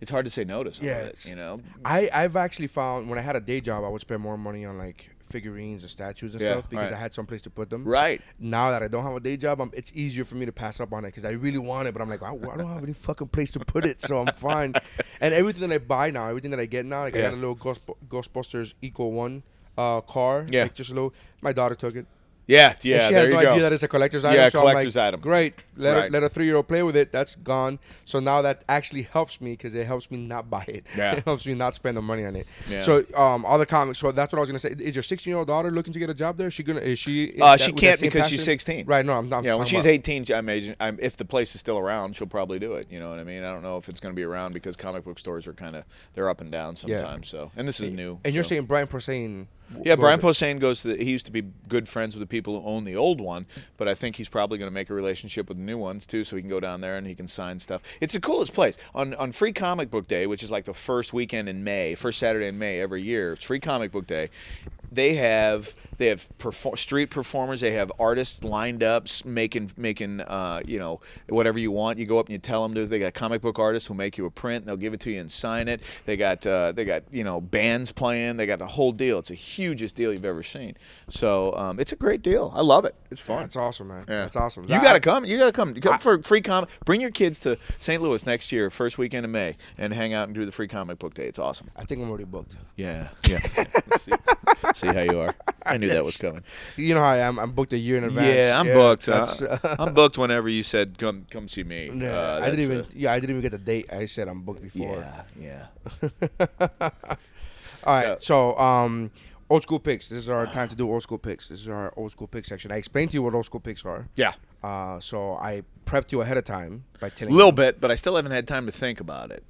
Speaker 5: It's hard to say no to some
Speaker 2: Yeah,
Speaker 5: of it,
Speaker 2: it's-
Speaker 5: you know.
Speaker 2: I, I've actually found when I had a day job, I would spend more money on like figurines and statues and
Speaker 5: Yeah,
Speaker 2: stuff because
Speaker 5: right.
Speaker 2: I had some place to put them.
Speaker 5: Right.
Speaker 2: Now that I don't have a day job, I'm, it's easier for me to pass up on it because I really want it, but I'm like, I, I don't have any fucking place to put it, so I'm
Speaker 5: [laughs]
Speaker 2: fine. and everything that I buy now, everything that I get now, like I
Speaker 5: Yeah.
Speaker 2: got a little Ghost, Ghostbusters Eco One uh, car.
Speaker 5: Yeah.
Speaker 2: Like just a little. My daughter took it.
Speaker 5: Yeah,
Speaker 2: And
Speaker 5: yeah.
Speaker 2: she
Speaker 5: there
Speaker 2: has
Speaker 5: you
Speaker 2: no
Speaker 5: go.
Speaker 2: idea that it's a collector's
Speaker 5: Yeah,
Speaker 2: item. so I'm like,
Speaker 5: collector's item.
Speaker 2: Great. Let
Speaker 5: Right.
Speaker 2: a, let a three year old play with it. That's gone. So now that actually helps me because it helps me not buy it.
Speaker 5: Yeah.
Speaker 2: [laughs] it helps me not spend the money on it.
Speaker 5: Yeah.
Speaker 2: So um, all the comics. So that's what I was gonna say. Is your 16 year old daughter looking to get a job there? Is she gonna? Is she? in
Speaker 5: Uh,
Speaker 2: that-
Speaker 5: she
Speaker 2: with that
Speaker 5: can't
Speaker 2: same
Speaker 5: because she's
Speaker 2: passion?
Speaker 5: 16.
Speaker 2: Right. No, I'm not.
Speaker 5: Yeah, when
Speaker 2: talking
Speaker 5: she's
Speaker 2: about-
Speaker 5: 18, I imagine I'm, if the place is still around, she'll probably do it. You know what I mean? I don't know if it's going to be around because comic book stores are kind of they're up and down sometimes. So, and this is new.
Speaker 2: And you're
Speaker 5: so.
Speaker 2: saying Brian Posehn? goes
Speaker 5: Yeah, Brian
Speaker 2: there.
Speaker 5: Posehn goes to. The, he used to be good friends with the people who own the old one, but I think he's probably going to make a relationship with the new ones too, so he can go down there and he can sign stuff. It's the coolest place on on Free Comic Book Day, which is like the first weekend in May, first Saturday in May every year. It's Free Comic Book Day. They have they have perfor- street performers. They have artists lined up s- making making uh, you know whatever you want. You go up and you tell them to. They got comic book artists who make you a print. And they'll give it to you and sign it. They got uh, they got you know bands playing. They got the whole deal. It's the hugest deal you've ever seen. So um, it's a great deal. I love it. It's fun.
Speaker 2: That's awesome, man.
Speaker 5: Yeah.
Speaker 2: That's awesome.
Speaker 5: You
Speaker 2: I-
Speaker 5: gotta come. You gotta come. You come for free comic. Bring your kids to St. Louis next year, first weekend of May, and hang out and do the free comic book day. It's awesome.
Speaker 2: I think I'm already booked.
Speaker 5: Yeah, yeah. [laughs] see, see how you are. I knew that was coming.
Speaker 2: You know how I am. I'm booked a year in advance.
Speaker 5: Yeah, I'm booked. huh?
Speaker 2: [laughs]
Speaker 5: Uh,
Speaker 2: that's- uh,
Speaker 5: I'm booked whenever you said come come see me.
Speaker 2: Yeah,
Speaker 5: Uh,
Speaker 2: I didn't
Speaker 5: that's,
Speaker 2: even.
Speaker 5: uh,
Speaker 2: yeah, I didn't even get the date. I said I'm booked before.
Speaker 5: yeah, yeah.
Speaker 2: All right. So, um, old school picks. This is our time to do old school picks. This is our old school pick section. I explained to you what old school picks are. [laughs]
Speaker 5: Yeah.
Speaker 2: Uh, so I prepped you ahead of time by telling
Speaker 5: Little
Speaker 2: you.
Speaker 5: bit, but I still haven't had time to think about it.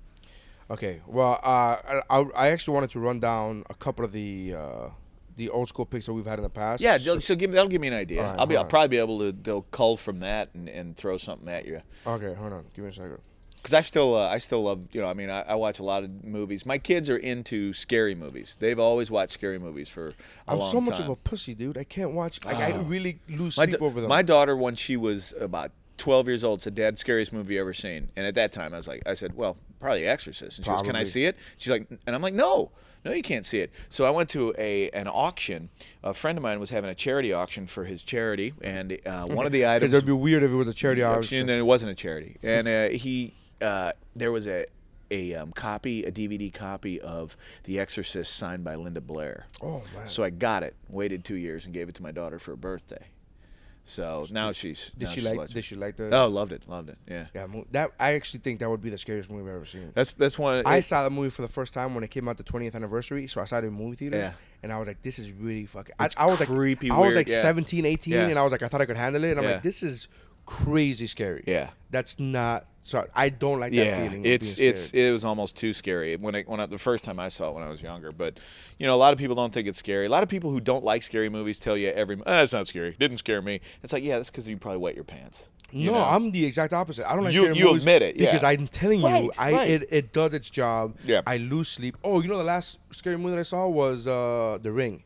Speaker 2: Okay. Well, uh, I, I I actually wanted to run down a couple of the uh, the old school picks that we've had in the past.
Speaker 5: Yeah,
Speaker 2: So-
Speaker 5: so, so give me that'll give me an idea.
Speaker 2: All right,
Speaker 5: I'll be
Speaker 2: all
Speaker 5: I'll
Speaker 2: right.
Speaker 5: probably be able to they'll cull from that and, and throw something at you.
Speaker 2: okay. Hold on. Give me a second.
Speaker 5: Because I still uh, I still love you know I mean I, I watch a lot of movies. My kids are into scary movies. They've always watched scary movies for a
Speaker 2: I'm
Speaker 5: long
Speaker 2: so much
Speaker 5: time.
Speaker 2: of
Speaker 5: Ah.
Speaker 2: a pussy, dude. I can't watch. Like, I really lose
Speaker 5: my
Speaker 2: sleep
Speaker 5: da-
Speaker 2: over them.
Speaker 5: My daughter, when she was about 12 years old, said, "Dad, scariest movie ever seen." And at that time, I was like, "I said, well, probably Exorcist." And she was, "Can I
Speaker 2: Probably.
Speaker 5: see it?" She's like, and I'm like, "No, no, you can't see it." So I went to a an auction. A friend of mine was having a charity auction for his charity, and uh, one
Speaker 2: [laughs]
Speaker 5: of the
Speaker 2: because
Speaker 5: items
Speaker 2: it'd be weird if it was a charity
Speaker 5: auction,
Speaker 2: auction.
Speaker 5: and it wasn't a charity. And uh, he, uh, there was a a um, copy, a DVD copy of The Exorcist signed by Linda Blair.
Speaker 2: Oh, man.
Speaker 5: So I got it, waited two years, and gave it to my daughter for her birthday. So now she's
Speaker 2: Did
Speaker 5: now
Speaker 2: she
Speaker 5: she's
Speaker 2: like?
Speaker 5: watching.
Speaker 2: Did she like the?
Speaker 5: Oh, loved it, loved it. Yeah,
Speaker 2: Yeah, mo- that I actually think that would be the scariest movie I've ever seen.
Speaker 5: that's that's one.
Speaker 2: I
Speaker 5: it-
Speaker 2: saw that movie for the first time when it came out the 20th anniversary, so I saw it in movie theaters,
Speaker 5: Yeah.
Speaker 2: and I was like, "This is really fucking." I, I was like,
Speaker 5: creepy,
Speaker 2: I was
Speaker 5: weird,
Speaker 2: like
Speaker 5: yeah.
Speaker 2: 17, 18,
Speaker 5: Yeah.
Speaker 2: and I was like, I thought I could handle it, and I'm
Speaker 5: Yeah.
Speaker 2: like, "This is crazy scary."
Speaker 5: Yeah.
Speaker 2: that's not. Sorry, I don't like that
Speaker 5: yeah,
Speaker 2: feeling. of
Speaker 5: it's
Speaker 2: being
Speaker 5: it's
Speaker 2: scared.
Speaker 5: it was almost too scary when I when I, the first time I saw it when I was younger. But you know, a lot of people don't think it's scary. A lot of people who don't like scary movies tell you every ah, it's not scary, didn't scare me. It's like yeah, that's because you probably wet your pants. you
Speaker 2: no,
Speaker 5: know?
Speaker 2: I'm the exact opposite. I don't like
Speaker 5: You-
Speaker 2: scary
Speaker 5: you
Speaker 2: movies
Speaker 5: admit it, yeah.
Speaker 2: because I'm telling you,
Speaker 5: Right,
Speaker 2: I
Speaker 5: right.
Speaker 2: it, it does its job.
Speaker 5: Yeah.
Speaker 2: I lose sleep. Oh, you know the last scary movie that I saw was uh The Ring.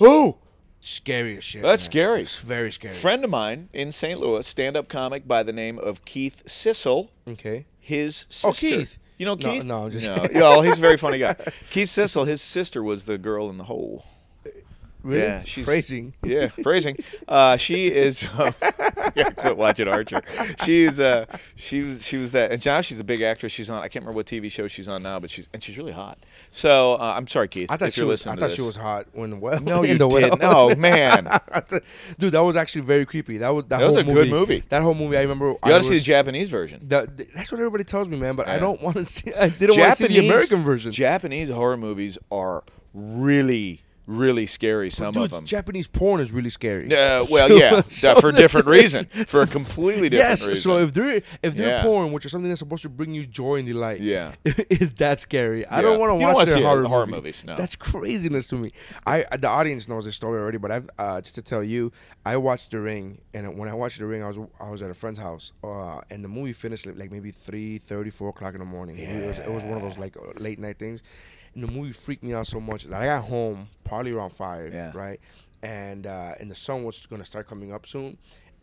Speaker 2: Oh, scary as shit.
Speaker 5: That's
Speaker 2: man.
Speaker 5: scary.
Speaker 2: It's very scary.
Speaker 5: friend of mine in St. Louis, stand-up comic by the name of Keith Sissel.
Speaker 2: Okay.
Speaker 5: His sister.
Speaker 2: Oh, Keith.
Speaker 5: You know
Speaker 2: No,
Speaker 5: Keith?
Speaker 2: no, I'm just
Speaker 5: no.
Speaker 2: kidding.
Speaker 5: Yeah, well, he's
Speaker 2: [laughs]
Speaker 5: a very funny guy. Keith Sissel, his sister was the girl in the hole.
Speaker 2: Really?
Speaker 5: Yeah, she's
Speaker 2: phrasing.
Speaker 5: Yeah, phrasing. Uh, she is. [laughs] Um, yeah, quit watching Archer. She's. Uh, she was. She was that. And now she's a big actress. She's on. I can't remember what TV show she's on now, but she's and she's really hot. So uh, I'm sorry, Keith.
Speaker 2: I thought
Speaker 5: if
Speaker 2: she
Speaker 5: you're
Speaker 2: was. I
Speaker 5: listening
Speaker 2: thought
Speaker 5: to
Speaker 2: she
Speaker 5: this.
Speaker 2: was hot when well.
Speaker 5: No, you
Speaker 2: in the [laughs] well. [laughs]
Speaker 5: didn't. No, man.
Speaker 2: dude, that was actually very creepy. That was that,
Speaker 5: That was
Speaker 2: whole
Speaker 5: a good movie.
Speaker 2: That whole movie, I remember. I
Speaker 5: You ought to see the
Speaker 2: was-
Speaker 5: Japanese version.
Speaker 2: that- th- that's what everybody tells me, man. But I
Speaker 5: Yeah.
Speaker 2: don't want to [laughs] see. I didn't want to see the American version.
Speaker 5: Japanese horror movies are really, really scary. Some
Speaker 2: dude,
Speaker 5: of them.
Speaker 2: Japanese porn is really scary. [laughs]
Speaker 5: Uh, well,
Speaker 2: So-
Speaker 5: yeah,
Speaker 2: so
Speaker 5: uh, for
Speaker 2: [laughs]
Speaker 5: a different
Speaker 2: that's-
Speaker 5: reason, for a completely different
Speaker 2: [laughs] Yes,
Speaker 5: reason.
Speaker 2: so if they're if they're
Speaker 5: Yeah.
Speaker 2: porn, which is something that's supposed to bring you joy and delight, [laughs]
Speaker 5: Yeah.
Speaker 2: is that scary? I
Speaker 5: Yeah.
Speaker 2: don't want
Speaker 5: You
Speaker 2: to
Speaker 5: don't
Speaker 2: watch
Speaker 5: wanna
Speaker 2: their
Speaker 5: see it-
Speaker 2: horror,
Speaker 5: horror
Speaker 2: movie.
Speaker 5: movies, no.
Speaker 2: That's craziness to me. I the audience knows this story already, but I've uh, just to tell you, I watched The Ring, and when I watched The Ring, I was I was at a friend's house, uh, and the movie finished like like maybe 3, 4 o'clock in the morning. It, was, it was one of those like uh, late night things, and the movie freaked me out so much that I got home probably around five,
Speaker 5: Yeah.
Speaker 2: right? And uh, and the sun was going to start coming up soon,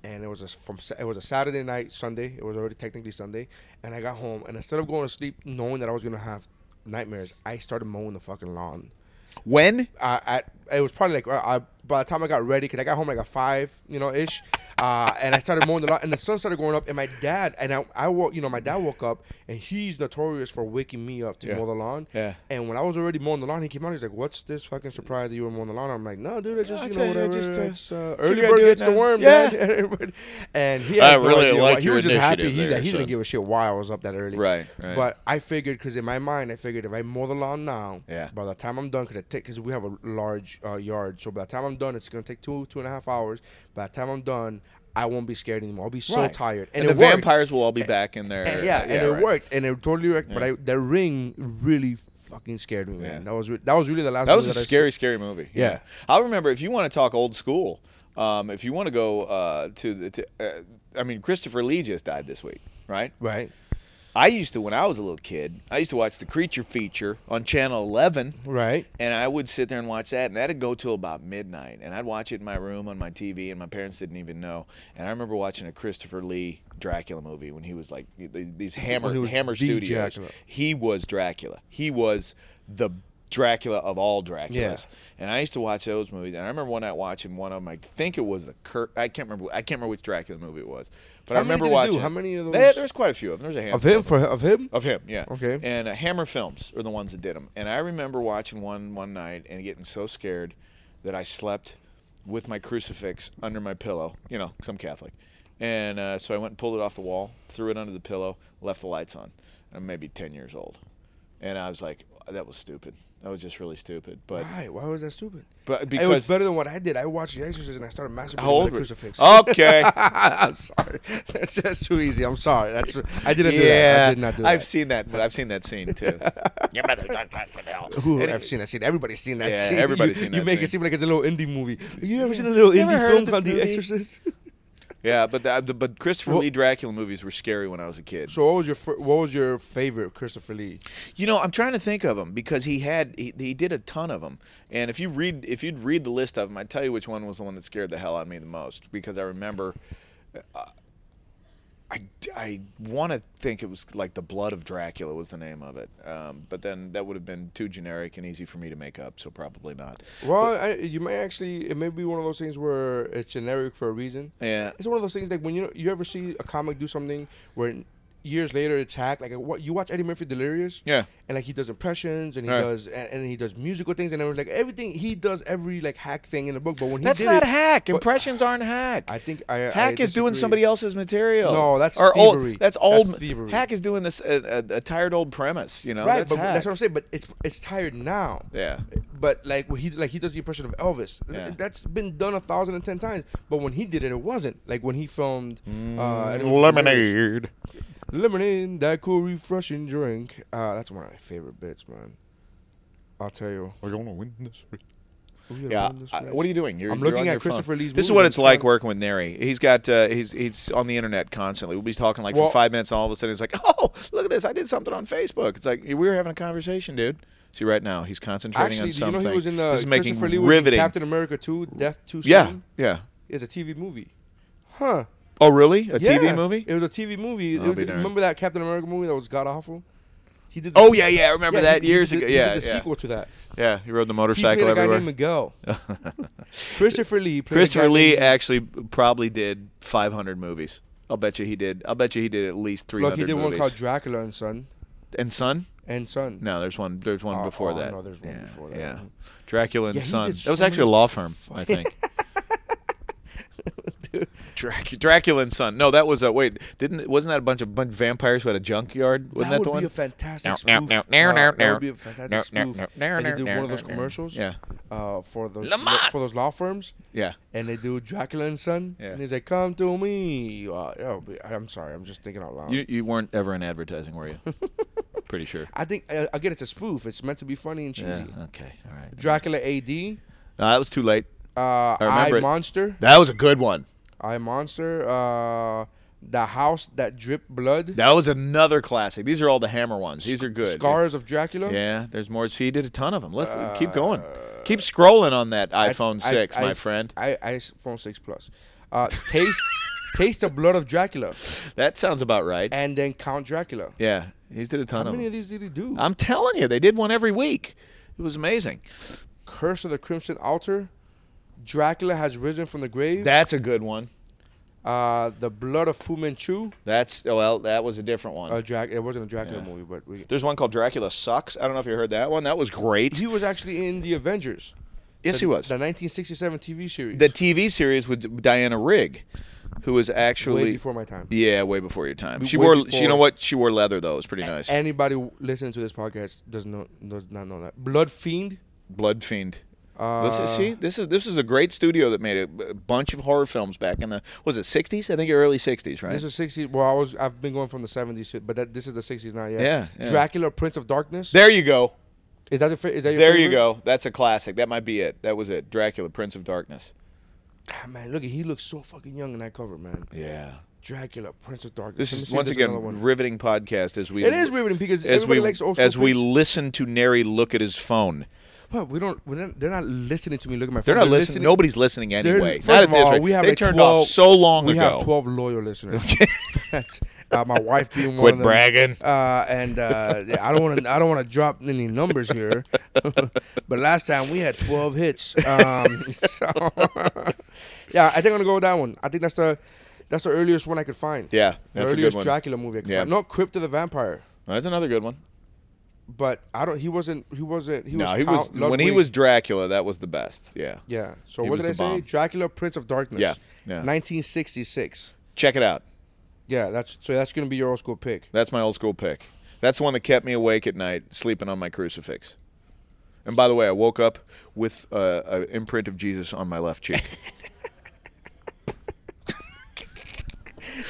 Speaker 2: and it was a, from Sa- it was a Saturday night, Sunday. It was already technically Sunday, and I got home and instead of going to sleep knowing that I was going to have nightmares, I started mowing the fucking lawn.
Speaker 5: when?
Speaker 2: I, I it was probably like I, I- by the time I got ready because I got home like at five, you know, ish, uh, and I started mowing the lawn, and the sun started going up, and my dad and I, I woke, you know, my dad woke up, and he's notorious for waking me up to mow the lawn.
Speaker 5: Yeah.
Speaker 2: And when I was already mowing the lawn, he came out. He's like, "What's this fucking surprise that you were mowing the lawn?" I'm like, "No, dude, it's just
Speaker 5: I
Speaker 2: you
Speaker 5: tell
Speaker 2: know
Speaker 5: you,
Speaker 2: whatever.
Speaker 5: just, uh,
Speaker 2: it's, uh,
Speaker 5: figured
Speaker 2: early
Speaker 5: I'd
Speaker 2: bird
Speaker 5: do it
Speaker 2: gets the
Speaker 5: now."
Speaker 2: worm, [laughs]
Speaker 5: Yeah.
Speaker 2: Dad. and he,
Speaker 5: I
Speaker 2: had no
Speaker 5: really
Speaker 2: idea why-
Speaker 5: like
Speaker 2: he
Speaker 5: your
Speaker 2: was just happy.
Speaker 5: initiative
Speaker 2: He,
Speaker 5: there,
Speaker 2: he
Speaker 5: son.
Speaker 2: didn't give a shit why I was up that early.
Speaker 5: Right, right.
Speaker 2: But I figured because in my mind, I figured if I mow the lawn now,
Speaker 5: Yeah.
Speaker 2: by the time I'm done, because because we have a large uh, yard, so by the time I'm done, it's gonna take two two and a half hours. By the time I'm done, I won't be scared anymore. I'll be so
Speaker 5: Right.
Speaker 2: tired.
Speaker 5: And,
Speaker 2: it
Speaker 5: the
Speaker 2: worked.
Speaker 5: vampires will all be back in there.
Speaker 2: And yeah, and it
Speaker 5: right.
Speaker 2: worked, and it totally worked. But I, that ring really fucking scared me, man.
Speaker 5: Yeah.
Speaker 2: That was re- that was really the last.
Speaker 5: That was a
Speaker 2: movie I
Speaker 5: scary, scary movie.
Speaker 2: Yeah.
Speaker 5: I remember if you want to talk old school, um, if you want to go uh, to the, to, uh, I mean, Christopher Lee just died this week, right?
Speaker 2: saw. Right,
Speaker 5: I used to, when I was a little kid, I used to watch the Creature feature on Channel 11.
Speaker 2: right.
Speaker 5: And I would sit there and watch that, and that'd go till about midnight. And I'd watch it in my room on my TV, and my parents didn't even know. And I remember watching a Christopher Lee Dracula movie when he was like th- these Hammer
Speaker 2: When he was
Speaker 5: Hammer
Speaker 2: the
Speaker 5: Studios.
Speaker 2: Dracula.
Speaker 5: He was Dracula. He was the Dracula of all Draculas.
Speaker 2: Yeah.
Speaker 5: And I used to watch those movies. And I remember one night watching one of them. I think it was the Kirk. I can't remember. I can't remember which Dracula movie it was. But I
Speaker 2: How many
Speaker 5: remember
Speaker 2: did he do?
Speaker 5: watching.
Speaker 2: How many of
Speaker 5: There-
Speaker 2: those-
Speaker 5: There's quite a few of them. There's a handful
Speaker 2: Of him
Speaker 5: them.
Speaker 2: for of him.
Speaker 5: Of him, yeah.
Speaker 2: Okay.
Speaker 5: And uh, Hammer Films are the ones that did them. And I remember watching one one night and getting so scared that I slept with my crucifix under my pillow. You know, 'cause I'm Catholic. And uh, so I went and pulled it off the wall, threw it under the pillow, left the lights on. I'm maybe 10 years old. And I was like, that was stupid. That was just really stupid. But
Speaker 2: Why? Why was that stupid?
Speaker 5: But
Speaker 2: it was
Speaker 5: because-
Speaker 2: better than what I did. I watched The Exorcist and I started masturbating
Speaker 5: How old
Speaker 2: with a
Speaker 5: were you? Oh,
Speaker 2: crucifix. [laughs]
Speaker 5: Okay.
Speaker 2: I'm sorry. That's just too easy. I'm sorry. That's I didn't do that.
Speaker 5: yeah,
Speaker 2: I did not do that.
Speaker 5: I've seen that. I've seen that
Speaker 2: [laughs]
Speaker 5: scene too. Your mother's not black, what the hell?
Speaker 2: Ooh,
Speaker 5: And
Speaker 2: I've seen that scene. Everybody's seen that
Speaker 5: Yeah,
Speaker 2: scene. [laughs]
Speaker 5: everybody's
Speaker 2: you,
Speaker 5: seen
Speaker 2: You
Speaker 5: that
Speaker 2: make it
Speaker 5: scene.
Speaker 2: seem like it's a little indie movie. You ever seen a little
Speaker 5: You ever
Speaker 2: indie
Speaker 5: heard of
Speaker 2: film
Speaker 5: this
Speaker 2: called The
Speaker 5: movie?
Speaker 2: Exorcist? [laughs]
Speaker 5: Yeah, but the, but Christopher
Speaker 2: Well-
Speaker 5: Lee Dracula movies were scary when I was a kid.
Speaker 2: So what was your fir- what was your favorite Christopher Lee?
Speaker 5: You know, I'm trying to think of them because he had he, he did a ton of them. And if you read if you'd read the list of them, I'd tell you which one was the one that scared the hell out of me the most because I remember uh, I, I want to think it was like the blood of Dracula was the name of it, um, but then that would have been too generic and easy for me to make up, so probably not.
Speaker 2: Well, I, you may actually it may be one of those things where it's generic for a reason.
Speaker 5: Yeah.
Speaker 2: it's one of those things like when you you ever see a comic do something where years later it's hacked. Like what you watch Eddie Murphy Delirious.
Speaker 5: Yeah.
Speaker 2: and like he does impressions and he
Speaker 5: Right.
Speaker 2: does and, and he does musical things and everything. Like everything he does every like hack thing in the book. But when he
Speaker 5: That's
Speaker 2: did
Speaker 5: not
Speaker 2: it-
Speaker 5: hack.
Speaker 2: but-
Speaker 5: Impressions aren't hack.
Speaker 2: I think I- I
Speaker 5: hack is doing
Speaker 2: disagree.
Speaker 5: somebody else's material.
Speaker 2: No, that's
Speaker 5: or old-
Speaker 2: thievery.
Speaker 5: that's old.
Speaker 2: That's thievery.
Speaker 5: Hack is doing this a, a, a tired old premise. You know,
Speaker 2: right,
Speaker 5: That's
Speaker 2: but
Speaker 5: hack.
Speaker 2: that's what I'm saying. But it's it's tired now.
Speaker 5: Yeah.
Speaker 2: But like when he like he does the impression of Elvis. Th-
Speaker 5: Yeah.
Speaker 2: That's been done a thousand and ten times. But when he did it, it wasn't like when he filmed uh, Eddie Murphy Delirious.
Speaker 5: Mm, Lemonade.
Speaker 2: lemonade, that cool refreshing drink. Uh, that's one of my favorite bits, man. I'll tell you. Oh,
Speaker 5: We're gonna win this.
Speaker 2: Ooh, you're
Speaker 5: Yeah,
Speaker 2: on this
Speaker 5: I-
Speaker 2: race.
Speaker 5: what are you doing? You're,
Speaker 2: I'm
Speaker 5: you're
Speaker 2: looking
Speaker 5: on
Speaker 2: at
Speaker 5: your phone.
Speaker 2: Christopher Lee's
Speaker 5: This is
Speaker 2: movies.
Speaker 5: what
Speaker 2: I'm
Speaker 5: it's like
Speaker 2: trying-
Speaker 5: working with Neri. He's got uh, he's he's on the internet constantly. We'll be talking like
Speaker 2: Well-
Speaker 5: for five minutes, and all of a sudden it's like, [laughs] oh, look at this! I did something on Facebook. It's like we were having a conversation, dude. See, right now he's concentrating
Speaker 2: Actually,
Speaker 5: on
Speaker 2: do you
Speaker 5: something.
Speaker 2: know he was in the
Speaker 5: this is making
Speaker 2: Christopher Lee was in
Speaker 5: riveting.
Speaker 2: Captain America 2, Death 2
Speaker 5: yeah,
Speaker 2: Soon?
Speaker 5: yeah.
Speaker 2: It's a TV movie. Huh.
Speaker 5: Oh, really? A
Speaker 2: Yeah,
Speaker 5: TV movie? Oh,
Speaker 2: It was a TV movie. It
Speaker 5: I'll
Speaker 2: was-
Speaker 5: be darned.
Speaker 2: remember that Captain America movie that was god awful? He did
Speaker 5: Oh,
Speaker 2: se-
Speaker 5: yeah, yeah, I remember
Speaker 2: he
Speaker 5: that
Speaker 2: did- he
Speaker 5: years
Speaker 2: did-
Speaker 5: ago.
Speaker 2: he did
Speaker 5: Yeah,
Speaker 2: the
Speaker 5: yeah.
Speaker 2: sequel to that.
Speaker 5: yeah, he rode the
Speaker 2: He played
Speaker 5: motorcycle
Speaker 2: a guy
Speaker 5: everywhere.
Speaker 2: named
Speaker 5: [laughs]
Speaker 2: Miguel. Christopher Lee. played a
Speaker 5: Christopher
Speaker 2: guy
Speaker 5: Lee
Speaker 2: named-
Speaker 5: actually probably did 500 movies. I'll bet you he did. I'll bet you he did at least 300
Speaker 2: Look, he did
Speaker 5: movies.
Speaker 2: one called Dracula and Son.
Speaker 5: and Son?
Speaker 2: And Son.
Speaker 5: No, there's one. There's one
Speaker 2: Oh,
Speaker 5: before
Speaker 2: oh,
Speaker 5: that.
Speaker 2: no, there's one
Speaker 5: yeah,
Speaker 2: before that.
Speaker 5: Yeah, Dracula and
Speaker 2: Yeah, he
Speaker 5: Son.
Speaker 2: did
Speaker 5: That was
Speaker 2: so
Speaker 5: actually a
Speaker 2: many
Speaker 5: law firm, I think.
Speaker 2: [laughs]
Speaker 5: Drac- Dracula and Son. No, that was a wait. Didn't wasn't that a bunch of bunch of vampires who had a junkyard? Wasn't that,
Speaker 2: would
Speaker 5: the one?
Speaker 2: be a fantastic
Speaker 5: No, no,
Speaker 2: spoof.
Speaker 5: no, no,
Speaker 2: uh,
Speaker 5: no,
Speaker 2: that
Speaker 5: no.
Speaker 2: would be a
Speaker 5: No,
Speaker 2: fantastic
Speaker 5: no,
Speaker 2: spoof.
Speaker 5: no, no,
Speaker 2: Like they
Speaker 5: no,
Speaker 2: did
Speaker 5: no,
Speaker 2: one of those
Speaker 5: no, no.
Speaker 2: commercials
Speaker 5: Yeah.
Speaker 2: uh, for those
Speaker 5: Lamont.
Speaker 2: for those law firms.
Speaker 5: yeah.
Speaker 2: And they do Dracula and Son.
Speaker 5: Yeah.
Speaker 2: And he's like, "Come to me." Uh, oh, but I'm sorry, I'm just thinking out loud.
Speaker 5: You you weren't ever in advertising, were
Speaker 2: [laughs]
Speaker 5: you? Pretty sure.
Speaker 2: I think uh, again, it's a spoof. It's meant to be funny and cheesy.
Speaker 5: Yeah. Okay. All right.
Speaker 2: Dracula AD.
Speaker 5: No, that was too late.
Speaker 2: Uh, I,
Speaker 5: remember it.
Speaker 2: Monster.
Speaker 5: That was a good one.
Speaker 2: I Monster. Uh, the House That Dripped Blood.
Speaker 5: That was another classic. These are all the Hammer ones. These are good.
Speaker 2: Scars of Dracula.
Speaker 5: Yeah, there's more. So you did a ton of them. Let's uh, keep going. Keep scrolling on that
Speaker 2: Uh, I-
Speaker 5: iPhone
Speaker 2: I-
Speaker 5: 6,
Speaker 2: I-
Speaker 5: my friend.
Speaker 2: I, I phone six plus. Uh,
Speaker 5: [laughs]
Speaker 2: taste, taste the blood of Dracula,
Speaker 5: That sounds about right.
Speaker 2: and then Count Dracula.
Speaker 5: Yeah, he's did a ton
Speaker 2: How
Speaker 5: of
Speaker 2: many
Speaker 5: them.
Speaker 2: of these did he do?
Speaker 5: I'm telling you, they did one every week. It was amazing.
Speaker 2: Curse of the Crimson Altar. Dracula has risen from the grave.
Speaker 5: That's a good one.
Speaker 2: uh, the blood of Fu Manchu.
Speaker 5: That's oh, well, that was a different one.
Speaker 2: Uh, Drac- it wasn't a Dracula movie, but we,
Speaker 5: There's one called Dracula Sucks. I don't know if you heard that one. That was great.
Speaker 2: he was actually in the Avengers.
Speaker 5: yes,
Speaker 2: the,
Speaker 5: he was.
Speaker 2: The 1967 TV series.
Speaker 5: The TV series with Diana Rigg, who was actually
Speaker 2: way before my time.
Speaker 5: Yeah, way before your time. She
Speaker 2: way
Speaker 5: wore.
Speaker 2: before-
Speaker 5: She, you know what? She wore leather though. It was pretty nice.
Speaker 2: Anybody w- listening to this podcast does not does not know that. Blood Fiend.
Speaker 5: Blood Fiend. this
Speaker 2: Uh,
Speaker 5: is, see, this is this is a great studio that made a b- bunch of horror films back in the was it 60s? I think early 60s, right?
Speaker 2: This is 60s. Well, I was I've been going from the 70s, to- but that, this is the 60s now. Yeah.
Speaker 5: Yeah, yeah.
Speaker 2: Dracula, Prince of Darkness.
Speaker 5: there you go.
Speaker 2: Is that your fa- is that your
Speaker 5: There you
Speaker 2: favorite?
Speaker 5: go. That's a classic. That might be it. That was it. Dracula, Prince of Darkness.
Speaker 2: Ah, man, look, he looks so fucking young in that cover, man.
Speaker 5: Yeah.
Speaker 2: Dracula, Prince of Darkness. Let
Speaker 5: This
Speaker 2: me
Speaker 5: is
Speaker 2: see if
Speaker 5: once
Speaker 2: there's
Speaker 5: again
Speaker 2: another one.
Speaker 5: riveting podcast as we.
Speaker 2: It is riveting because
Speaker 5: as
Speaker 2: everybody
Speaker 5: we
Speaker 2: likes old school
Speaker 5: as we
Speaker 2: things.
Speaker 5: listen to Neri look at his phone.
Speaker 2: But we don't. We're not, they're not listening to me. Look at my.
Speaker 5: They're
Speaker 2: phone.
Speaker 5: not listening. Nobody's listening
Speaker 2: they're-
Speaker 5: anyway.
Speaker 2: first
Speaker 5: Not at
Speaker 2: of
Speaker 5: this
Speaker 2: all,
Speaker 5: rate.
Speaker 2: we have
Speaker 5: they
Speaker 2: a
Speaker 5: turned
Speaker 2: 12
Speaker 5: off so long
Speaker 2: we
Speaker 5: ago.
Speaker 2: have 12 loyal listeners. [laughs] That's- Uh, my wife
Speaker 5: [laughs]
Speaker 2: being one
Speaker 9: Quit
Speaker 2: of them.
Speaker 9: bragging.
Speaker 2: Uh, and uh, yeah, I don't want to. I don't want to drop any numbers here. [laughs] but last time we had twelve hits. Um, [laughs] so yeah, I think I'm gonna go with that one. I think that's the that's the earliest one I could find.
Speaker 5: Yeah,
Speaker 2: the
Speaker 5: that's a good
Speaker 2: earliest
Speaker 5: one.
Speaker 2: Dracula movie I could
Speaker 5: Yeah.
Speaker 2: find. Not Crypt of the Vampire,
Speaker 5: That's another good one.
Speaker 2: but I don't. He wasn't. He wasn't. He
Speaker 5: no,
Speaker 2: was.
Speaker 5: he was
Speaker 2: Count
Speaker 5: when he
Speaker 2: Ludwig.
Speaker 5: was Dracula. That was the best. Yeah.
Speaker 2: Yeah. So
Speaker 5: He
Speaker 2: what
Speaker 5: was
Speaker 2: did I
Speaker 5: the
Speaker 2: say?
Speaker 5: bomb.
Speaker 2: Dracula, Prince of Darkness.
Speaker 5: Yeah, yeah.
Speaker 2: 1966.
Speaker 5: Check it out.
Speaker 2: Yeah, that's so. That's gonna be your old school pick.
Speaker 5: That's my old school pick. That's the one that kept me awake at night, sleeping on my crucifix. And by the way, I woke up with uh, an imprint of Jesus on my
Speaker 2: [laughs]
Speaker 5: left cheek.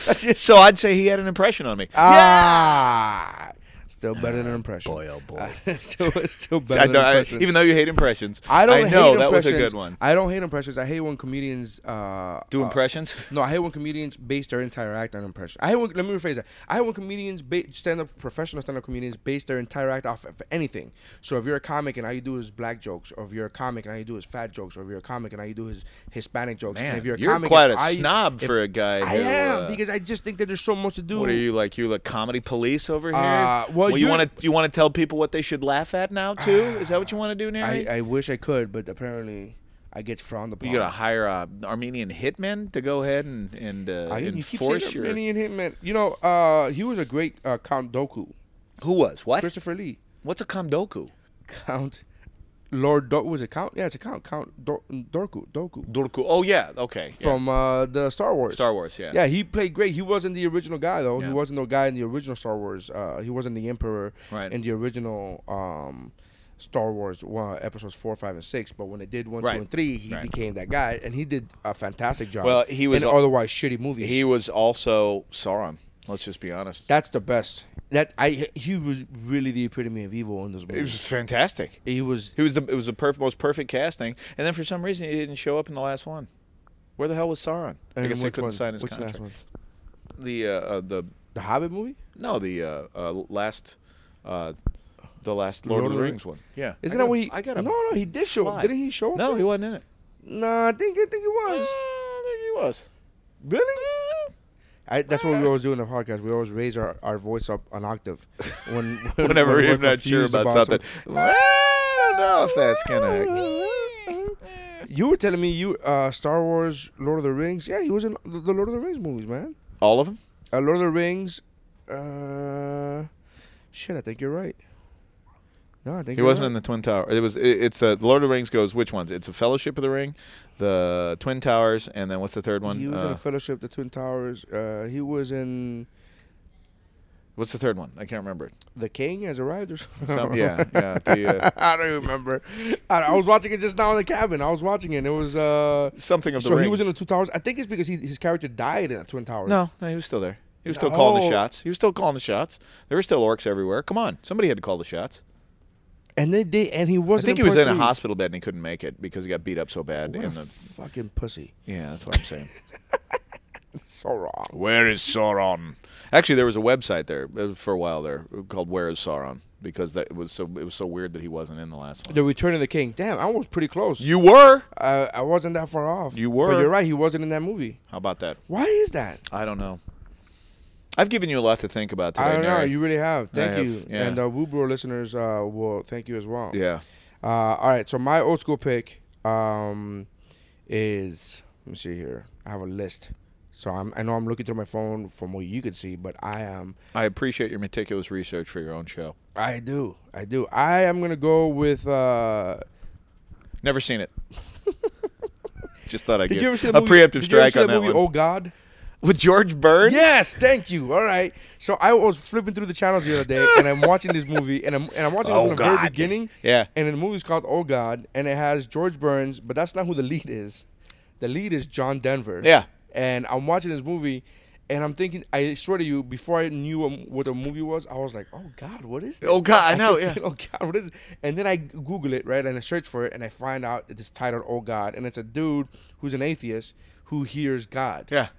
Speaker 5: That's it. So I'd say he had an impression on me.
Speaker 2: Ah, still better than an impression. Boy, oh boy, [laughs] still,
Speaker 5: [laughs]
Speaker 2: still
Speaker 5: I
Speaker 2: better
Speaker 5: don't-
Speaker 2: than
Speaker 5: I-
Speaker 2: impressions.
Speaker 5: even though you hate impressions,
Speaker 2: I don't.
Speaker 5: I know,
Speaker 2: hate
Speaker 5: that was a
Speaker 2: impressions.
Speaker 5: good one.
Speaker 2: I don't hate impressions. I hate when comedians uh,
Speaker 5: Do
Speaker 2: uh,
Speaker 5: impressions?
Speaker 2: no, I hate when comedians base their entire act on impression. I hate when, let me rephrase that. I hate when comedians, ba- stand-up professional stand-up comedians, base their entire act off of anything. So if you're a comic and all you do is black jokes, or if you're a comic and all you do is fat jokes, or if you're a comic and all you do is Hispanic jokes,
Speaker 5: Man,
Speaker 2: and if you're a
Speaker 5: you're
Speaker 2: comic,
Speaker 5: quite
Speaker 2: and
Speaker 5: a
Speaker 2: all you-
Speaker 5: snob
Speaker 2: if-
Speaker 5: for a guy
Speaker 2: I
Speaker 5: who,
Speaker 2: am
Speaker 5: uh,
Speaker 2: because I just think that there's so much to do.
Speaker 5: What are you like? You like comedy police over here?
Speaker 2: Uh, well,
Speaker 5: you
Speaker 2: you-
Speaker 5: want to you want to tell people what they should laugh at now too? Is that what you want to do, Nary?
Speaker 2: I, I wish I could, but apparently I get frowned upon.
Speaker 5: you gotta hire a Armenian hitman to go ahead and and uh,
Speaker 2: I, you keep saying
Speaker 5: enforce your.
Speaker 2: Armenian Hitman. You know, uh, he was a great uh, Count Doku.
Speaker 5: Who was what?
Speaker 2: Christopher Lee.
Speaker 5: What's a Count Doku?
Speaker 2: Count Lord Do- was it Count? Yeah, it's a Count Count Do- Dorku Doku
Speaker 5: Dorku. Oh yeah, okay. yeah.
Speaker 2: from uh, the Star Wars.
Speaker 5: Star Wars, yeah.
Speaker 2: Yeah, he played great. He wasn't the original guy though.
Speaker 5: Yeah.
Speaker 2: He wasn't the guy in the original Star Wars. Uh, he wasn't the Emperor
Speaker 5: Right.
Speaker 2: in the original um, Star Wars one, episodes four, five, and six. But when they did one,
Speaker 5: Right.
Speaker 2: two, and three, he
Speaker 5: Right.
Speaker 2: became that guy, and he did a fantastic job.
Speaker 5: Well, he was
Speaker 2: in
Speaker 5: al-
Speaker 2: otherwise shitty movies.
Speaker 5: He was also Sauron. Let's just be honest.
Speaker 2: That's the best. That I he was really the epitome of evil in those
Speaker 5: It was
Speaker 2: movies.
Speaker 5: fantastic.
Speaker 2: He was
Speaker 5: He was the it was the perf- most perfect casting, and then for some reason he didn't show up in the last one. Where the hell was Sauron? I
Speaker 2: And
Speaker 5: guess they
Speaker 2: which
Speaker 5: couldn't
Speaker 2: one?
Speaker 5: sign his
Speaker 2: Which last
Speaker 5: contract.
Speaker 2: one?
Speaker 5: The uh, uh, the
Speaker 2: the Hobbit movie.
Speaker 5: no the uh, uh, last uh, the last Lord, of the Rings one. Yeah,
Speaker 2: Isn't that
Speaker 5: I got-
Speaker 2: what he?
Speaker 5: I got
Speaker 2: No,
Speaker 5: him.
Speaker 2: no, he did show. up.
Speaker 5: Fly.
Speaker 2: Didn't he show? up
Speaker 5: No,
Speaker 2: there?
Speaker 5: he wasn't in it.
Speaker 2: Nah, I think I think he
Speaker 5: Uh,
Speaker 2: was.
Speaker 5: I think he was. Uh,
Speaker 2: Really? I, that's what we always do in the podcast. We always raise our, our voice up an octave when, [laughs] when
Speaker 5: Whenever
Speaker 2: when we're
Speaker 5: you're not sure
Speaker 2: confused
Speaker 5: about, something, I don't know if that's gonna.
Speaker 2: You were telling me you uh, Star Wars, Lord of the Rings. Yeah, he was in the Lord of the Rings movies, man.
Speaker 5: [laughs] All of them.
Speaker 2: Uh, Lord of the Rings. Uh, shit, I think you're right. No, I think
Speaker 5: He wasn't in the Twin Tower. It was. It, it's uh, Lord of the Rings goes which ones? It's a Fellowship of the Ring, the Twin Towers, and then what's the third one?
Speaker 2: He was in
Speaker 5: Uh,
Speaker 2: the Fellowship, the Twin Towers. Uh, he was in
Speaker 5: what's the third one? I can't
Speaker 2: [laughs]
Speaker 5: remember. it.
Speaker 2: The King Has Arrived or [laughs] something.
Speaker 5: Some, yeah, yeah. The, uh,
Speaker 2: I don't remember. I, I was watching it just now in the cabin. I was watching it. and It was uh.
Speaker 5: something of the
Speaker 2: So
Speaker 5: ring.
Speaker 2: he was in the Two Towers. I think it's because he, his character died in the Twin Towers.
Speaker 5: no, no, he was still there. He was still calling the
Speaker 2: No.
Speaker 5: shots. He was still calling the shots. There were still orcs everywhere. Come on, somebody had to call the shots.
Speaker 2: And they did. And he
Speaker 5: I
Speaker 2: wasn't.
Speaker 5: think he was in
Speaker 2: part
Speaker 5: a
Speaker 2: three.
Speaker 5: hospital bed and he couldn't make it because he got beat up so bad.
Speaker 2: What a
Speaker 5: in the,
Speaker 2: fucking pussy.
Speaker 5: yeah, that's what
Speaker 2: [laughs]
Speaker 5: I'm saying.
Speaker 2: So wrong.
Speaker 5: Where is Sauron? Actually, there was a website there uh, for a while there called Where is Sauron because that was so it was so weird that he wasn't in the last one.
Speaker 2: The Return of the King. Damn, I was pretty close.
Speaker 5: You were.
Speaker 2: I, I wasn't that far off.
Speaker 5: You were.
Speaker 2: But you're right. He wasn't in that movie.
Speaker 5: How about that?
Speaker 2: Why is that?
Speaker 5: I don't know. I've given you a lot to think about today.
Speaker 2: I don't know.
Speaker 5: Neri.
Speaker 2: You really have. Thank
Speaker 5: have,
Speaker 2: you.
Speaker 5: yeah.
Speaker 2: And uh, Woobro listeners uh, will thank you as well.
Speaker 5: yeah.
Speaker 2: Uh, all right. So my old school pick um, is let me see here. I have a list. So I'm, I know I'm looking through my phone from what you could see, but I am.
Speaker 5: I appreciate your meticulous research for your own show.
Speaker 2: I do. I do. I am gonna go with. Uh,
Speaker 5: Never
Speaker 2: [laughs]
Speaker 5: seen it. Just thought I'd
Speaker 2: did
Speaker 5: get
Speaker 2: you ever see
Speaker 5: a
Speaker 2: the movie?
Speaker 5: preemptive
Speaker 2: did you ever
Speaker 5: strike
Speaker 2: see
Speaker 5: on
Speaker 2: the
Speaker 5: that
Speaker 2: movie
Speaker 5: one.
Speaker 2: Oh God.
Speaker 5: With George Burns?
Speaker 2: Yes, thank you. All right. So I was flipping through the channels the other day, and I'm watching this movie, and I'm and I'm watching it
Speaker 5: Oh,
Speaker 2: from the very
Speaker 5: God.
Speaker 2: beginning.
Speaker 5: Yeah.
Speaker 2: And the movie's called Oh God, and it has George Burns, but that's not who the lead is. The lead is John Denver.
Speaker 5: Yeah.
Speaker 2: And I'm watching this movie, and I'm thinking, I swear to you, before I knew um, what the movie was, I was like, Oh God, what is this?
Speaker 5: Oh, God, I know,
Speaker 2: kept
Speaker 5: yeah.
Speaker 2: saying, [laughs] Oh God, what is? It? And then I Google it, right, and I search for it, and I find out it's titled Oh God, and it's a dude who's an atheist who hears God
Speaker 5: Yeah.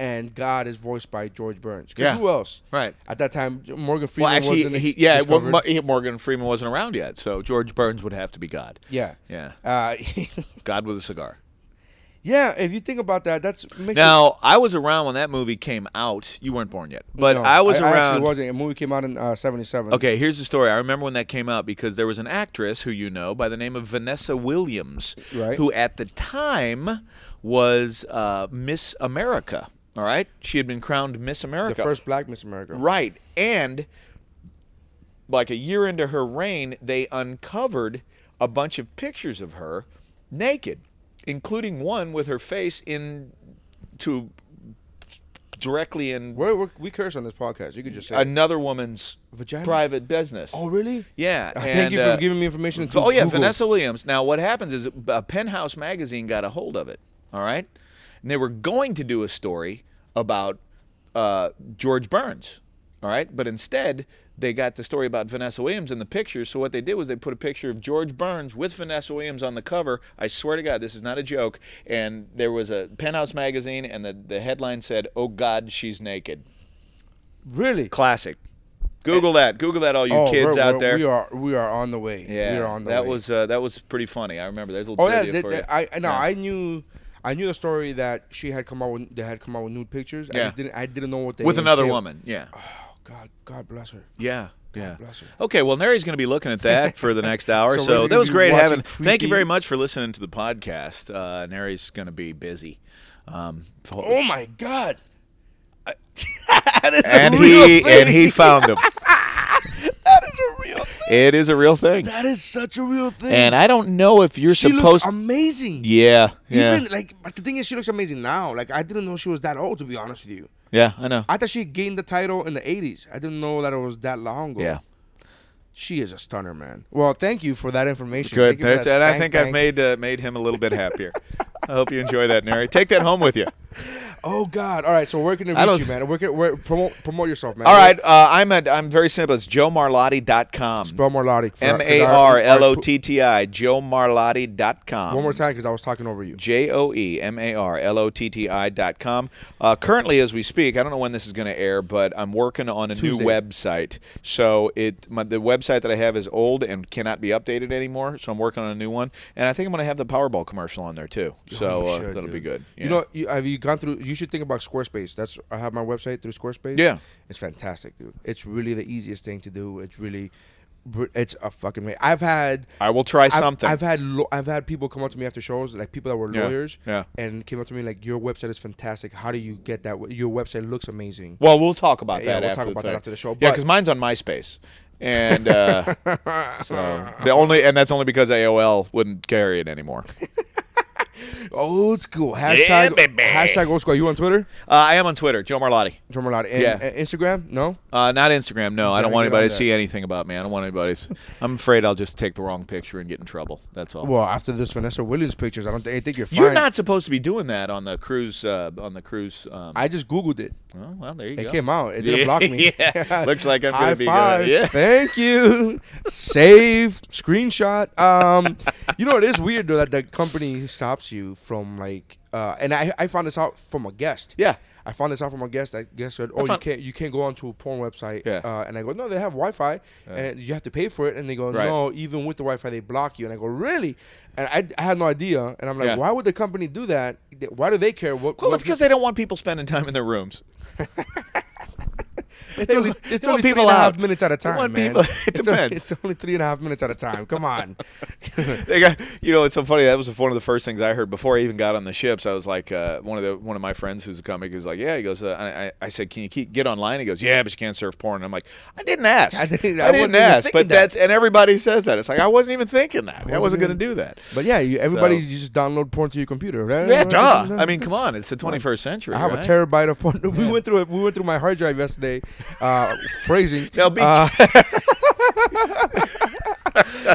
Speaker 2: and God is voiced by George Burns. 'Cause
Speaker 5: Yeah.
Speaker 2: Who else?
Speaker 5: Right.
Speaker 2: At that time, J- Morgan
Speaker 5: Well,
Speaker 2: Freeman
Speaker 5: actually,
Speaker 2: wasn't
Speaker 5: he,
Speaker 2: ex-
Speaker 5: yeah, well,
Speaker 2: discovered.
Speaker 5: Mo- he- Morgan Freeman wasn't around yet, so George Burns would have to be God.
Speaker 2: yeah.
Speaker 5: Yeah.
Speaker 2: Uh,
Speaker 5: God with a cigar.
Speaker 2: [laughs] Yeah, if you think about that, that's makes it-
Speaker 5: Now, I was around when that movie came out. You weren't born yet, but
Speaker 2: No,
Speaker 5: I was
Speaker 2: I
Speaker 5: around.
Speaker 2: actually wasn't. A movie came out in uh, '77.
Speaker 5: Okay, here's the story. I remember when that came out because there was an actress who you know by the name of Vanessa Williams,
Speaker 2: Right.
Speaker 5: who at the time was uh, Miss America. All right, she had been crowned Miss
Speaker 2: the
Speaker 5: America.
Speaker 2: first Black Miss America.
Speaker 5: Right. And like a year into her reign, they uncovered a bunch of pictures of her naked, including one with her face in to directly in
Speaker 2: We're, we're, we curse on this podcast. You could just say it.
Speaker 5: another woman's
Speaker 2: Vagina?
Speaker 5: private business.
Speaker 2: Oh, really?
Speaker 5: Yeah.
Speaker 2: Uh, thank you
Speaker 5: and,
Speaker 2: for
Speaker 5: uh,
Speaker 2: giving me information.
Speaker 5: Oh
Speaker 2: through
Speaker 5: yeah,
Speaker 2: Google.
Speaker 5: Vanessa Williams. Now what happens is uh, Penthouse magazine got a hold of it. All right, and they were going to do a story about uh, George Burns. All right, but instead they got the story about Vanessa Williams in the picture. So what they did was they put a picture of George Burns with Vanessa Williams on the cover. I swear to God, this is not a joke. And there was a Penthouse magazine, and the the headline said, "Oh God, she's naked."
Speaker 2: Really?
Speaker 5: Classic. Google that. Google that, all you
Speaker 2: Oh,
Speaker 5: kids
Speaker 2: we're-
Speaker 5: out
Speaker 2: we're-
Speaker 5: there.
Speaker 2: we are we are on the way.
Speaker 5: Yeah,
Speaker 2: we are on the
Speaker 5: that
Speaker 2: way.
Speaker 5: was uh, that was pretty funny. I remember there's a little
Speaker 2: Oh yeah,
Speaker 5: trivia
Speaker 2: th-
Speaker 5: for
Speaker 2: th-
Speaker 5: you.
Speaker 2: I I- no,
Speaker 5: Yeah.
Speaker 2: I knew I knew the story that she had come out with they had come out with nude pictures. I
Speaker 5: Yeah.
Speaker 2: just didn't I didn't know what they
Speaker 5: with another
Speaker 2: entailed.
Speaker 5: woman. Yeah,
Speaker 2: Oh, [sighs] God, God bless her.
Speaker 5: yeah, yeah.
Speaker 2: bless her.
Speaker 5: Okay, well, Neri's going to be looking at that for the next
Speaker 2: [laughs]
Speaker 5: hour.
Speaker 2: So
Speaker 5: so
Speaker 2: we're gonna
Speaker 5: that was
Speaker 2: be
Speaker 5: great
Speaker 2: watching
Speaker 5: having. Thank you
Speaker 2: creepy-
Speaker 5: very much for listening to the podcast. Uh, Neri's going to be busy. Um, fo-
Speaker 2: Oh my God. [laughs]
Speaker 5: and he and he found him. It is a real thing,
Speaker 2: That is such a real thing.
Speaker 5: and I don't know if you're
Speaker 2: she
Speaker 5: supposed.
Speaker 2: looks amazing.
Speaker 5: yeah, yeah,
Speaker 2: Even like, but the thing is, she looks amazing now. Like, I didn't know she was that old. To be honest with you,
Speaker 5: yeah. I know.
Speaker 2: I thought she gained the title in the '80s. I didn't know that it was that long ago.
Speaker 5: yeah.
Speaker 2: she is a stunner, man. Well, thank you for that information.
Speaker 5: Good.
Speaker 2: Thank you for
Speaker 5: That's-
Speaker 2: that
Speaker 5: and I
Speaker 2: stank
Speaker 5: think I've
Speaker 2: bank.
Speaker 5: made uh, made him a little bit happier. I hope you enjoy that, Neri. Take that home with you.
Speaker 2: Oh God! All right, so where can they
Speaker 5: I
Speaker 2: reach
Speaker 5: don't-
Speaker 2: you, man? Where can where, promote promote yourself, man?
Speaker 5: All right, uh, I'm at I'm very simple. It's joemarlotti.com.
Speaker 2: spell Marlotti. for- 'cause I-
Speaker 5: M A R L O T T I, joemarlotti.com.
Speaker 2: One more time, because I was talking over you.
Speaker 5: J O E M A R L O T T I dot com. Uh, currently, as we speak, I don't know when this is going to air, but I'm working on a
Speaker 2: Tuesday.
Speaker 5: new website. So it my, the website that I have is old and cannot be updated anymore. So I'm working on a new one, and I think I'm going to have the Powerball commercial on there too. So
Speaker 2: You
Speaker 5: uh,
Speaker 2: Oh, should,
Speaker 5: that'll be
Speaker 2: dude.
Speaker 5: good.
Speaker 2: You know, you, have you gone through? You should think about Squarespace. That's I have my website through Squarespace.
Speaker 5: Yeah.
Speaker 2: it's fantastic, dude. It's really the easiest thing to do. It's really, it's a fucking. ma- I've had.
Speaker 5: I will try
Speaker 2: I've-
Speaker 5: something.
Speaker 2: I've, had lo- I've had people come up to me after shows, like people that were
Speaker 5: Yeah,
Speaker 2: lawyers,
Speaker 5: yeah.
Speaker 2: and came up to me like, "Your website is fantastic. How do you get that? w- Your website looks amazing." [laughs]
Speaker 5: Well, we'll talk about
Speaker 2: Yeah,
Speaker 5: that.
Speaker 2: we'll
Speaker 5: after
Speaker 2: talk
Speaker 5: the
Speaker 2: about that
Speaker 5: thing.
Speaker 2: after the show,
Speaker 5: Yeah,
Speaker 2: but-
Speaker 5: because mine's on MySpace,
Speaker 2: [laughs]
Speaker 5: and uh, so the only and that's only because AOL wouldn't carry it anymore. Uh,
Speaker 2: Old school hashtag hashtag old school. Are you on Twitter?
Speaker 5: Uh, I am on Twitter, Joe Marlotti.
Speaker 2: Drum roll out. And,
Speaker 5: Yeah.
Speaker 2: and Instagram? No.
Speaker 5: Uh, not Instagram. No, I don't
Speaker 2: gotta
Speaker 5: want
Speaker 2: get on
Speaker 5: anybody to
Speaker 2: that.
Speaker 5: see anything about me. I don't want anybody. s- I'm afraid I'll just take the wrong picture and get in trouble. That's all.
Speaker 2: Well, after this Vanessa Williams pictures, I don't think, I think you're fine.
Speaker 5: You're not supposed to be doing that on the cruise. Uh, on the cruise. Um,
Speaker 2: I just googled it.
Speaker 5: well, well, there you
Speaker 2: It
Speaker 5: go.
Speaker 2: came out. It didn't
Speaker 5: Yeah,
Speaker 2: block me.
Speaker 5: [laughs] yeah.
Speaker 2: [laughs]
Speaker 5: Looks like I'm
Speaker 2: High
Speaker 5: gonna be good.
Speaker 2: five.
Speaker 5: Yeah.
Speaker 2: Thank you. Save screenshot. Um, you know it is weird though that the company stops you from like, uh, and I I found this out from a guest.
Speaker 5: Yeah.
Speaker 2: I found this out from a guest. That guest said, "Oh, you
Speaker 5: found-
Speaker 2: can't you can't go onto a porn website."
Speaker 5: Yeah.
Speaker 2: Uh, and I go, "No, they have Wi-Fi, and you have to pay for it." And they go,
Speaker 5: Right.
Speaker 2: "No, even with the Wi-Fi, they block you." And I go, "Really?" And I, I had no idea. And I'm like,
Speaker 5: Yeah.
Speaker 2: "Why would the company do that? Why do they care?" What?
Speaker 5: Well,
Speaker 2: what
Speaker 5: it's because they don't want people spending time in
Speaker 2: [laughs]
Speaker 5: their rooms.
Speaker 2: It's only,
Speaker 5: want-
Speaker 2: it's
Speaker 5: they want
Speaker 2: only three and
Speaker 5: people
Speaker 2: a half
Speaker 5: out.
Speaker 2: minutes at a
Speaker 5: They
Speaker 2: time,
Speaker 5: want
Speaker 2: man.
Speaker 5: people- [laughs] it
Speaker 2: It's only-
Speaker 5: depends.
Speaker 2: It's only three and a half minutes at a time. Come on.
Speaker 5: they got you know it's so funny that was one of the first things i heard before i even got on the ships i was like uh, one of the one of my friends who's a comic was like yeah he goes uh, I, I- I said can you keep, get online he goes yeah but you can't surf porn i'm like i didn't ask
Speaker 2: I didn't- I wasn't even
Speaker 5: ask
Speaker 2: thinking
Speaker 5: but
Speaker 2: that.
Speaker 5: that's and everybody says that it's like i wasn't even thinking that i wasn't,
Speaker 2: wasn't
Speaker 5: going to
Speaker 2: even-
Speaker 5: do that
Speaker 2: But yeah, you, everybody
Speaker 5: So-
Speaker 2: you just download porn to your computer, right?
Speaker 5: yeah duh i mean come on it's the 21st century
Speaker 2: I have
Speaker 5: right?
Speaker 2: a terabyte of porn. [laughs] We went through it. We went through my hard drive yesterday. Uh, phrasing.
Speaker 5: Now be-
Speaker 2: Uh,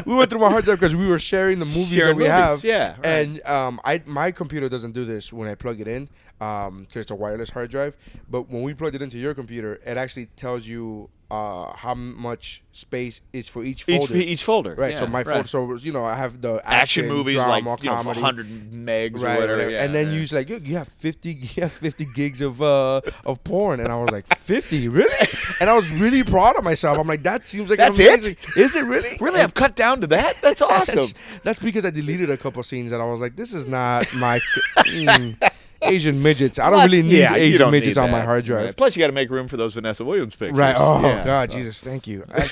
Speaker 2: we went through my hard drive because we were sharing the movies that
Speaker 5: Sharing
Speaker 2: we
Speaker 5: movies,
Speaker 2: have.
Speaker 5: yeah, right.
Speaker 2: And um, I my computer doesn't do this when I plug it in because it's a wireless hard drive. But when we plugged it into your computer, it actually tells you uh, how much space is for each
Speaker 5: Each-
Speaker 2: folder.
Speaker 5: each folder,
Speaker 2: Right. so
Speaker 5: yeah,
Speaker 2: my folder.
Speaker 5: right.
Speaker 2: So you know, I have the action,
Speaker 5: action movies
Speaker 2: drama,
Speaker 5: like you know, for
Speaker 2: comedy
Speaker 5: 100 megs
Speaker 2: right,
Speaker 5: or whatever, Yeah,
Speaker 2: and then
Speaker 5: yeah.
Speaker 2: you was like, "Yo, you have fifty, [laughs] you have fifty gigs of uh of porn, and I was like,
Speaker 5: [laughs]
Speaker 2: fifty, really? And I was really proud of myself. I'm like, that seems like
Speaker 5: That's
Speaker 2: amazing. Is it really?
Speaker 5: Really, I'm I've cut down to that.
Speaker 2: [laughs]
Speaker 5: That's awesome.
Speaker 2: That's because I deleted a couple scenes that I was like, this is
Speaker 5: [laughs]
Speaker 2: not my mm, Asian midgets. I don't
Speaker 5: Plus-
Speaker 2: really need
Speaker 5: yeah, you
Speaker 2: Asian
Speaker 5: don't
Speaker 2: midgets
Speaker 5: need
Speaker 2: on my
Speaker 5: that.
Speaker 2: hard drive.
Speaker 5: Right. Plus, you got to make room for those Vanessa Williams pictures.
Speaker 2: Right. Oh
Speaker 5: Yeah.
Speaker 2: God, Jesus, thank
Speaker 5: [laughs]
Speaker 2: you. I-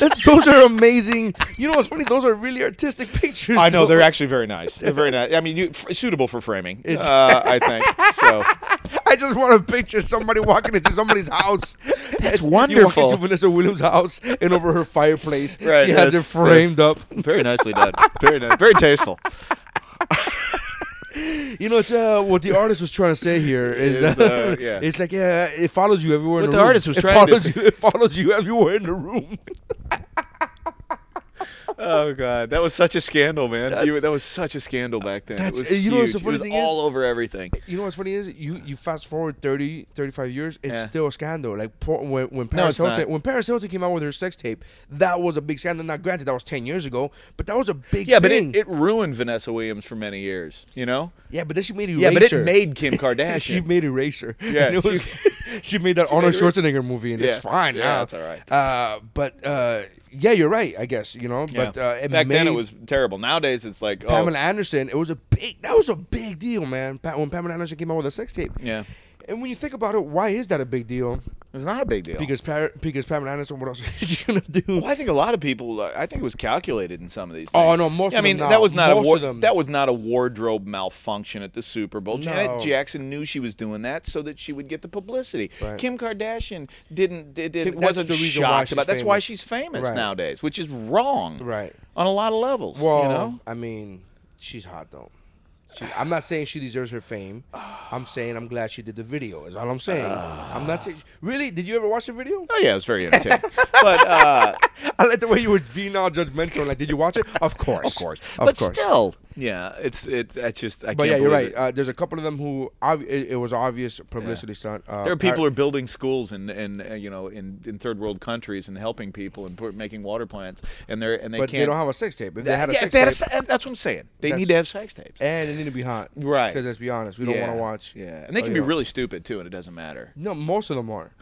Speaker 2: that- those are amazing. You know what's funny? Those are really artistic [laughs] pictures.
Speaker 5: I know
Speaker 2: though.
Speaker 5: they're actually very nice. They're very nice. I mean, you, f- suitable for framing. uh,
Speaker 2: [laughs]
Speaker 5: I think so.
Speaker 2: I just want to picture somebody walking into somebody's [laughs] house.
Speaker 5: That's
Speaker 2: You walk
Speaker 5: wonderful.
Speaker 2: into Vanessa Williams' house and over her fireplace,
Speaker 5: Right,
Speaker 2: she has
Speaker 5: that's-
Speaker 2: it framed up.
Speaker 5: Very nicely done. Very nice. Very tasteful.
Speaker 2: You know, it's, uh, what the artist was trying to say [laughs] here is,
Speaker 5: Is,
Speaker 2: uh,
Speaker 5: uh, yeah.
Speaker 2: it's like yeah, it follows you everywhere.
Speaker 5: What
Speaker 2: in the,
Speaker 5: the
Speaker 2: room.
Speaker 5: artist was
Speaker 2: it
Speaker 5: trying to
Speaker 2: follows
Speaker 5: say.
Speaker 2: you, [laughs] it follows you everywhere in the room.
Speaker 5: Oh God, that was such a scandal, man. You, that was such a scandal back then.
Speaker 2: That's-
Speaker 5: it was
Speaker 2: you know what's the
Speaker 5: huge.
Speaker 2: funny
Speaker 5: it was
Speaker 2: thing is?
Speaker 5: all over everything.
Speaker 2: You know what's funny is you you fast forward 30, 35 years, it's
Speaker 5: Yeah.
Speaker 2: still a scandal. Like por- when when Paris
Speaker 5: it's not.
Speaker 2: Hilton when Paris Hilton came out with her sex tape, that was a big scandal. Now, granted, that was ten years ago, but that was a big
Speaker 5: Yeah, but
Speaker 2: thing.
Speaker 5: it, it ruined Vanessa Williams for many years. You know.
Speaker 2: yeah, but then she made eraser.
Speaker 5: Yeah, but it made Kim
Speaker 2: [laughs]
Speaker 5: Kardashian.
Speaker 2: she made eraser. [laughs]
Speaker 5: Yeah,
Speaker 2: and it
Speaker 5: [laughs]
Speaker 2: was, she made that Arnold Schwarzenegger movie, and it's
Speaker 5: Yeah.
Speaker 2: fine
Speaker 5: Yeah,
Speaker 2: now.
Speaker 5: it's all right.
Speaker 2: Uh, but uh, yeah, you're right. I guess you know.
Speaker 5: Yeah.
Speaker 2: But uh, it
Speaker 5: back then it
Speaker 2: made
Speaker 5: was terrible. Nowadays it's like oh,
Speaker 2: Pamela Anderson. It was a big. That was a big deal, man. Pa- when Pamela Anderson came out with a sex tape.
Speaker 5: Yeah.
Speaker 2: And when you think about it, why is that a big deal?
Speaker 5: it's not a big deal.
Speaker 2: Because Par- because Pamela Anderson, what else [laughs] is she gonna do?
Speaker 5: Well, I think a lot of people. uh, I think it was calculated in some of these.
Speaker 2: Oh,
Speaker 5: things.
Speaker 2: no, most
Speaker 5: I
Speaker 2: of them
Speaker 5: mean,
Speaker 2: now.
Speaker 5: that was not
Speaker 2: Most
Speaker 5: a war-
Speaker 2: of them.
Speaker 5: that was not a wardrobe malfunction at the Super Bowl.
Speaker 2: No.
Speaker 5: Janet Jackson knew she was doing that so that she would get the publicity.
Speaker 2: Right.
Speaker 5: Kim Kardashian didn't did, did,
Speaker 2: Kim- that's
Speaker 5: wasn't
Speaker 2: the reason why
Speaker 5: shocked
Speaker 2: she's
Speaker 5: about. That's why
Speaker 2: famous.
Speaker 5: she's famous
Speaker 2: Right.
Speaker 5: nowadays, which is wrong.
Speaker 2: Right.
Speaker 5: On a lot of levels.
Speaker 2: Well,
Speaker 5: you know?
Speaker 2: I mean, she's hot though. She, I'm not saying she deserves her
Speaker 5: [sighs]
Speaker 2: fame. I'm saying I'm glad she did the video. Is all I'm saying. I'm not saying. Really? Did you ever watch the video?
Speaker 5: Oh yeah, it was very entertaining.
Speaker 2: [laughs]
Speaker 5: but uh,
Speaker 2: I like the way you were being all judgmental. Like, did you watch it? Of course.
Speaker 5: of course,
Speaker 2: Of
Speaker 5: but
Speaker 2: course.
Speaker 5: still, yeah, it's it's that's just I
Speaker 2: But yeah,
Speaker 5: can't
Speaker 2: you're
Speaker 5: believe
Speaker 2: right. Uh,
Speaker 5: it.
Speaker 2: there's a couple of them who obvi- it, it was obvious publicity stunt. Uh,
Speaker 5: There are
Speaker 2: Par-
Speaker 5: people who are building schools in, in uh, you know in, in third world countries and helping people and put, making water plants and they're and they
Speaker 2: but
Speaker 5: can't.
Speaker 2: they don't have a sex tape. If they had a
Speaker 5: yeah,
Speaker 2: sex
Speaker 5: they had
Speaker 2: tape,
Speaker 5: a se- that's what I'm saying. They
Speaker 2: That's-
Speaker 5: need to have sex tapes.
Speaker 2: and they need to be hot,
Speaker 5: Right.
Speaker 2: Because let's be honest, we don't want to watch.
Speaker 5: Yeah, and they
Speaker 2: Oh,
Speaker 5: can
Speaker 2: you
Speaker 5: be
Speaker 2: know.
Speaker 5: really stupid too, and it doesn't matter.
Speaker 2: No, most of them are.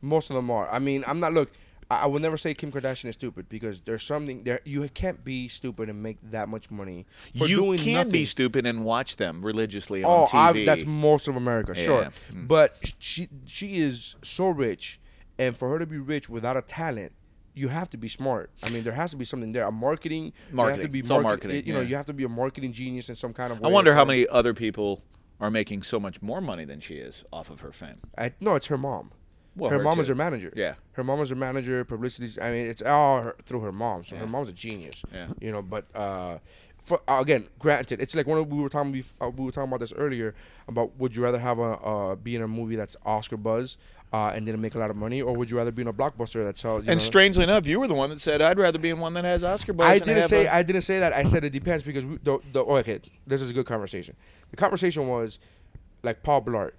Speaker 2: Most of them are. I mean, I'm not. Look, I, I will never say Kim Kardashian is stupid because there's something there. You can't be stupid and make that much money for
Speaker 5: you
Speaker 2: doing
Speaker 5: can
Speaker 2: nothing.
Speaker 5: be stupid and watch them religiously
Speaker 2: oh,
Speaker 5: on TV.
Speaker 2: I, that's most of America, sure.
Speaker 5: Mm.
Speaker 2: But she she is so rich, and for her to be rich without a talent. You have to be smart. I mean, there has to be something there. A marketing, You have to
Speaker 5: Marketing.
Speaker 2: be
Speaker 5: It's all
Speaker 2: market-
Speaker 5: marketing,
Speaker 2: You know,
Speaker 5: yeah.
Speaker 2: you have to be a marketing genius in some kind of.
Speaker 5: I
Speaker 2: way.
Speaker 5: wonder how many other people are making so much more money than she is off of her fame.
Speaker 2: I, no, it's her mom.
Speaker 5: Well,
Speaker 2: her,
Speaker 5: her
Speaker 2: mom is
Speaker 5: too.
Speaker 2: her manager.
Speaker 5: Yeah.
Speaker 2: her mom is her manager. Publicity. I mean, it's all her, through her mom. So her mom's a genius.
Speaker 5: Yeah.
Speaker 2: you know. But uh, for, again, granted, it's like one of we were talking bef- uh, we were talking about this earlier about would you rather have a uh, be in a movie that's Oscar buzz uh, and didn't make a lot of money, or would you rather be in a blockbuster that's all you know-
Speaker 5: And strangely enough, you were the one that said I'd rather be in one that has Oscar buzz.
Speaker 2: I
Speaker 5: and
Speaker 2: didn't
Speaker 5: have
Speaker 2: say
Speaker 5: a-
Speaker 2: I I didn't say that. I said it depends because we, the, the oh, okay, this is a good conversation. The conversation was like Paul Blart.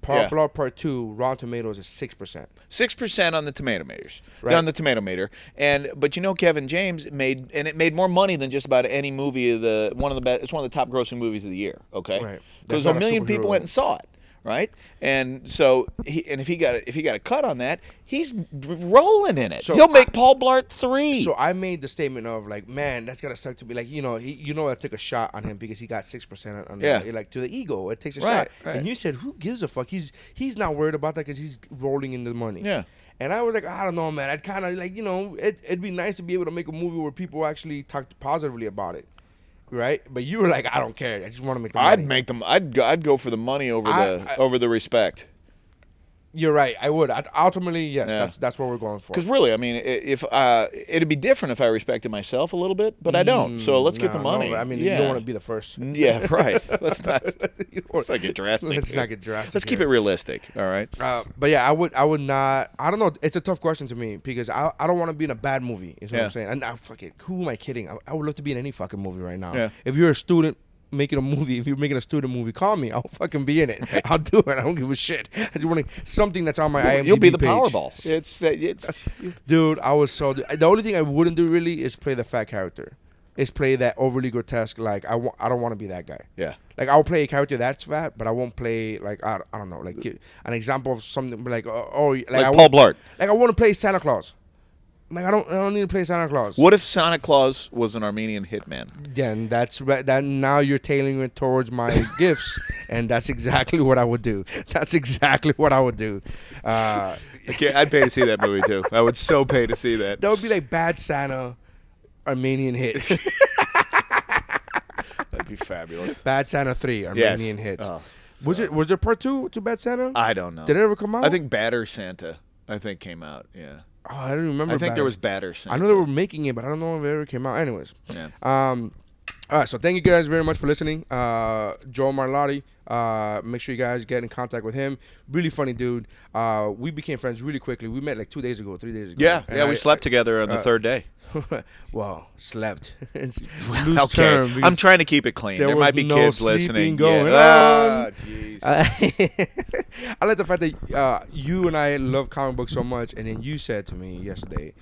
Speaker 2: Paul
Speaker 5: Yeah.
Speaker 2: Blart Part Two, Rotten Tomatoes is six percent.
Speaker 5: six percent on the tomato meters,
Speaker 2: Right.
Speaker 5: on the tomato meter, and but you know Kevin James made and it made more money than just about any movie of the one of the best. It's one of the top grossing movies of the year. Okay,
Speaker 2: Right. That's
Speaker 5: because
Speaker 2: not
Speaker 5: a
Speaker 2: a
Speaker 5: million people
Speaker 2: superhero.
Speaker 5: went and saw it. Right, and so he and if he got a, if he got a cut on that, he's r- rolling in it.
Speaker 2: So
Speaker 5: He'll make
Speaker 2: I-
Speaker 5: Paul Blart three.
Speaker 2: So I made the statement of like, man, that's gonna suck to be like, you know, he, you know, I took a shot on him because he got six percent on
Speaker 5: Yeah.
Speaker 2: the, like to the ego. It takes a
Speaker 5: Right,
Speaker 2: shot.
Speaker 5: right.
Speaker 2: And you said, who gives a fuck? He's he's not worried about that because he's rolling in the money.
Speaker 5: Yeah.
Speaker 2: And I was like, I don't know, man. I'd kind of like, you know, it, it'd be nice to be able to make a movie where people actually talk positively about it, right? But you were like, I don't care. I just want to make. The
Speaker 5: I'd
Speaker 2: money.
Speaker 5: make them. I'd go, I'd go for the money over
Speaker 2: I-
Speaker 5: the
Speaker 2: I-
Speaker 5: over the respect.
Speaker 2: You're right. I would. I, ultimately, yes.
Speaker 5: Yeah.
Speaker 2: That's that's what we're going for.
Speaker 5: Because really, I mean, i- if uh, it'd be different if I respected myself a little bit, but I don't. So let's get
Speaker 2: Hmm, Nah,
Speaker 5: the
Speaker 2: no,
Speaker 5: money.
Speaker 2: I mean, you
Speaker 5: Yeah.
Speaker 2: don't want to be the first. [laughs]
Speaker 5: Yeah, right. [laughs] Let's not. Let's not get drastic.
Speaker 2: Mm-hmm. Let's
Speaker 5: here.
Speaker 2: not get drastic
Speaker 5: Let's keep
Speaker 2: here.
Speaker 5: it realistic. All right.
Speaker 2: Uh, but yeah, I would I would not. I don't know. It's a tough question to me because I, I don't want to be in a bad movie. Is what
Speaker 5: Yeah.
Speaker 2: I'm saying. And I fuck it. Who am I kidding? I, I would love to be in any fucking movie right now.
Speaker 5: Yeah.
Speaker 2: If you're a student making a movie, if you're making a student movie, call me. I'll fucking be
Speaker 5: [laughs]
Speaker 2: in it. I'll do it. I don't give a shit. I just want something that's on my IMDb
Speaker 5: You'll be the
Speaker 2: page.
Speaker 5: Powerball. It's, uh, it's
Speaker 2: Dude, I was so. The only thing I wouldn't do really is play the fat character. Is play that overly grotesque. Like I want. I don't want to be that guy.
Speaker 5: Yeah.
Speaker 2: Like I'll play a character that's fat, but I won't play like I, I don't know. Like an example of something like oh, oh like,
Speaker 5: Like
Speaker 2: I
Speaker 5: Paul
Speaker 2: want-
Speaker 5: Blart.
Speaker 2: Like I want to play Santa Claus. Like I don't, I don't need to play Santa Claus.
Speaker 5: What if Santa Claus was an Armenian hitman?
Speaker 2: Then that's right. That now you're tailoring it towards my
Speaker 5: [laughs]
Speaker 2: gifts, and that's exactly what I would do. That's exactly what I would do. Uh,
Speaker 5: Okay, I'd pay to see that movie too. I would so pay to see that.
Speaker 2: that would be like bad Santa, Armenian hit. [laughs]
Speaker 5: That'd be fabulous.
Speaker 2: bad Santa three, Armenian hit.
Speaker 5: Oh,
Speaker 2: was it? Was there part two to Bad Santa?
Speaker 5: I don't know.
Speaker 2: Did it ever come out?
Speaker 5: Uh, I think Batter Santa. I think came out. Yeah.
Speaker 2: Oh, I don't remember.
Speaker 5: I think
Speaker 2: Bad-
Speaker 5: there was Batter Santa.
Speaker 2: I know they were making it, but I don't know if it ever came out. Anyways.
Speaker 5: Yeah.
Speaker 2: Um, all right, so thank you guys very much for listening. Uh, Joel Marlotti, uh, make sure you guys get in contact with him. Really funny dude. Uh, we became friends really quickly. We met like two days ago, three days ago.
Speaker 5: Yeah,
Speaker 2: And
Speaker 5: yeah.
Speaker 2: I- uh,
Speaker 5: we slept together on the third day.
Speaker 2: [laughs] well, slept. [laughs] It's a loose
Speaker 5: okay,
Speaker 2: term because
Speaker 5: I'm trying to keep it clean. There,
Speaker 2: there
Speaker 5: might
Speaker 2: was
Speaker 5: be
Speaker 2: no
Speaker 5: kids
Speaker 2: sleeping
Speaker 5: listening.
Speaker 2: going on.
Speaker 5: yeah. Ah, jeez.
Speaker 2: Uh, [laughs] I like the fact that uh, you and I love comic books so much, and then you said to me yesterday,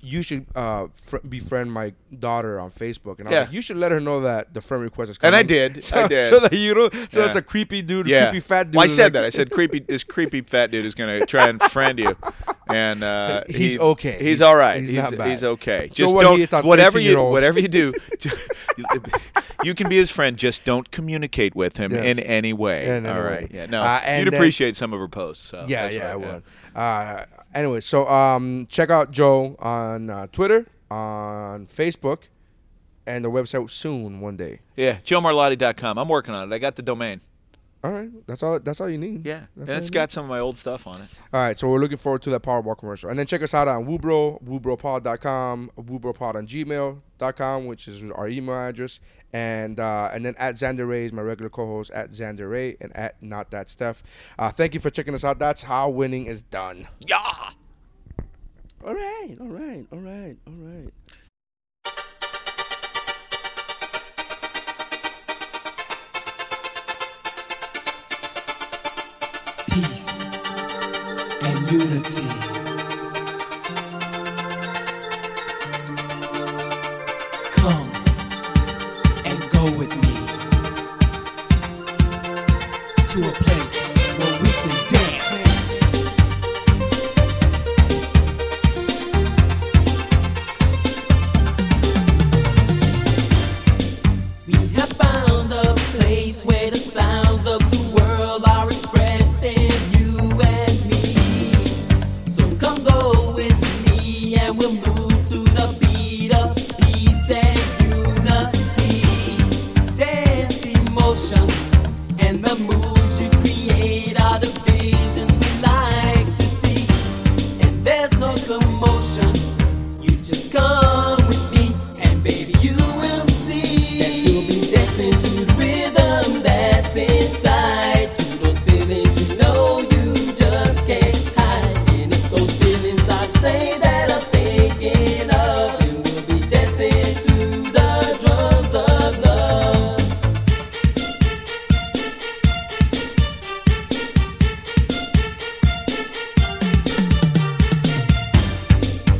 Speaker 2: you should uh, fr- befriend my daughter on Facebook, and I'm
Speaker 5: Yeah.
Speaker 2: like, you should let her know that the friend request is
Speaker 5: And
Speaker 2: coming.
Speaker 5: I
Speaker 2: [laughs]
Speaker 5: did.
Speaker 2: so,
Speaker 5: I did.
Speaker 2: So that you don't. So
Speaker 5: Yeah.
Speaker 2: that's a creepy dude,
Speaker 5: yeah.
Speaker 2: creepy fat dude.
Speaker 5: Well, I said
Speaker 2: like-
Speaker 5: that. I said creepy. This creepy fat dude is gonna try and friend you, and uh,
Speaker 2: [laughs] He's
Speaker 5: he-
Speaker 2: okay.
Speaker 5: He's,
Speaker 2: He's-
Speaker 5: all right.
Speaker 2: he's
Speaker 5: He's
Speaker 2: not bad.
Speaker 5: he's okay.
Speaker 2: So
Speaker 5: Just
Speaker 2: what, he- it's a
Speaker 5: don't whatever you
Speaker 2: 13-year-old.
Speaker 5: whatever
Speaker 2: [laughs]
Speaker 5: you do. ju- You can be his friend, just don't communicate with him
Speaker 2: Yes.
Speaker 5: in any way.
Speaker 2: In any
Speaker 5: All
Speaker 2: way.
Speaker 5: right, yeah, no,
Speaker 2: Uh, and
Speaker 5: you'd
Speaker 2: then-
Speaker 5: appreciate some of her posts. So
Speaker 2: [laughs] Yeah,
Speaker 5: that's
Speaker 2: yeah, I
Speaker 5: all right,
Speaker 2: would. Uh, anyway, so um, check out Joe on uh, Twitter, on Facebook, and the website soon one day.
Speaker 5: Yeah, joemarlotti.com. I'm working on it. I got the domain.
Speaker 2: All right, that's all. That's all you need.
Speaker 5: Yeah,
Speaker 2: That's
Speaker 5: and
Speaker 2: all
Speaker 5: it's
Speaker 2: you
Speaker 5: got some of my old stuff on it.
Speaker 2: All right, so we're looking forward to that Powerball commercial. And then check us out on Woobro, WoobroPod.com, WoobroPod on gmail.com, which is our email address. And uh, and then at Xander Ray is my regular co host, at Xander Ray, and at Not That Steph. Uh, thank you for checking us out. That's how winning is done.
Speaker 5: Yeah.
Speaker 2: All right, all right, all right, all right.
Speaker 9: peace and unity. Come and go with me to a place where we can dance. We have found a place where the sounds of the world are expressed in you and me. So come go with me and we'll move to the beat of peace and unity. Dance emotions and the moves you create are the visions we like to see. And there's no commotion. You just come with me and baby you will see that you'll be dancing to the rhythm that's inside to those feelings you know you just can't hide and if those feelings are the same that I'm thinking of you will be dancing to the drums of love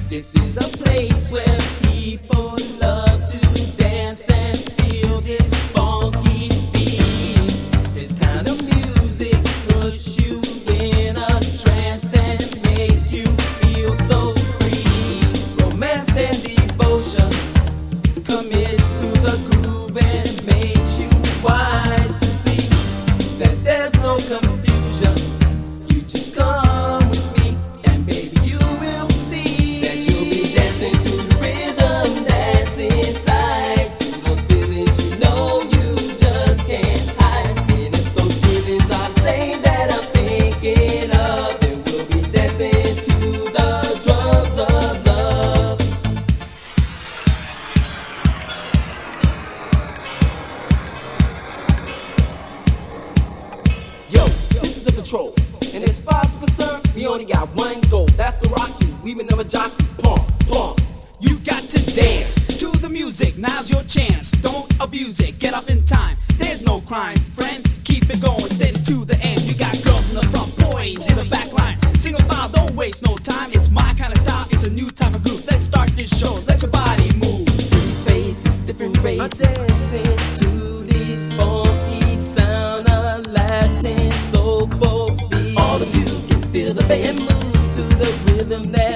Speaker 9: This is a place where people love to dance and feel this funky beat. This kind of music puts you in a trance and makes you feel so free. Romance and devotion commits to the groove and makes you wise to see that there's no confusion. You just come with me, and baby, you will see that you'll be dancing to the rhythm that's inside. To those feelings you know you just can't hide. And if those feelings are the same that I'm thinking of, then we'll be dancing to the drums of love. Yo, this is the control. And as far as concerned, we only got one goal. That's the rocky. We were never jockey. Pump, pump. You got to dance to the music. Now's your chance. Don't abuse it. Get up in time. There's no crime, friend. Keep it going, steady to the end. You got girls in the front, boys in the back line. Single file, don't waste no time. It's my kind of style. It's a new type of groove. Let's start this show. Let your body move. Faces, different races. to this funky sound of Latin soulful beat. All of you can feel the bass and move to the rhythm that